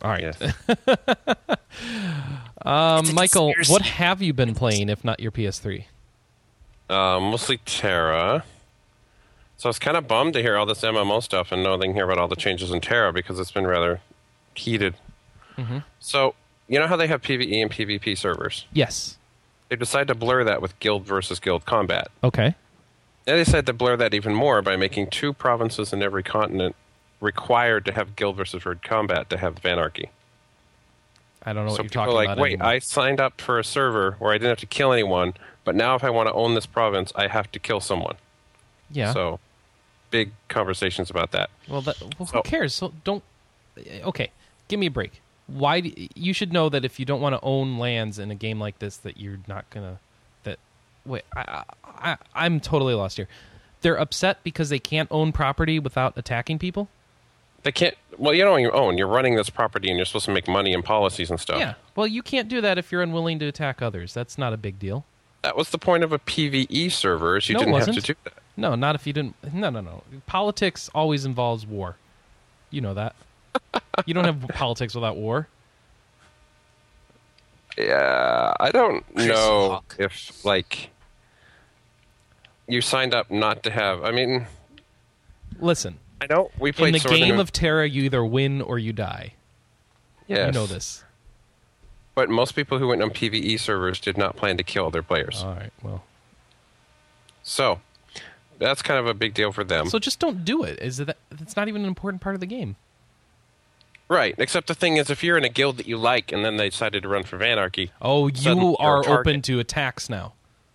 Speaker 1: All right.
Speaker 2: Yes.
Speaker 1: Um,
Speaker 5: It's a
Speaker 1: Uh, Michael,
Speaker 5: conspiracy.
Speaker 1: what have you been playing if not your PS3?
Speaker 2: Uh, mostly Terra. So I was kind of bummed to hear all this MMO stuff and nothing here about all the changes in Terra because it's been rather heated.
Speaker 1: Mm-hmm.
Speaker 2: So you know how they have PVE and PvP servers?
Speaker 1: Yes.
Speaker 2: They decided to blur that with guild versus guild combat.
Speaker 1: Okay.
Speaker 2: They decided to blur that even more by making two provinces in every continent required to have guild versus guild combat to have Vanarchy.
Speaker 1: I don't know
Speaker 2: so
Speaker 1: what you're
Speaker 2: people
Speaker 1: talking
Speaker 2: are like,
Speaker 1: about.
Speaker 2: wait,
Speaker 1: anymore."
Speaker 2: I signed up for a server where I didn't have to kill anyone, but now if I want to own this province, I have to kill someone.
Speaker 1: yeah.
Speaker 2: So big conversations about that.
Speaker 1: Well, that, well who
Speaker 2: So-
Speaker 1: cares? So don't. Okay, give me a break. Why do, you should know that if you don't want to own lands in a game like this, that you're not gonna. That wait, I, I, I I'm totally lost here. They're upset because they can't own property without attacking people.
Speaker 2: They can't. Well, you don't even own. You're running this property, and you're supposed to make money and policies and stuff.
Speaker 1: Yeah. Well, you can't do that if you're unwilling to attack others. That's not a big deal.
Speaker 2: That was the point of a PVE server. Is you
Speaker 1: No, it
Speaker 2: didn't
Speaker 1: wasn't.
Speaker 2: have to do that.
Speaker 1: No, not if you didn't. No, no, no. Politics always involves war. You know that. you don't have politics without war.
Speaker 2: Yeah, Uh, I don't know
Speaker 4: Hawk.
Speaker 2: if like you signed up not to have. I mean,
Speaker 1: Listen,
Speaker 2: I know we
Speaker 1: Oh,
Speaker 2: played
Speaker 1: in the
Speaker 2: Sword and
Speaker 1: game of Terra, you either win or you die.
Speaker 2: yes,
Speaker 1: You know this.
Speaker 2: But most people who went on PVE servers did not plan to kill their players.
Speaker 1: All right. Well,
Speaker 2: so that's kind of a big deal for them.
Speaker 1: so just don't do it. Is that it's not even an important part of the game?
Speaker 2: right. Except the thing is, if you're in a guild that you like, and then they decided to run for Vanarchy,
Speaker 1: Oh, you
Speaker 2: Suddenly you're a
Speaker 1: are
Speaker 2: target.
Speaker 1: open to attacks now.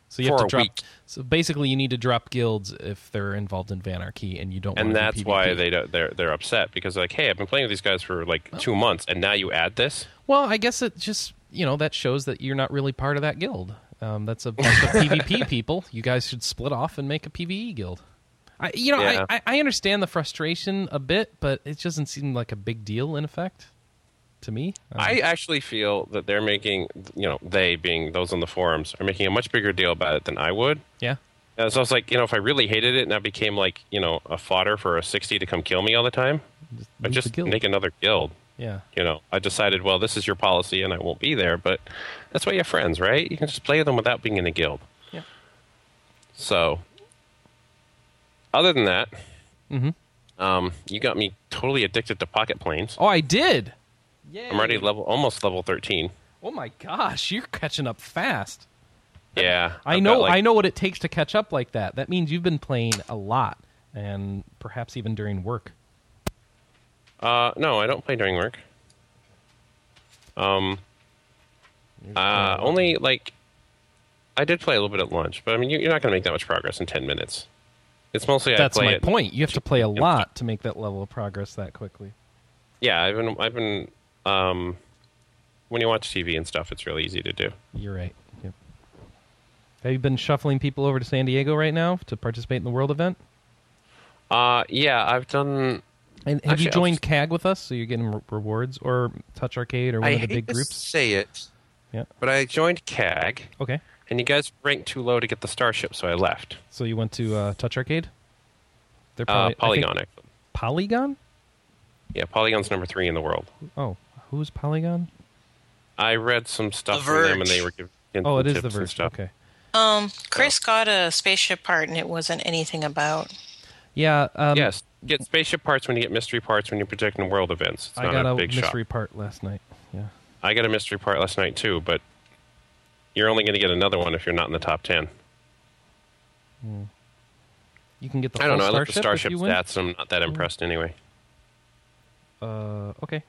Speaker 1: So you
Speaker 2: For
Speaker 1: have to
Speaker 2: a
Speaker 1: drop.
Speaker 2: week.
Speaker 1: So basically, you need to drop guilds if they're involved in Vanarchy, and you don't.
Speaker 2: and
Speaker 1: wanna do
Speaker 2: that's why
Speaker 1: PvP.
Speaker 2: they don't, they're they're upset because like, hey, I've been playing with these guys for like
Speaker 1: Oh.
Speaker 2: two months, and now you add this.
Speaker 1: Well, I guess it just you know that shows that you're not really part of that guild. Um, that's a bunch of PvP people. You guys should split off and make a PVE guild. I, you know,
Speaker 2: Yeah.
Speaker 1: I, I, I understand the frustration a bit, but it doesn't seem like a big deal in effect to me. Uh,
Speaker 2: I actually feel that they're making, you know, they being those on the forums are making a much bigger deal about it than I would.
Speaker 1: yeah.
Speaker 2: And so I was like, you know, if I really hated it and I became like, you know, a fodder for a sixty to come kill me all the time, I
Speaker 1: lose the
Speaker 2: just
Speaker 1: guild.
Speaker 2: make another guild.
Speaker 1: Yeah.
Speaker 2: You know, I decided, well, this is your policy, and I won't be there. But that's why you have friends, right? You can just play them without being in a guild.
Speaker 1: Yeah.
Speaker 2: So, other than that,
Speaker 1: Mm-hmm.
Speaker 2: um, you got me totally addicted to pocket planes.
Speaker 1: Oh, I did. Yeah.
Speaker 2: I'm already level, almost level thirteen.
Speaker 1: Oh my gosh, you're catching up fast.
Speaker 2: Yeah,
Speaker 1: I
Speaker 2: I've
Speaker 1: know.
Speaker 2: got, like-
Speaker 1: I know what it takes to catch up like that. That means you've been playing a lot, and perhaps even during work.
Speaker 2: Uh, no, I don't play during work. Um, uh, only like I did play a little bit at lunch, but I mean, you, you're not going to make that much progress in ten minutes. It's mostly
Speaker 1: That's
Speaker 2: I play
Speaker 1: my
Speaker 2: it-
Speaker 1: point. You have to play a lot to make that level of progress that quickly.
Speaker 2: Yeah, I've been, I've been, um, when you watch TV and stuff, it's really easy to do.
Speaker 1: You're right. Yep. Have you been shuffling people over to San Diego right now to participate in the World event?
Speaker 2: Uh, yeah, I've done.
Speaker 1: And have
Speaker 2: Actually,
Speaker 1: you
Speaker 2: I'll
Speaker 1: joined
Speaker 2: just-
Speaker 1: CAG with us so you're getting re- rewards or Touch Arcade or one
Speaker 2: I
Speaker 1: of the
Speaker 2: hate
Speaker 1: big
Speaker 2: to
Speaker 1: groups?
Speaker 2: say it,
Speaker 1: Yeah.
Speaker 2: but I joined CAG,
Speaker 1: Okay.
Speaker 2: and you guys ranked too low to get the starship, so I left.
Speaker 1: So you went to uh, Touch Arcade? They're
Speaker 2: Uh,
Speaker 1: I think-
Speaker 2: Polygon, actually.
Speaker 1: Polygon?
Speaker 2: Yeah, Polygon's number three in the world.
Speaker 1: Oh, who's Polygon?
Speaker 2: I read some stuff
Speaker 4: The
Speaker 2: from them, and
Speaker 4: Verge.
Speaker 2: they were giving
Speaker 1: Oh, it is
Speaker 2: tips
Speaker 1: the
Speaker 2: and
Speaker 1: Verge.
Speaker 2: Stuff.
Speaker 1: Okay.
Speaker 5: Chris
Speaker 1: Oh.
Speaker 5: got a spaceship part, and it wasn't anything about.
Speaker 1: Yeah. Um,
Speaker 2: yes, get spaceship parts when you get mystery parts when you're projecting world events. It's
Speaker 1: I
Speaker 2: not
Speaker 1: got a,
Speaker 2: big
Speaker 1: mystery
Speaker 2: shop.
Speaker 1: part last night. Yeah.
Speaker 2: I got a mystery part last night too, but you're only going to get another one if you're not in the top ten.
Speaker 1: You can get the
Speaker 2: I don't know.
Speaker 1: full
Speaker 2: I like the
Speaker 1: starship, if
Speaker 2: starship
Speaker 1: you win.
Speaker 2: stats. I'm not that impressed anyway.
Speaker 1: Uh, okay.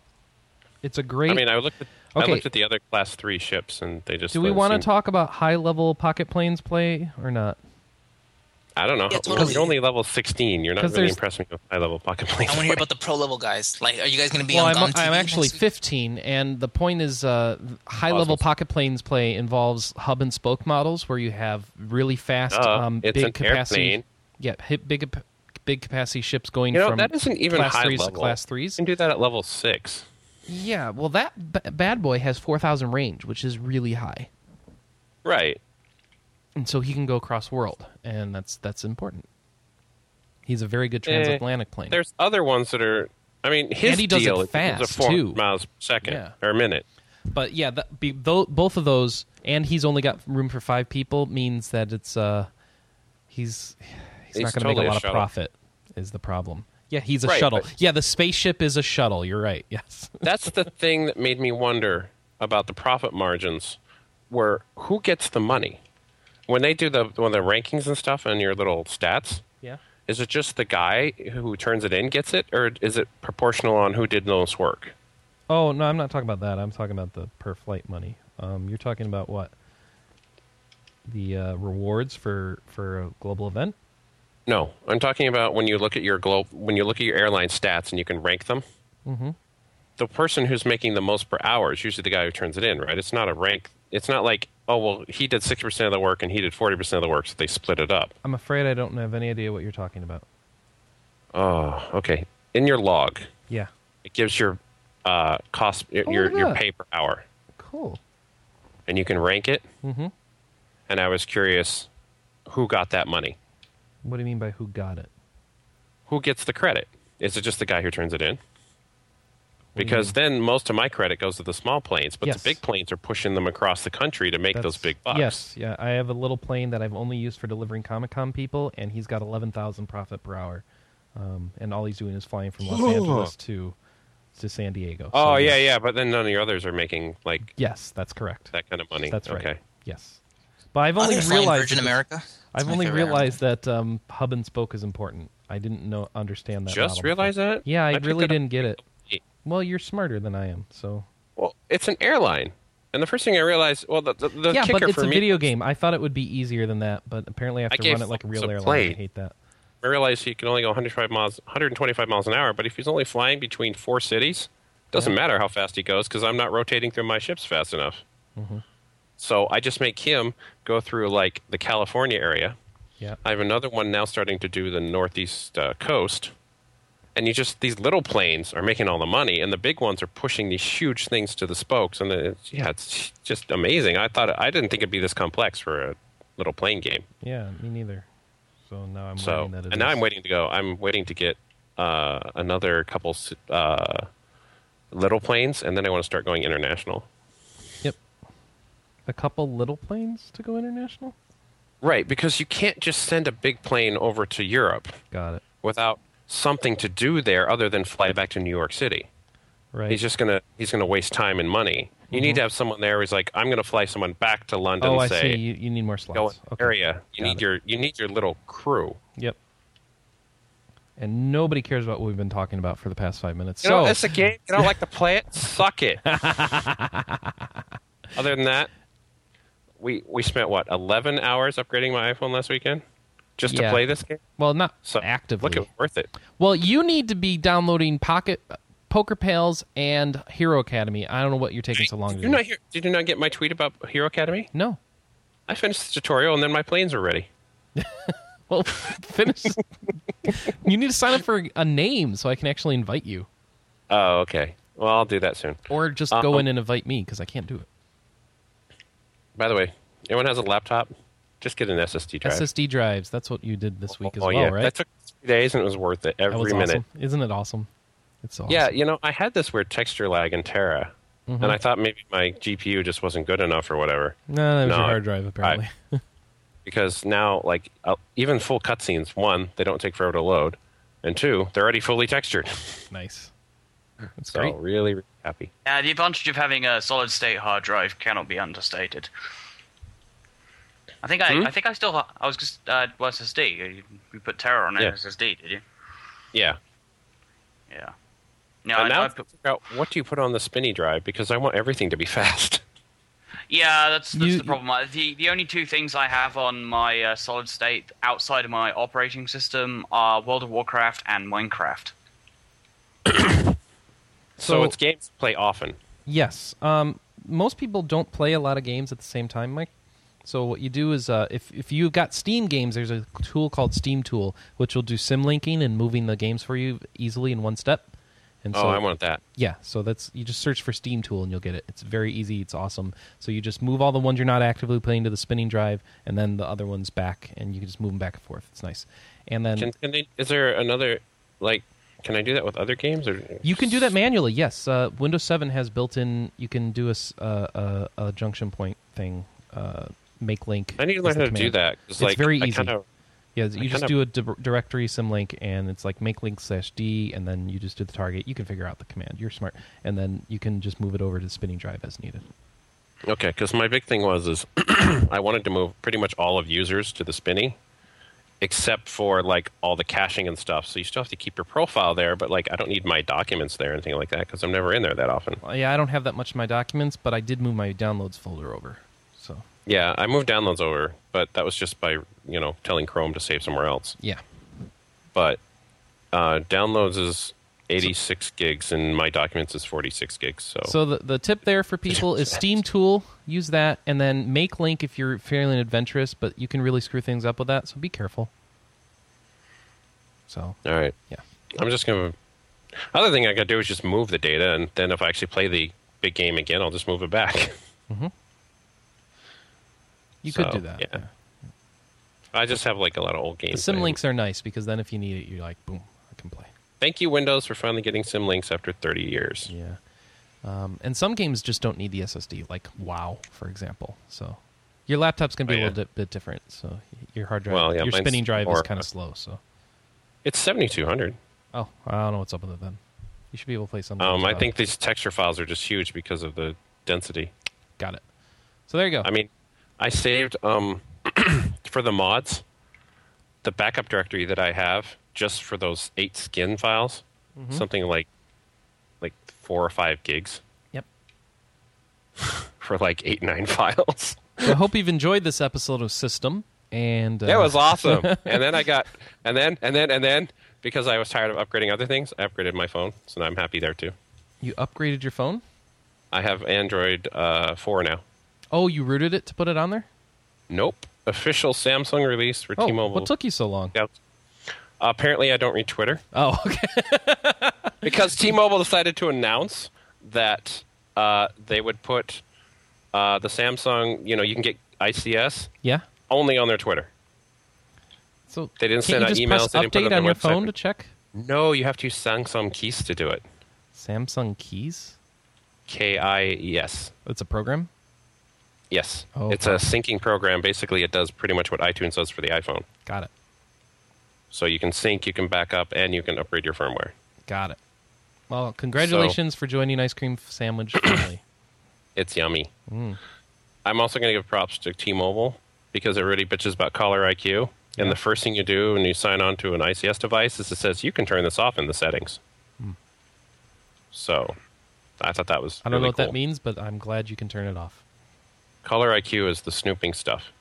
Speaker 1: It's a great.
Speaker 2: I mean, I looked. At,
Speaker 1: Okay.
Speaker 2: I looked at the other class three ships, and they just.
Speaker 1: Do we
Speaker 2: don't
Speaker 1: want to
Speaker 2: seem-
Speaker 1: talk about high level pocket planes play or not?
Speaker 2: I don't know.
Speaker 4: Yeah,
Speaker 2: Well,
Speaker 4: totally.
Speaker 2: You're only level 16. You're not
Speaker 1: 'Cause
Speaker 2: really
Speaker 1: there's-
Speaker 2: impressing me with high level pocket planes.
Speaker 4: I want to hear about the pro level guys. Like, are you guys going to be
Speaker 1: Well,
Speaker 4: on
Speaker 1: I'm,
Speaker 4: Gone TV
Speaker 1: I'm actually
Speaker 4: next week?
Speaker 1: 15, and the point is uh, high level
Speaker 2: Awesome.
Speaker 1: pocket planes play involves hub and spoke models where you have really fast,
Speaker 2: Duh,
Speaker 1: um,
Speaker 2: it's
Speaker 1: big
Speaker 2: an
Speaker 1: capacity.
Speaker 2: airplane.
Speaker 1: Yeah, hit big, cap- big capacity ships going
Speaker 2: You know
Speaker 1: from
Speaker 2: that isn't even
Speaker 1: class
Speaker 2: high
Speaker 1: threes
Speaker 2: level.
Speaker 1: to class threes.
Speaker 2: You can do that at level six.
Speaker 1: Yeah, well, that b- bad boy has 4,000 range, which is really high.
Speaker 2: Right.
Speaker 1: and so he can go across world, and that's that's important. He's a very good transatlantic plane.
Speaker 2: There's other ones that are. I mean, his
Speaker 1: And he does it
Speaker 2: deal
Speaker 1: fast,
Speaker 2: is a four
Speaker 1: too.
Speaker 2: miles per second
Speaker 1: Yeah.
Speaker 2: or a minute.
Speaker 1: But yeah, the, be, tho- both of those, and he's only got room for five people, means that it's uh, he's he's, not going
Speaker 2: He's
Speaker 1: to
Speaker 2: totally
Speaker 1: make
Speaker 2: a
Speaker 1: a lot of
Speaker 2: shuttle.
Speaker 1: profit. Is the problem? Yeah, he's a
Speaker 2: Right,
Speaker 1: shuttle.
Speaker 2: but-
Speaker 1: Yeah, the spaceship is a shuttle. You're right. Yes.
Speaker 2: That's the thing that made me wonder about the profit margins, where who gets the money when they do the when the rankings and stuff and your little stats.
Speaker 1: Yeah.
Speaker 2: Is it just the guy who turns it in gets it, or is it proportional on who did the most work?
Speaker 1: Oh no, I'm not talking about that. I'm talking about the per flight money. Um, you're talking about what? The uh, rewards for for a global event.
Speaker 2: No, I'm talking about when you look at your globe, when you look at your airline stats and you can rank them.
Speaker 1: Mm-hmm.
Speaker 2: The person who's making the most per hour is usually the guy who turns it in, right? It's not a rank. It's not like, oh well, he did sixty percent of the work and he did forty percent of the work, so they split it up.
Speaker 1: I'm afraid I don't have any idea what you're talking about.
Speaker 2: Oh, okay. In your log,
Speaker 1: Yeah.
Speaker 2: it gives your uh, cost, your
Speaker 1: Oh,
Speaker 2: your,
Speaker 1: look at
Speaker 2: your
Speaker 1: that.
Speaker 2: pay per hour,
Speaker 1: Cool.
Speaker 2: and you can rank it.
Speaker 1: Mhm.
Speaker 2: And I was curious, who got that money?
Speaker 1: What do you mean by who got it?
Speaker 2: who gets the credit? Is it just the guy who turns it in?
Speaker 1: do you
Speaker 2: Because then most of my credit goes to the small planes, but
Speaker 1: Mm. Yes.
Speaker 2: the big planes are pushing them across the country to make those
Speaker 1: That's-
Speaker 2: big bucks.
Speaker 1: Yes, yeah. I have a little plane that I've only used for delivering Comic Con people, and he's got eleven thousand profit per hour, um, and all he's doing is flying from Los Angeles to to San Diego.
Speaker 2: Oh
Speaker 1: So,
Speaker 2: yeah,
Speaker 1: yes.
Speaker 2: yeah. But then none of your others are making like
Speaker 1: Yes, that's correct.
Speaker 2: that kind of money.
Speaker 1: That's right.
Speaker 2: Okay.
Speaker 1: Yes, but I've only
Speaker 4: I think I fly in
Speaker 1: realized
Speaker 4: Virgin America. It's
Speaker 1: I've
Speaker 4: my
Speaker 1: only
Speaker 4: favorite airline.
Speaker 1: realized that um, hub and spoke is important. I didn't know understand that. model
Speaker 2: Just
Speaker 1: before.
Speaker 2: realize that.
Speaker 1: Yeah, I,
Speaker 2: picked
Speaker 1: really
Speaker 2: that up-
Speaker 1: didn't get it.
Speaker 2: Yeah.
Speaker 1: Well, you're smarter than I am, so
Speaker 2: Well, it's an airline, and the first thing I realized, well, the the, the
Speaker 1: yeah.
Speaker 2: kicker
Speaker 1: But it's
Speaker 2: for
Speaker 1: a
Speaker 2: me,
Speaker 1: video
Speaker 2: was
Speaker 1: game. I thought it would be easier than that, but apparently I have
Speaker 2: I
Speaker 1: to
Speaker 2: gave
Speaker 1: run it like a real
Speaker 2: Flux a
Speaker 1: airline. I
Speaker 2: plane.
Speaker 1: hate that.
Speaker 2: I realized he can only go 125 miles, 125 miles an hour. But if he's only flying between four cities, doesn't matter how fast he goes because I'm not rotating through my ships fast enough. So I just make him go through like the California area.
Speaker 1: Yeah.
Speaker 2: I have another one now starting to do the northeast uh, coast, and you just these little planes are making all the money, and the big ones are pushing these huge things to the spokes, and it's, yeah, it's just amazing. I thought I didn't think it'd be this complex for a little plane game.
Speaker 1: Yeah, me neither. So now I'm
Speaker 2: So
Speaker 1: waiting that it
Speaker 2: and now
Speaker 1: is.
Speaker 2: I'm waiting to go. I'm waiting to get uh, another couple s- uh, little planes, and then I want to start going international.
Speaker 1: Yep. A couple little planes to go international.
Speaker 2: Right, because you can't just send a big plane over to Europe
Speaker 1: Got it.
Speaker 2: without something to do there other than fly back to New York City.
Speaker 1: Right.
Speaker 2: He's just gonna he's gonna waste time and money. You need to have someone there who's like, I'm gonna fly someone back to London.
Speaker 1: Mm-hmm. oh, I
Speaker 2: and say,
Speaker 1: see. You, you need more
Speaker 2: Go
Speaker 1: slots.
Speaker 2: in
Speaker 1: Okay.
Speaker 2: area. You
Speaker 1: Got
Speaker 2: need
Speaker 1: it.
Speaker 2: your you need your little crew.
Speaker 1: Yep. And nobody cares about what we've been talking about for the past five minutes.
Speaker 2: You
Speaker 1: so
Speaker 2: know, it's a game. You don't like to play it. Suck it. Other than that, we we spent what eleven hours upgrading my iPhone last weekend just
Speaker 1: Yeah.
Speaker 2: to play this game.
Speaker 1: well, not
Speaker 2: So
Speaker 1: actively.
Speaker 2: look, it was worth it.
Speaker 1: Well, you need to be downloading Pocket Poker Pals and Hero Academy. I don't know what you're taking so long
Speaker 2: Did
Speaker 1: to
Speaker 2: you
Speaker 1: do.
Speaker 2: not hear? Did you not get my tweet about Hero Academy?
Speaker 1: No.
Speaker 2: I finished the tutorial and then my planes were ready.
Speaker 1: Well, finish. you need to sign up for a name so I can actually invite you,
Speaker 2: Oh, okay. Well, I'll do that soon.
Speaker 1: or just
Speaker 2: Uh,
Speaker 1: go
Speaker 2: um,
Speaker 1: in and invite me because I can't do it.
Speaker 2: By the way, anyone has a laptop? Just get an SSD drive.
Speaker 1: SSD drives. That's what you did this week as
Speaker 2: oh
Speaker 1: well,
Speaker 2: yeah,
Speaker 1: right?
Speaker 2: that took three days and it was worth it
Speaker 1: That
Speaker 2: every
Speaker 1: was
Speaker 2: minute.
Speaker 1: awesome. Isn't it awesome? It's so awesome. Mm-hmm.
Speaker 2: Yeah, you know, I had this weird texture lag in Terra, and I thought maybe my GPU just wasn't good enough or whatever.
Speaker 1: No, that was
Speaker 2: No,
Speaker 1: your
Speaker 2: I-
Speaker 1: hard drive apparently.
Speaker 2: Because now, like, uh, even full cutscenes, one, they don't take forever to load, and two, they're already fully textured.
Speaker 1: nice. That's
Speaker 2: so
Speaker 1: great.
Speaker 2: really, really happy.
Speaker 3: Yeah, Uh, the advantage of having a solid state hard drive cannot be understated. I think I, I think I still ha- I was just uh, well, SSD. You, you put Terra on
Speaker 2: Yeah.
Speaker 3: SSD, did you?
Speaker 2: Yeah.
Speaker 3: Yeah. No, I,
Speaker 2: and now
Speaker 3: I
Speaker 2: I
Speaker 3: put,
Speaker 2: figure out what do you put on the spinny drive because I want everything to be fast.
Speaker 3: yeah, that's that's
Speaker 1: You-
Speaker 3: the problem. I- The the only two things I have on my uh, solid state outside of my operating system are World of Warcraft and Minecraft.
Speaker 2: So,
Speaker 1: So-
Speaker 2: it's games to play often.
Speaker 1: Yes. Um, most people don't play a lot of games at the same time, Mike. So what you do is, uh, if if you've got Steam games, there's a tool called Steam Tool, which will do sim linking and moving the games for you easily in one step. And
Speaker 2: Oh,
Speaker 1: so,
Speaker 2: I want that.
Speaker 1: Yeah, so that's you just search for Steam Tool and you'll get it. It's very easy. It's awesome. So you just move all the ones you're not actively playing to the spinning drive, and then the other ones back, and you can just move them back and forth. It's nice. And then
Speaker 2: Can, can they, is there another like Can I do that with other games? Or
Speaker 1: You can do that manually. Yes, uh, Windows Seven has built-in. You can do a s- uh, a, a junction point thing. Uh, make link.
Speaker 2: I need to
Speaker 1: is
Speaker 2: learn
Speaker 1: the
Speaker 2: how to do
Speaker 1: command.
Speaker 2: that. 'cause,
Speaker 1: It's
Speaker 2: like,
Speaker 1: very
Speaker 2: I
Speaker 1: easy.
Speaker 2: kinda-
Speaker 1: Yeah, you
Speaker 2: I
Speaker 1: just
Speaker 2: kinda-
Speaker 1: do a di- directory symlink, and it's like make link slash d, and then you just do the target. You can figure out the command. You're smart, and then you can just move it over to spinning drive as needed.
Speaker 2: Okay, because my big thing was is I wanted to move pretty much all of users to the spinny, except for like all the caching and stuff. So you still have to keep your profile there, but like I don't need my documents there or anything like that because I'm never in there that often.
Speaker 1: Well, yeah, I don't have that much in my documents, but I did move my downloads folder over. So
Speaker 2: Yeah, I moved downloads over, but that was just by you know telling Chrome to save somewhere else.
Speaker 1: yeah,
Speaker 2: But uh, downloads is 86 gigs and my documents is 46 gigs. So,
Speaker 1: So the, the tip there for people is Steam Tool. Use that, and then make Link if you're feeling adventurous, but you can really screw things up with that. So be careful. So
Speaker 2: all right,
Speaker 1: yeah,
Speaker 2: I'm just gonna. Other thing I gotta do is just move the data, and then if I actually play the big game again, I'll just move it back.
Speaker 1: you
Speaker 2: So,
Speaker 1: could do that.
Speaker 2: yeah. I just have like a lot of old
Speaker 1: The
Speaker 2: games.
Speaker 1: sim
Speaker 2: I-
Speaker 1: links are nice because then if you need it, you're like, boom, I can play.
Speaker 2: Thank you, Windows, for finally getting sim links after 30 years.
Speaker 1: Yeah. Um, and some games just don't need the SSD, like WoW, for example. So your laptop's gonna be
Speaker 2: Oh,
Speaker 1: a
Speaker 2: yeah.
Speaker 1: little bit, bit different. So your hard drive,
Speaker 2: Well, yeah,
Speaker 1: your
Speaker 2: mine's
Speaker 1: spinning drive is
Speaker 2: more-
Speaker 1: kind of slow. So
Speaker 2: It's 7200.
Speaker 1: oh, I don't know what's up with it then. You should be able to play something. Uh,
Speaker 2: Um, I think these texture files are just huge because of the density.
Speaker 1: got it. So there you go.
Speaker 2: I mean, I saved um, for the mods the backup directory that I have just for those eight skin files,
Speaker 1: Mm-hmm.
Speaker 2: something like like four or five gigs
Speaker 1: yep.
Speaker 2: for like eight nine files.
Speaker 1: So I hope you've enjoyed this episode of System. And uh,
Speaker 2: That was awesome. and then I got, and then, and then, and then, because I was tired of upgrading other things, I upgraded my phone. So now I'm happy there too.
Speaker 1: you upgraded your phone.
Speaker 2: I have Android uh, 4 now.
Speaker 1: Oh, you rooted it to put it on there.
Speaker 2: Nope. Official Samsung release for
Speaker 1: Oh,
Speaker 2: T Mobile.
Speaker 1: what took you so long?
Speaker 2: Apparently, I don't read Twitter
Speaker 1: Oh, okay.
Speaker 2: because T Mobile decided to announce that uh, they would put uh, the Samsung, you know, you can get ICS
Speaker 1: yeah.
Speaker 2: only on their Twitter.
Speaker 1: So
Speaker 2: They
Speaker 1: can't
Speaker 2: didn't send out
Speaker 1: you just
Speaker 2: emails,
Speaker 1: Press
Speaker 2: they
Speaker 1: update
Speaker 2: didn't put it on
Speaker 1: your
Speaker 2: their website.
Speaker 1: phone to check
Speaker 2: No, you have to use Samsung Keys to do it.
Speaker 1: Samsung keys.
Speaker 2: K I E S.
Speaker 1: It's a program.
Speaker 2: Yes.
Speaker 1: Oh,
Speaker 2: it's
Speaker 1: okay.
Speaker 2: a syncing program. Basically, it does pretty much what iTunes does for the iPhone.
Speaker 1: Got it.
Speaker 2: So you can sync, you can back up, and you can upgrade your firmware.
Speaker 1: Got it. Well, congratulations for joining Ice Cream Sandwich Family.
Speaker 2: It's yummy.
Speaker 1: Mm.
Speaker 2: I'm also going to give props to T Mobile because it really bitches about caller IQ. And the first thing you do when you sign on to an ICS device is it says you can turn this off in the settings. So I thought that was.
Speaker 1: Hmm. I don't
Speaker 2: really
Speaker 1: know what
Speaker 2: cool.
Speaker 1: that means, but I'm glad you can turn it off.
Speaker 2: Caller IQ is the snooping stuff.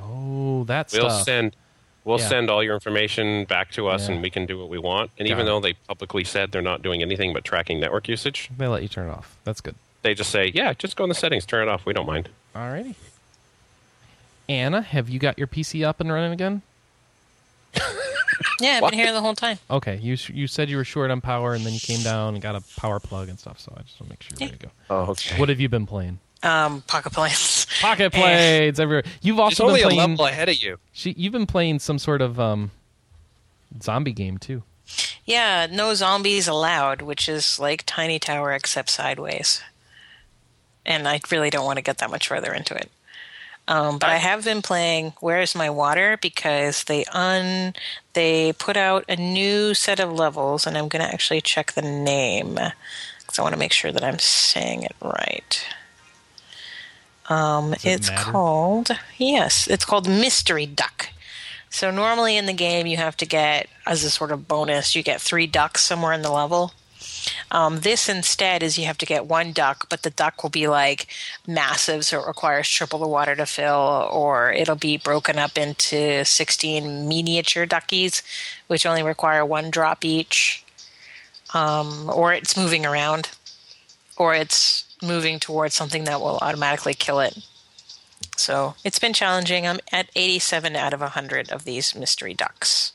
Speaker 1: Oh, that
Speaker 2: We'll
Speaker 1: stuff.
Speaker 2: send we'll
Speaker 1: Yeah.
Speaker 2: send all your information back to us
Speaker 1: Yeah.
Speaker 2: and we can do what we want. And
Speaker 1: Got
Speaker 2: even
Speaker 1: it.
Speaker 2: though they publicly said they're not doing anything but tracking network usage,
Speaker 1: They let you turn it off. That's good.
Speaker 2: they just say, "Yeah, just go in the settings, turn it off. We don't mind."
Speaker 1: Alrighty. Anna, have you got your PC up and running again?
Speaker 5: Yeah, I've
Speaker 2: What?
Speaker 5: been here the whole time.
Speaker 1: Okay, you s- you said you were short on power, and then you came down and got a power plug and stuff. So I just want to make sure you're ready to go.
Speaker 2: Oh, okay.
Speaker 1: What have you been playing?
Speaker 5: Um, pocket plans.
Speaker 1: Pocket
Speaker 5: Eh.
Speaker 1: blades everywhere. You've
Speaker 2: It's
Speaker 1: also been
Speaker 2: only a
Speaker 1: playing.
Speaker 2: level ahead of you.
Speaker 1: She, you've been playing some sort of um, zombie game too.
Speaker 5: Yeah, no zombies allowed, which is like Tiny Tower except sideways. And I really don't want to get that much further into it. Um, but I have been playing Where's My Water because they un they put out a new set of levels, and I'm going to actually check the name because I want to make sure that I'm saying it right. Um,
Speaker 1: it
Speaker 5: it's
Speaker 1: matter?
Speaker 5: called yes, it's called Mystery Duck. So normally in the game, you have to get as a sort of bonus, you get three ducks somewhere in the level. Um, this instead is you have to get one duck, but the duck will be like massive, so it requires triple the water to fill, or it'll be broken up into 16 miniature duckies, which only require one drop each. Um, or it's moving around, or it's moving towards something that will automatically kill it. So it's been challenging. I'm at 87 out of 100 of these mystery ducks.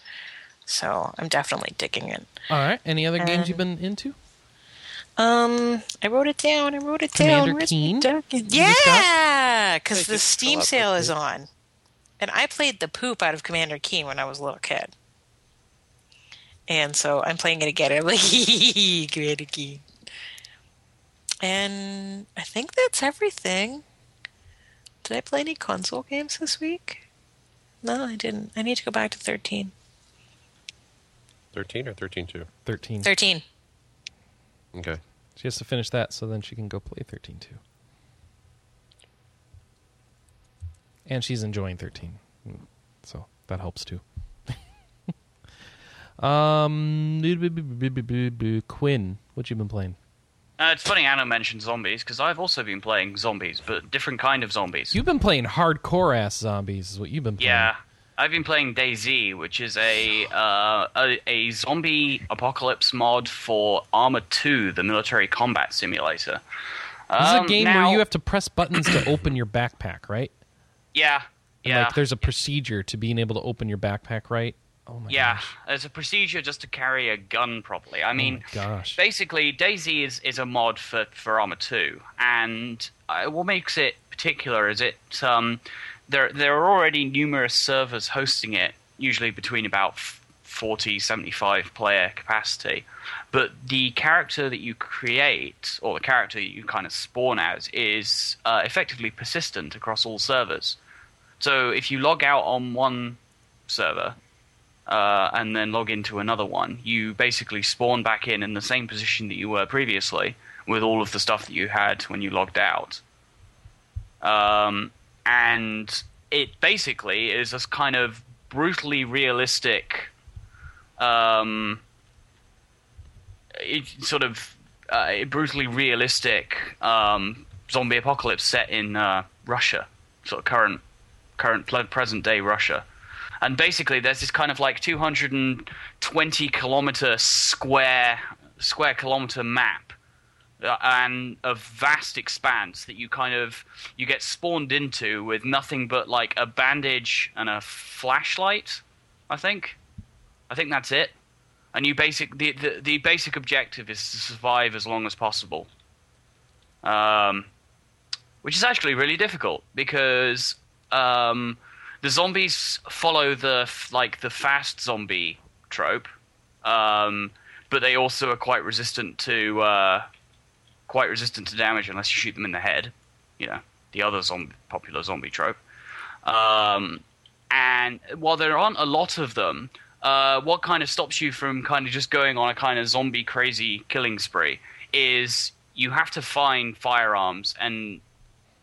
Speaker 5: So I'm definitely digging it.
Speaker 1: All right. Any other games you've been into?
Speaker 5: Um, I wrote it down. I wrote it
Speaker 1: Commander
Speaker 5: down. Where's my
Speaker 1: Keen?
Speaker 5: document?
Speaker 1: You just got-
Speaker 5: Yeah, because the
Speaker 2: just
Speaker 5: Steam
Speaker 2: fill out
Speaker 5: sale
Speaker 2: the
Speaker 5: is on, and I played the poop out of Commander Keen when I was a little kid. And so I'm playing it again. I'm like, great again. And I think that's everything. Did I play any console games this week? No, I didn't. I need to go back to 13.
Speaker 2: 13 or 13 2?
Speaker 1: 13.
Speaker 5: 13.
Speaker 2: Okay.
Speaker 1: She has to finish that so then she can go play 13 too. And she's enjoying 13. So that helps too. um, Quinn, what you been playing?
Speaker 3: Uh, it's funny Anna mentioned zombies because I've also been playing zombies, but different kind of zombies.
Speaker 1: You've been playing hardcore ass zombies, is what you've been playing.
Speaker 3: yeah, I've been playing DayZ, which is a, uh, a a zombie apocalypse mod for Armor Two, the military combat simulator.
Speaker 1: This is
Speaker 3: Um,
Speaker 1: a game
Speaker 3: now-
Speaker 1: where you have to press buttons to open your backpack, right?
Speaker 3: yeah,
Speaker 1: And,
Speaker 3: yeah.
Speaker 1: Like there's a procedure to being able to open your backpack, right? Oh my
Speaker 3: Yeah,
Speaker 1: gosh. Oh
Speaker 3: as a procedure just to carry a gun properly. I mean,
Speaker 1: my gosh.
Speaker 3: basically, Daisy is, is a mod for, for Armor 2, and uh, what makes it particular is it um, there, there are already numerous servers hosting it, usually between about f- 40, 75 player capacity. But the character that you create, or the character that you kind of spawn as, is uh, effectively persistent across all servers. So if you log out on one server, uh, and then log into another one, you basically spawn back in in the same position that you were previously with all of the stuff that you had when you logged out. Um, and it basically is this kind of brutally realistic um, it, sort of uh, brutally realistic um, zombie apocalypse set in uh, Russia, sort of current current ple- present day Russia. And basically, there's this kind of like 220 kilometer square square kilometer map uh, and a vast expanse that you kind of you get spawned into with nothing but like a bandage and a flashlight. I think, I think that's it. And you basic the the, the basic objective is to survive as long as possible. Um, which is actually really difficult because um, the zombies follow the f- like the fast zombie trope, um, but they also are quite resistant to uh, quite resistant to damage unless you shoot them in the head. You know, the other zombie, popular zombie trope. Um, and while there aren't a lot of them, uh, what kind of stops you from kind of just going on a kind of zombie crazy killing spree is you have to find firearms and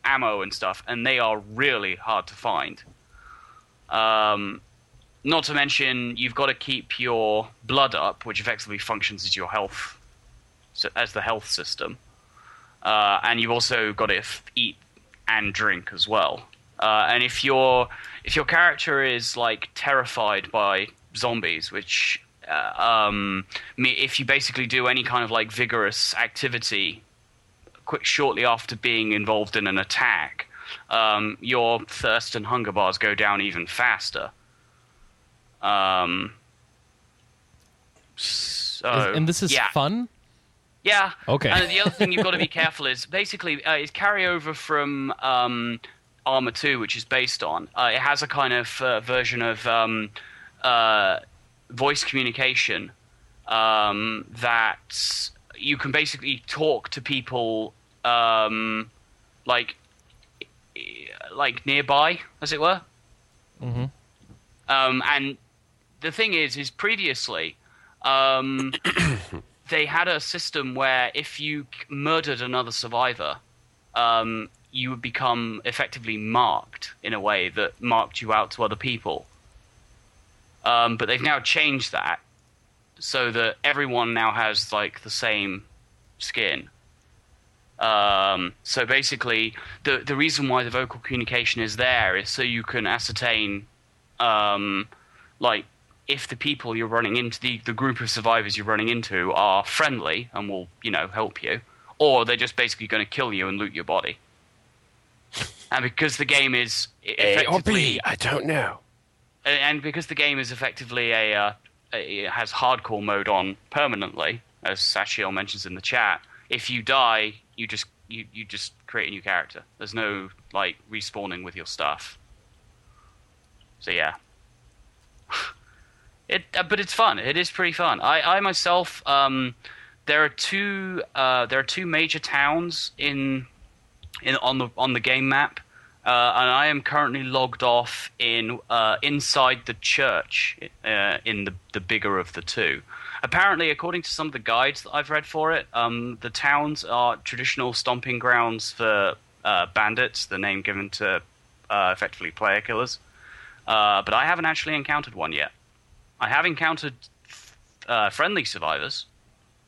Speaker 3: ammo and stuff, and they are really hard to find. Um, not to mention, you've got to keep your blood up, which effectively functions as your health, so as the health system. Uh, and you've also got to f- eat and drink as well. Uh, and if your if your character is like terrified by zombies, which uh, um, me- if you basically do any kind of like vigorous activity quick shortly after being involved in an attack, um, your thirst and hunger bars go down even faster. Um, so,
Speaker 1: Is- and this is
Speaker 3: yeah.
Speaker 1: fun?
Speaker 3: Yeah.
Speaker 1: Okay.
Speaker 3: And the other thing you've got to be careful is basically uh, is carryover from um, Armor Two, which is based on. Uh, it has a kind of uh, version of um, uh, voice communication um, that you can basically talk to people um, like like nearby, as it were. Mm-hmm. Um, and the thing is, is previously. Um, they had a system where if you k- murdered another survivor, um, you would become effectively marked in a way that marked you out to other people. Um, but they've now changed that so that everyone now has like the same skin. Um, so basically, the the reason why the vocal communication is there is so you can ascertain um, like if the people you're running into the, the group of survivors you're running into are friendly and will you know help you or they're just basically going to kill you and loot your body and because the game is
Speaker 2: A or
Speaker 3: effectively,
Speaker 2: B? I don't know.
Speaker 3: and- and because the game is effectively a, uh, a it has hardcore mode on permanently as Sachiel mentions in the chat if you die you just you, you just create a new character there's no like respawning with your stuff so yeah It, uh, but it's fun. It is pretty fun. I, I myself, um, there are two, uh, there are two major towns in, in on the on the game map, uh, and I am currently logged off in uh, inside the church uh, in the the bigger of the two. Apparently, according to some of the guides that I've read for it, um, the towns are traditional stomping grounds for uh, bandits. The name given to uh, effectively player killers. Uh, but I haven't actually encountered one yet. I have encountered uh, friendly survivors,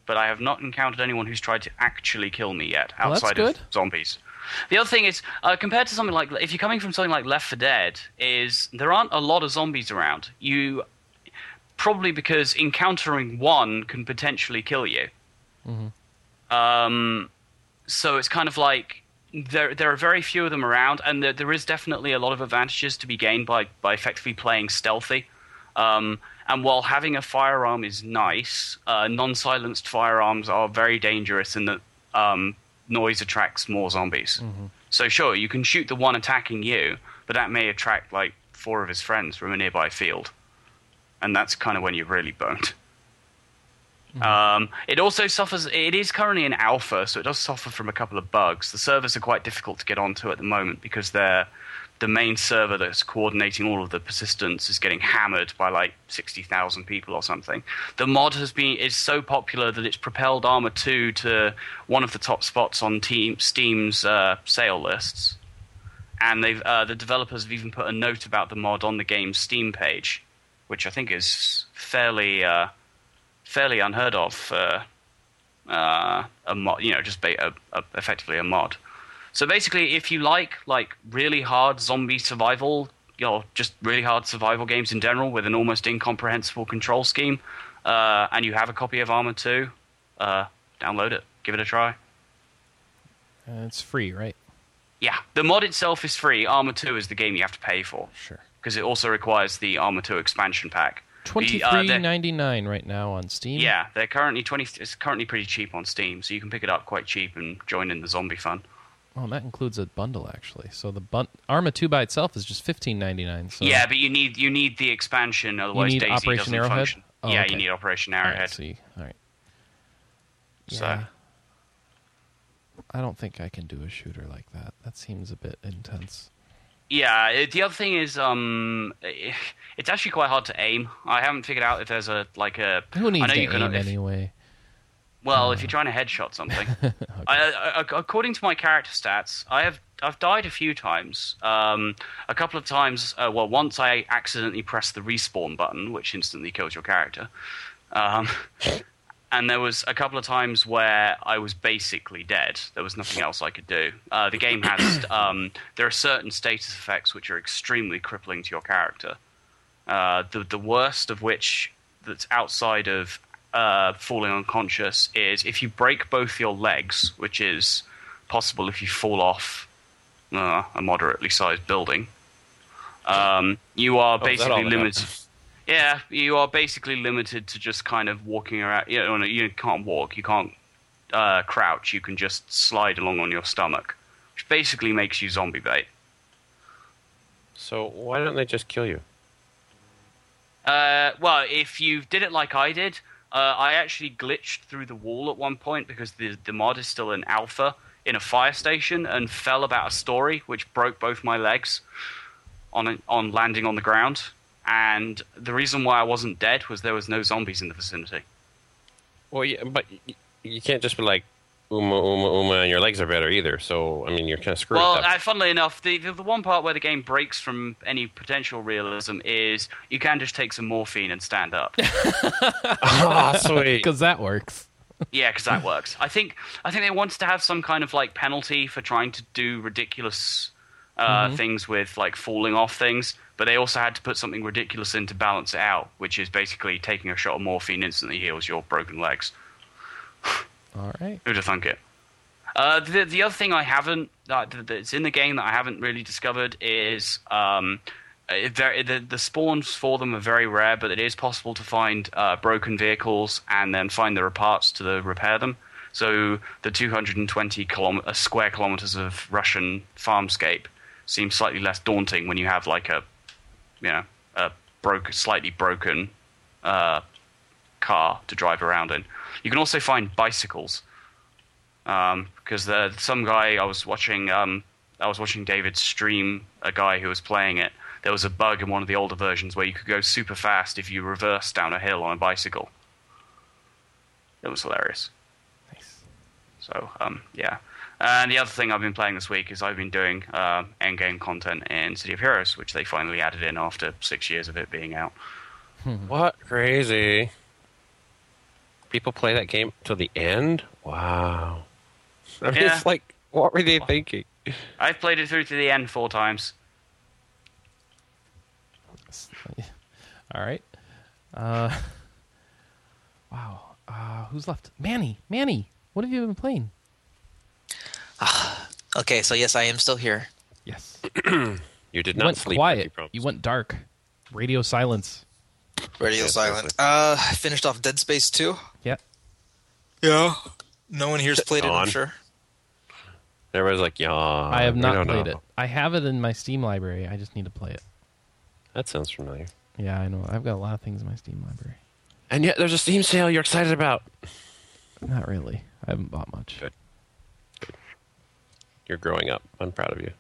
Speaker 3: but I have not encountered anyone who's tried to actually kill me yet
Speaker 1: Well, that's
Speaker 3: outside
Speaker 1: good.
Speaker 3: of zombies. The other thing is, uh, compared to something like if you're coming from something like Left 4 Dead, is there aren't a lot of zombies around. You probably because encountering one can potentially kill you. Um, so it's kind of like there there are very few of them around, and there, there is definitely a lot of advantages to be gained by by effectively playing stealthy. Um, and while having a firearm is nice, uh, non-silenced firearms are very dangerous in that um, noise attracts more zombies. So sure, you can shoot the one attacking you, but that may attract like four of his friends from a nearby field, and that's kind of when you're really boned. Um, it also suffers. It is currently in alpha, so it does suffer from a couple of bugs. The servers are quite difficult to get onto at the moment because they're the main server that's coordinating all of the persistence is getting hammered by like sixty thousand people or something. The mod has been is so popular that it's propelled Armor Two to one of the top spots on team, Steam's uh, sale lists, and they've uh, the developers have even put a note about the mod on the game's Steam page, which I think is fairly. Uh, fairly unheard of for uh, a mod, you know, just ba- a, a, effectively a mod. So basically, if you like like really hard zombie survival, you know, just really hard survival games in general with an almost incomprehensible control scheme, uh, and you have a copy of Armor 2, uh, download it, give it a try.
Speaker 1: Uh, it's free, right?
Speaker 3: Yeah, the mod itself is free. Armor 2 is the game you have to pay for
Speaker 1: Sure.
Speaker 3: because it also requires the Armor 2 expansion pack.
Speaker 1: Twenty
Speaker 3: The, uh,
Speaker 1: three
Speaker 3: the-
Speaker 1: ninety nine right now on Steam.
Speaker 3: Yeah, they're currently twenty. It's currently pretty cheap on Steam, so you can pick it up quite cheap and join in the zombie fun.
Speaker 1: Oh, and that includes a bundle actually. So the bun- Arma two by itself is just fifteen ninety nine. So
Speaker 3: yeah, but you need you need the expansion, otherwise
Speaker 1: need
Speaker 3: Daisy
Speaker 1: Operation
Speaker 3: doesn't
Speaker 1: Arrowhead?
Speaker 3: function.
Speaker 1: Oh,
Speaker 3: yeah,
Speaker 1: okay.
Speaker 3: you need Operation
Speaker 1: All right,
Speaker 3: Arrowhead.
Speaker 1: see, all right.
Speaker 3: So-
Speaker 1: Yeah. I don't think I can do a shooter like that. That seems a bit intense.
Speaker 3: yeah, it, the other thing is, um, eh, it's actually quite hard to aim. I haven't figured out if there's a like a.
Speaker 1: Who
Speaker 3: I
Speaker 1: needs
Speaker 3: know
Speaker 1: to aim
Speaker 3: you can, if-
Speaker 1: anyway?
Speaker 3: Well, if you're trying to headshot something, I, I, ac- according to my character stats, I have I've died a few times. Um, a couple of times, uh, well, once I accidentally pressed the respawn button, which instantly kills your character. Um, and there was a couple of times where I was basically dead. There was nothing else I could do. Uh, the game has um, there are certain status effects which are extremely crippling to your character. Uh, the the worst of which that's outside of uh, falling unconscious is if you break both your legs, which is possible if you fall off uh, a moderately sized building. Um, you are
Speaker 2: Oh, that all
Speaker 3: basically
Speaker 2: that
Speaker 3: limited. Yeah, you are basically limited to just kind of walking around. You know, you can't walk. You can't uh, crouch. You can just slide along on your stomach, which basically makes you zombie bait.
Speaker 2: So why don't they just kill you?
Speaker 3: Uh, well, if you did it like I did, uh, I actually glitched through the wall at one point because the the mod is still in alpha in a fire station and fell about a story, which broke both my legs on a, on landing on the ground. And the reason why I wasn't dead was there was no zombies in the vicinity.
Speaker 2: Well, yeah, but y- you can't just be like uma uma uma, and your legs are better either. So I mean, you're kind of screwed.
Speaker 3: Well,
Speaker 2: at that.
Speaker 3: uh, funnily enough, the, the the one part where the game breaks from any potential realism is you can just take some morphine and stand up.
Speaker 2: Ah, sweet.
Speaker 1: Because that works.
Speaker 3: Yeah, because that works. I think I think they wanted to have some kind of like penalty for trying to do ridiculous uh, things with like falling off things, but they also had to put something ridiculous in to balance it out, which is basically taking a shot of morphine instantly heals your broken legs.
Speaker 1: All right.
Speaker 3: Who'd have thunk it? Uh, the the other thing I haven't that that- that's in the game that I haven't really discovered is um, uh, there, the the spawns for them are very rare, but it is possible to find uh, broken vehicles and then find their parts to the, repair them. So the 220 kilom- uh, square kilometers of Russian farmscape seems slightly less daunting when you have like a you know a broke slightly broken uh, car to drive around in. You can also find bicycles because Um, the some guy I was watching um, I was watching David stream a guy who was playing it. There was a bug in one of the older versions where you could go super fast if you reversed down a hill on a bicycle. It was hilarious.
Speaker 1: Nice.
Speaker 3: So um, yeah. And the other thing I've been playing this week is I've been doing uh, endgame content in City of Heroes, which they finally added in after six years of it being out.
Speaker 2: What crazy? People play that game till the end. Wow. I mean,
Speaker 3: Yeah.
Speaker 2: it's like, what were they thinking?
Speaker 3: I've played it through to the end four times.
Speaker 1: All right. Uh, wow. Uh, who's left? Manny. Manny. What have you been playing?
Speaker 4: Okay, so yes, I am still here.
Speaker 1: Yes.
Speaker 2: You did
Speaker 1: You
Speaker 2: not
Speaker 1: went
Speaker 2: sleep.
Speaker 1: quiet.
Speaker 2: like
Speaker 1: You went dark. Radio silence.
Speaker 4: Radio
Speaker 2: Yes,
Speaker 4: silent. Uh, I finished off Dead Space 2.
Speaker 1: Yeah.
Speaker 4: Yeah. No one here's played it,
Speaker 2: Dawn.
Speaker 4: I'm sure.
Speaker 2: Everybody's like, yeah.
Speaker 1: I have
Speaker 2: Uh, we
Speaker 1: not
Speaker 2: don't
Speaker 1: played
Speaker 2: know.
Speaker 1: it. I have it in my Steam library. I just need to play it.
Speaker 2: That sounds familiar.
Speaker 1: Yeah, I know. I've got a lot of things in my Steam library.
Speaker 2: And yet, there's a Steam sale you're excited about.
Speaker 1: Not really. I haven't bought much.
Speaker 2: Good. You're growing up. I'm proud of you.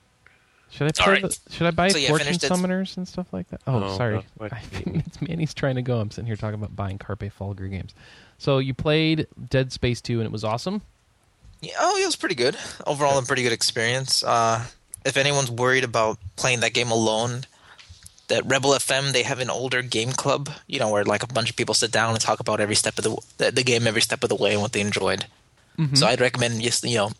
Speaker 1: Should I
Speaker 4: All
Speaker 1: play
Speaker 4: right.
Speaker 1: the, Should I buy
Speaker 4: So, yeah,
Speaker 1: fortune
Speaker 4: finished it.
Speaker 1: summoners and stuff like that? Oh,
Speaker 2: Oh,
Speaker 1: sorry.
Speaker 2: that's what-
Speaker 1: I think it's Manny's trying to go. I'm sitting here talking about buying Carpe Fulgur games. So you played Dead Space 2 and it was awesome.
Speaker 4: Yeah, oh, yeah, it was pretty good. Overall, a pretty good experience. Uh, if anyone's worried about playing that game alone, that Rebel FM, they have an older game club, you know, where like a bunch of people sit down and talk about every step of the the, the game, every step of the way, and what they enjoyed. So I'd recommend just you know,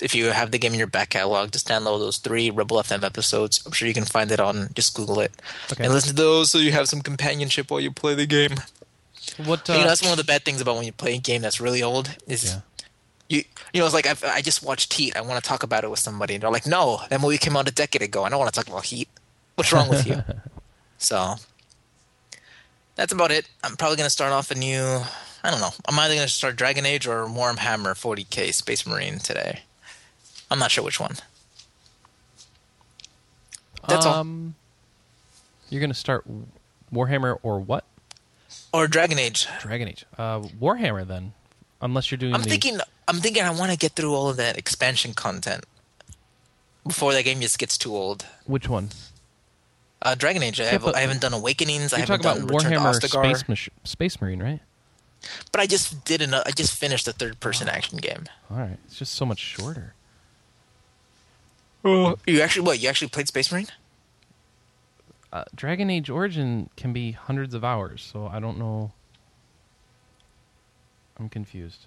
Speaker 4: if you have the game in your back catalog, just download those three Rebel FM episodes. I'm sure you can find it on. Just Google it
Speaker 1: Okay.
Speaker 4: and listen to those, so you have some companionship while you play the game.
Speaker 1: What?
Speaker 4: you know,
Speaker 1: Uh,
Speaker 4: that's one of the bad things about when you play a game that's really old is
Speaker 1: yeah.
Speaker 4: you you know it's like I've, I just watched Heat. I want to talk about it with somebody, and they're like, "No, that movie came out a decade ago. I don't want to talk about Heat. What's wrong with you?" so that's about it. I'm probably gonna start off a new. I don't know. I'm either gonna start Dragon Age or Warhammer 40k Space Marine today. I'm not sure which one. That's all.
Speaker 1: um, You're going to start Warhammer or what?
Speaker 4: Or Dragon Age.
Speaker 1: Dragon Age. Uh, Warhammer then, unless you're doing
Speaker 4: I'm
Speaker 1: the
Speaker 4: thinking. I'm thinking. I want to get through all of that expansion content before that game just gets too old.
Speaker 1: which one?
Speaker 4: Uh, Dragon Age. I, have,
Speaker 1: but-
Speaker 4: I haven't done Awakenings. I
Speaker 1: You're
Speaker 4: haven't
Speaker 1: talking about
Speaker 4: done Return to
Speaker 1: Warhammer
Speaker 4: Ostagar.
Speaker 1: Space, Mach- Space Marine, right?
Speaker 4: But I just did another. I just finished the third person action game.
Speaker 1: All right, it's just so much shorter.
Speaker 4: You actually what? You actually played Space Marine?
Speaker 1: Uh, Dragon Age Origin can be hundreds of hours, so I don't know. I'm confused.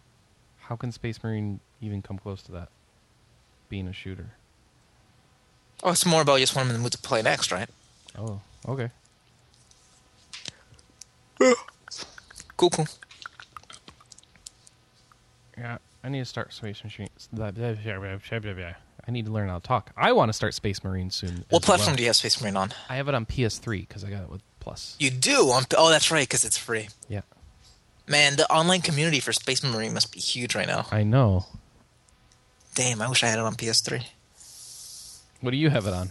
Speaker 1: How can Space Marine even come close to that? Being a shooter.
Speaker 4: Oh, it's more about just wanting them to play next, right?
Speaker 1: Oh, okay.
Speaker 4: Cool, cool.
Speaker 1: Yeah, I need to start Space Machine. I need to learn how to talk. I want to start Space Marine soon.
Speaker 4: What platform do you have Space Marine on?
Speaker 1: I have it on PS3 because I got it with Plus.
Speaker 4: You do on. Oh, that's right, because it's free.
Speaker 1: Yeah,
Speaker 4: Man, the online community for Space Marine must be huge right now.
Speaker 1: I know.
Speaker 4: Damn, I wish I had it on PS3.
Speaker 1: What do you have it on?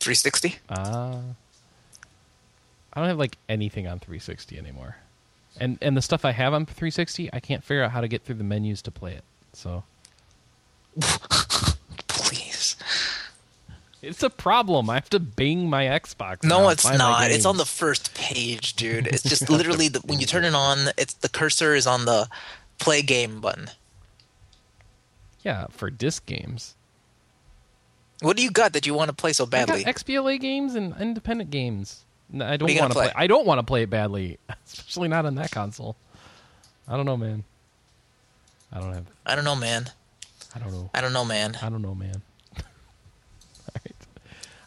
Speaker 4: 360.
Speaker 1: Uh, I don't have like anything on 360 anymore, and and the stuff I have on 360, I can't figure out how to get through the menus to play it. So
Speaker 4: Please.
Speaker 1: it's a problem. I have to Bing my Xbox.
Speaker 4: No,
Speaker 1: now to
Speaker 4: it's
Speaker 1: find my
Speaker 4: not. It's
Speaker 1: games.
Speaker 4: on the first page, dude. It's just literally the, when you turn it on, it's the cursor is on the play game button.
Speaker 1: yeah for disc games.
Speaker 4: What do you got that you want to play so badly?
Speaker 1: I got XBLA games and independent games. No, I don't
Speaker 4: you gonna
Speaker 1: want to play?
Speaker 4: play?
Speaker 1: I don't want to play it badly, especially not on that console. I don't know, man. I don't have.
Speaker 4: I don't know, man.
Speaker 1: I don't know.
Speaker 4: I don't know, man.
Speaker 1: I don't know, man. All right.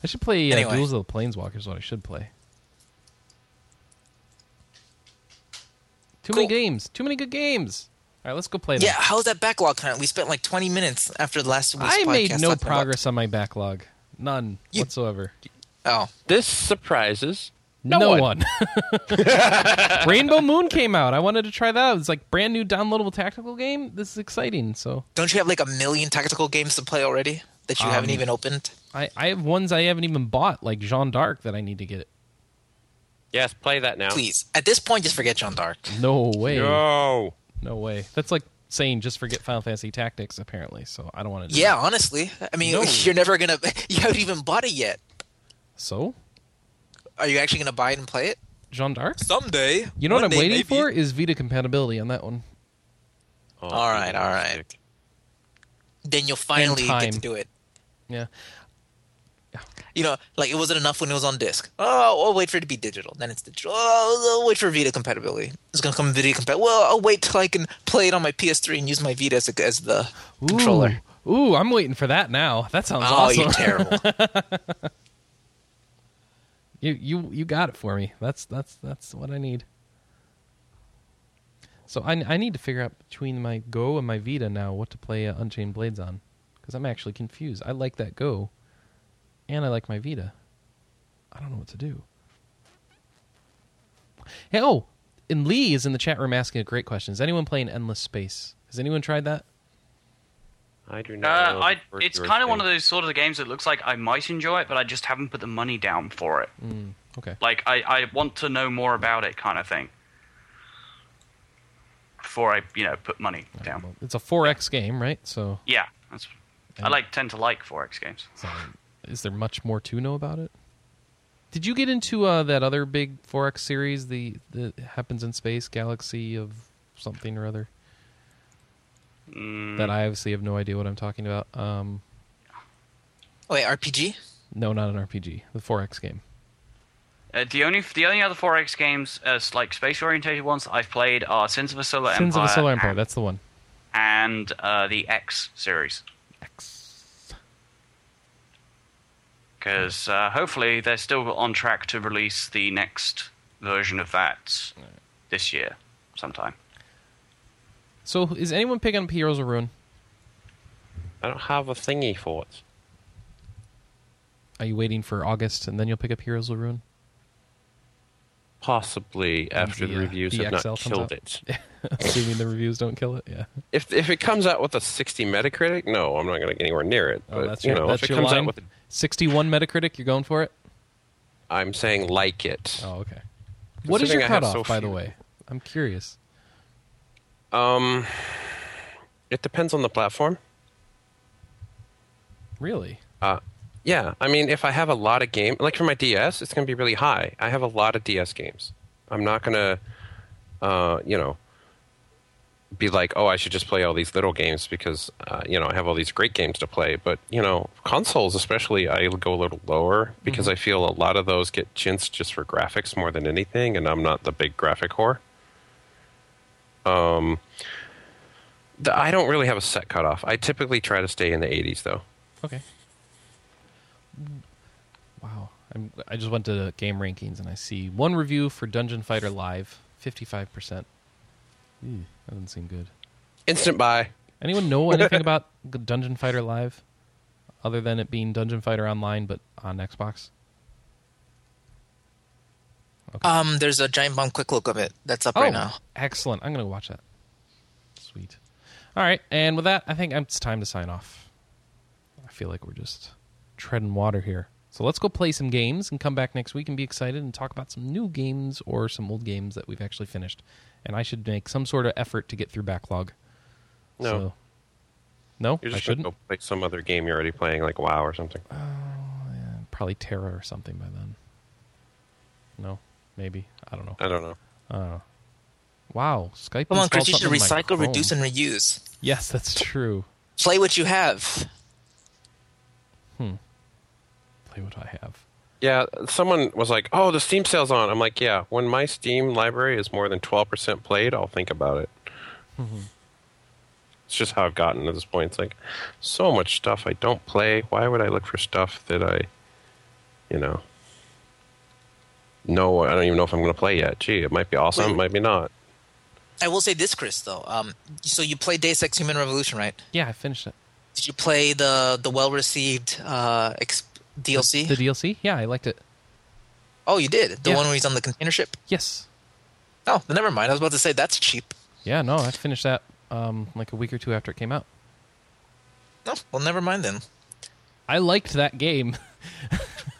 Speaker 1: I should play uh,
Speaker 4: Anyway.
Speaker 1: Duels of the Planeswalkers. Is what I should play. Too many
Speaker 4: Cool.
Speaker 1: games. Too many good games. All right, let's go play. them.
Speaker 4: Yeah, how's that backlog current? We spent like 20 minutes after the last week's
Speaker 1: I
Speaker 4: podcast.
Speaker 1: made no
Speaker 4: talking about-
Speaker 1: progress on my backlog. None whatsoever.
Speaker 4: Oh,
Speaker 2: This surprises
Speaker 1: No,
Speaker 2: no,
Speaker 1: one. Rainbow Moon came out. I wanted to try that. out. It's like brand new downloadable tactical game. This is exciting. So
Speaker 4: don't you have like a million tactical games to play already that you
Speaker 1: Um,
Speaker 4: haven't even opened?
Speaker 1: I, I have ones I haven't even bought, like Jean d'Arc that I need to get.
Speaker 2: Yes, play that now.
Speaker 4: Please, at this point, just forget John Dark.
Speaker 1: No way.
Speaker 2: No. Oh,
Speaker 1: No way. That's like saying just forget Final Fantasy Tactics, apparently. So I don't want to do
Speaker 4: Yeah,
Speaker 1: that.
Speaker 4: honestly, I mean,
Speaker 1: No.
Speaker 4: you're never gonna. You haven't even bought it yet.
Speaker 1: So?
Speaker 4: Are you actually gonna buy it and play it
Speaker 1: Jean d'Arc?
Speaker 4: someday?
Speaker 1: You know
Speaker 4: One
Speaker 1: what I'm
Speaker 4: day,
Speaker 1: waiting
Speaker 4: maybe.
Speaker 1: for is Vita compatibility on that one.
Speaker 2: Oh,
Speaker 4: All right, all right.
Speaker 2: sick.
Speaker 4: Then you'll finally
Speaker 1: time.
Speaker 4: get to do it.
Speaker 1: Yeah.
Speaker 4: You know, like it wasn't enough when it was on disc. Oh, I'll wait for it to be digital. Then it's digital. Oh, I'll wait for Vita compatibility. It's gonna come Vita compatible. Well, I'll wait till I can play it on my PS3 and use my Vita as, a, as the
Speaker 1: Ooh.
Speaker 4: controller.
Speaker 1: Ooh, I'm waiting for that now. That sounds
Speaker 4: Oh,
Speaker 1: awesome.
Speaker 4: you're terrible.
Speaker 1: You you you got it for me. That's that's that's what I need. So I I need to figure out between my Go and my Vita now what to play uh, Unchained Blades on because I'm actually confused. I like that Go, and I like my Vita. I don't know what to do. Hey, oh, and Lee is in the chat room asking a great question. Is anyone playing Endless Space? Has anyone tried that?
Speaker 2: I do
Speaker 3: Uh,
Speaker 2: not. know
Speaker 3: I,
Speaker 2: the first
Speaker 3: it's
Speaker 2: word
Speaker 3: kind of one of
Speaker 2: thing.
Speaker 3: those sort of games that looks like I might enjoy it, but I just haven't put the money down for it.
Speaker 1: Mm. Okay.
Speaker 3: Like, I, I want to know more about it, kind of thing. Before I, you know, put money down.
Speaker 1: Well, it's a 4X game, right? So,
Speaker 3: Yeah, that's. I like tend to like 4X games.
Speaker 1: so is there much more to know about it? Did you get into uh, that other big 4X series, the that happens in space, Galaxy of something or other?
Speaker 2: Mm.
Speaker 1: That I obviously have no idea what I'm talking about. Um,
Speaker 4: wait, RPG?
Speaker 1: no, not an RPG, the 4X game.
Speaker 3: Uh, the only the only other 4X games, uh, s- like space oriented ones, that I've played are Sins of a Solar Empire,
Speaker 1: Sins of a Solar Empire,
Speaker 3: and-
Speaker 1: that's the one.
Speaker 3: and uh, the X series.
Speaker 1: X.
Speaker 3: because uh, hopefully they're still on track to release the next version of that this year sometime.
Speaker 1: So, is anyone picking up Heroes of Ruin?
Speaker 2: I don't have a thingy for it.
Speaker 1: Are you waiting for August and then you'll pick up Heroes of Ruin?
Speaker 2: Possibly after the,
Speaker 1: the, uh,
Speaker 2: reviews
Speaker 1: the
Speaker 2: have
Speaker 1: XL
Speaker 2: not
Speaker 1: comes out.
Speaker 2: killed it.
Speaker 1: Assuming the reviews don't kill it, yeah.
Speaker 2: If if it comes out with a 60 Metacritic, no, I'm not going to get anywhere near it.
Speaker 1: Oh,
Speaker 2: but
Speaker 1: that's
Speaker 2: you
Speaker 1: your,
Speaker 2: know,
Speaker 1: that's
Speaker 2: if it
Speaker 1: your
Speaker 2: comes
Speaker 1: line.
Speaker 2: out with, a,
Speaker 1: 61 Metacritic, you're going for it?
Speaker 2: I'm saying like it.
Speaker 1: Oh, okay. What is your
Speaker 2: Considering I have
Speaker 1: cutoff,
Speaker 2: so
Speaker 1: by the
Speaker 2: few.
Speaker 1: way? I'm curious.
Speaker 2: Um, it depends on the platform.
Speaker 1: Really?
Speaker 2: Uh, yeah, I mean, if I have a lot of game, like for my DS, it's going to be really high. I have a lot of DS games. I'm not going to, uh, you know, be like, oh, I should just play all these little games because, uh, you know, I have all these great games to play. But you know, consoles especially, I go a little lower because I feel a lot of those get chinced just for graphics more than anything, and I'm not the big graphic whore. Um, the, I don't really have a set cutoff. I typically try to stay in the 80s though.
Speaker 1: Okay. Wow. I'm, I just went to game rankings and I see one review for Dungeon Fighter Live, 55%. That
Speaker 2: Hmm.
Speaker 1: doesn't seem good.
Speaker 2: Instant buy.
Speaker 1: Anyone know anything about g- Dungeon Fighter Live other than it being Dungeon Fighter Online but on Xbox?
Speaker 4: Um, there's a giant bomb quick look of it that's up right now.
Speaker 1: Oh, excellent. I'm going to watch that. Sweet. All right. And with that, I think it's time to sign off. I feel like we're just treading water here. So let's go play some games and come back next week and be excited and talk about some new games or some old games that we've actually finished. And I should make some sort of effort to get through backlog.
Speaker 2: No.
Speaker 1: So- no,
Speaker 2: You're
Speaker 1: I
Speaker 2: just going to
Speaker 1: shouldn't.
Speaker 2: go play some other game you're already playing, like WoW or something.
Speaker 1: Probably Terra or something by then. No, maybe. I don't know.
Speaker 2: I don't know.
Speaker 1: Wow, Skype.
Speaker 4: Come on,
Speaker 1: installed
Speaker 4: Chris, you should
Speaker 1: something in my
Speaker 4: recycle,
Speaker 1: Chrome.
Speaker 4: reduce, and reuse.
Speaker 1: Yes, that's true.
Speaker 4: Play what you have.
Speaker 1: Play what I have.
Speaker 2: Yeah, someone was like, "Oh, the Steam sale's on." I'm like, "Yeah, when my Steam library is more than 12% played, I'll think about it." It's just how I've gotten to this point. It's like so much stuff I don't play. Why would I look for stuff that I, you know, no, I don't even know if I'm going to play yet. Gee, it might be awesome, it might be not.
Speaker 4: I will say this, Chris, though. Um, so you play Deus Ex Human Revolution, right?
Speaker 1: Yeah, I finished it.
Speaker 4: Did you play the the well received uh, ex- DLC?
Speaker 1: The DLC? Yeah, I liked it.
Speaker 4: oh, you did the
Speaker 1: Yeah.
Speaker 4: one where he's on the container ship.
Speaker 1: Yes.
Speaker 4: Oh, then never mind. I was about to say that's cheap.
Speaker 1: Yeah, no, I finished that um, like a week or two after it came out.
Speaker 4: No, well, never mind then.
Speaker 1: I liked that game.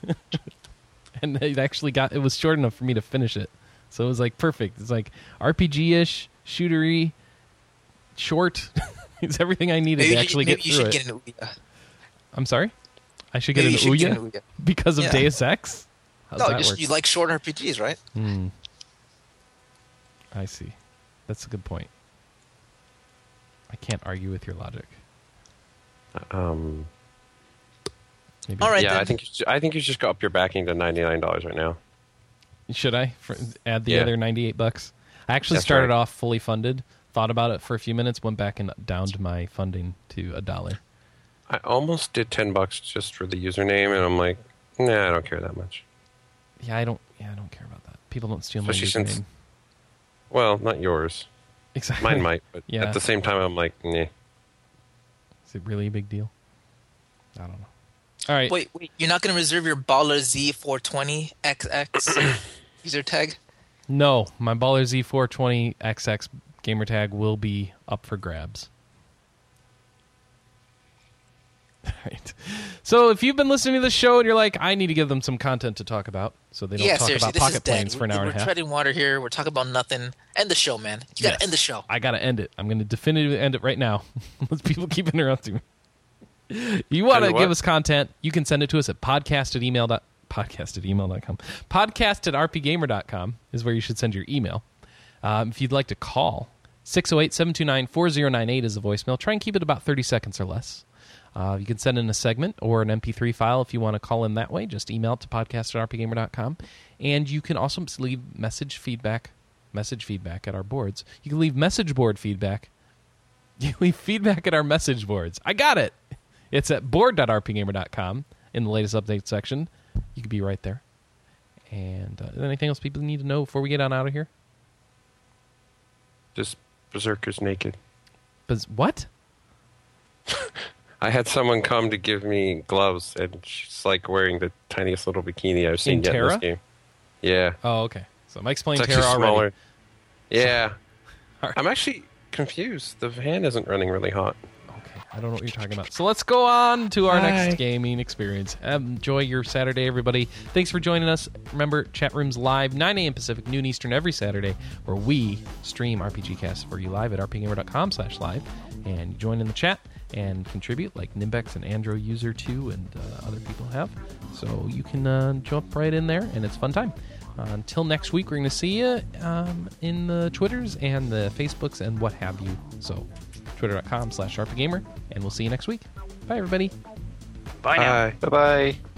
Speaker 1: and it actually got it was short enough for me to finish it. So it was like perfect. It's like RPG ish, shootery, short. it's everything I needed
Speaker 4: Maybe
Speaker 1: to
Speaker 4: you-
Speaker 1: actually
Speaker 4: maybe
Speaker 1: get
Speaker 4: you
Speaker 1: through
Speaker 4: should
Speaker 1: it.
Speaker 4: get an Ouya.
Speaker 1: I'm sorry. I should get
Speaker 4: Maybe
Speaker 1: an
Speaker 4: you
Speaker 1: Ouya
Speaker 4: should get an Ouya.
Speaker 1: because of
Speaker 4: Yeah.
Speaker 1: Deus Ex. How's
Speaker 4: No,
Speaker 1: that
Speaker 4: just
Speaker 1: work?
Speaker 4: you like short RPGs, right?
Speaker 1: Hmm. I see. That's a good point. I can't argue with your logic.
Speaker 2: Um,
Speaker 1: Maybe
Speaker 4: All right.
Speaker 2: yeah,
Speaker 4: then.
Speaker 2: I think you should, I think you should just go up your backing to ninety nine dollars right now.
Speaker 1: Should I for, add the
Speaker 2: Yeah.
Speaker 1: other 98 bucks? I actually
Speaker 2: That's
Speaker 1: started
Speaker 2: right.
Speaker 1: off fully funded, thought about it for a few minutes, went back and downed my funding to a dollar.
Speaker 2: I almost did ten bucks just for the username, and I'm like, nah, I don't care that much.
Speaker 1: Yeah, I don't yeah, I don't care about that. People don't steal my
Speaker 2: Especially
Speaker 1: username.
Speaker 2: since- Well, not yours.
Speaker 1: exactly.
Speaker 2: Mine might, but
Speaker 1: Yeah.
Speaker 2: at the same time, I'm like, nah.
Speaker 1: Is it really a big deal? I don't know. All right.
Speaker 4: Wait, wait. You're not going to reserve your Baller Z420 XX user tag?
Speaker 1: No, my Baller Z420 XX gamer tag will be up for grabs. All right. So if you've been listening to this show and you're like, I need to give them some content to talk about, so they don't
Speaker 4: yeah,
Speaker 1: talk
Speaker 4: seriously.
Speaker 1: about
Speaker 4: this is
Speaker 1: pocket
Speaker 4: dead.
Speaker 1: planes for an
Speaker 4: We're-
Speaker 1: hour
Speaker 4: We're
Speaker 1: and a half.
Speaker 4: treading water here. We're talking about nothing. End the show, man. You got to
Speaker 1: Yes.
Speaker 4: end the show.
Speaker 1: I gotta end it. I'm gonna definitively end it right now. Let people keep interrupting me. You wanna
Speaker 2: End what?
Speaker 1: give us content, you can send it to us at podcast at email dot podcast at email dot com. Podcast at rpgamer.com is where you should send your email. Um, if you'd like to call, 608 729 4098 is the voicemail. Try and keep it about 30 seconds or less. Uh, you can send in a segment or an MP3 file if you want to call in that way. Just email it to podcast at rpgamer.com. And you can also leave message feedback, message feedback at our boards. You can leave message board feedback. You leave feedback at our message boards. I got it. It's at board.rpgamer.com in the latest update section. You can be right there. And uh, is there anything else people need to know before we get on out of here?
Speaker 2: Just berserkers naked.
Speaker 1: Bes- what?
Speaker 2: I had someone come to give me gloves, and she's like wearing the tiniest little bikini I've seen
Speaker 1: In
Speaker 2: yet in
Speaker 1: Terra?
Speaker 2: this game. Yeah,
Speaker 1: Oh, okay. So Mike's playing
Speaker 2: it's
Speaker 1: Terra
Speaker 2: actually
Speaker 1: already.
Speaker 2: smaller. Yeah,
Speaker 1: Alright.
Speaker 2: I'm actually confused. The hand isn't running really hot.
Speaker 1: Okay, I don't know what you're talking about. So let's go on to our next gaming experience. Um, Enjoy your Saturday, everybody. Thanks for joining us. Remember, chat rooms live 9 a.m. Pacific, noon Eastern every Saturday, where we stream RPG Cast for you live at rpgamer.com slash live, and you join in the chat and contribute like Nimbex and Andro User 2 and uh, other people have. So you can uh, jump right in there, and it's a fun time. Uh, until next week, we're going to see you um, in the Twitters and the Facebooks and what have you. So twitter.com slash sharpagamer, and we'll see you next week. Bye, everybody.
Speaker 3: Bye now.
Speaker 2: Bye.
Speaker 6: Bye bye.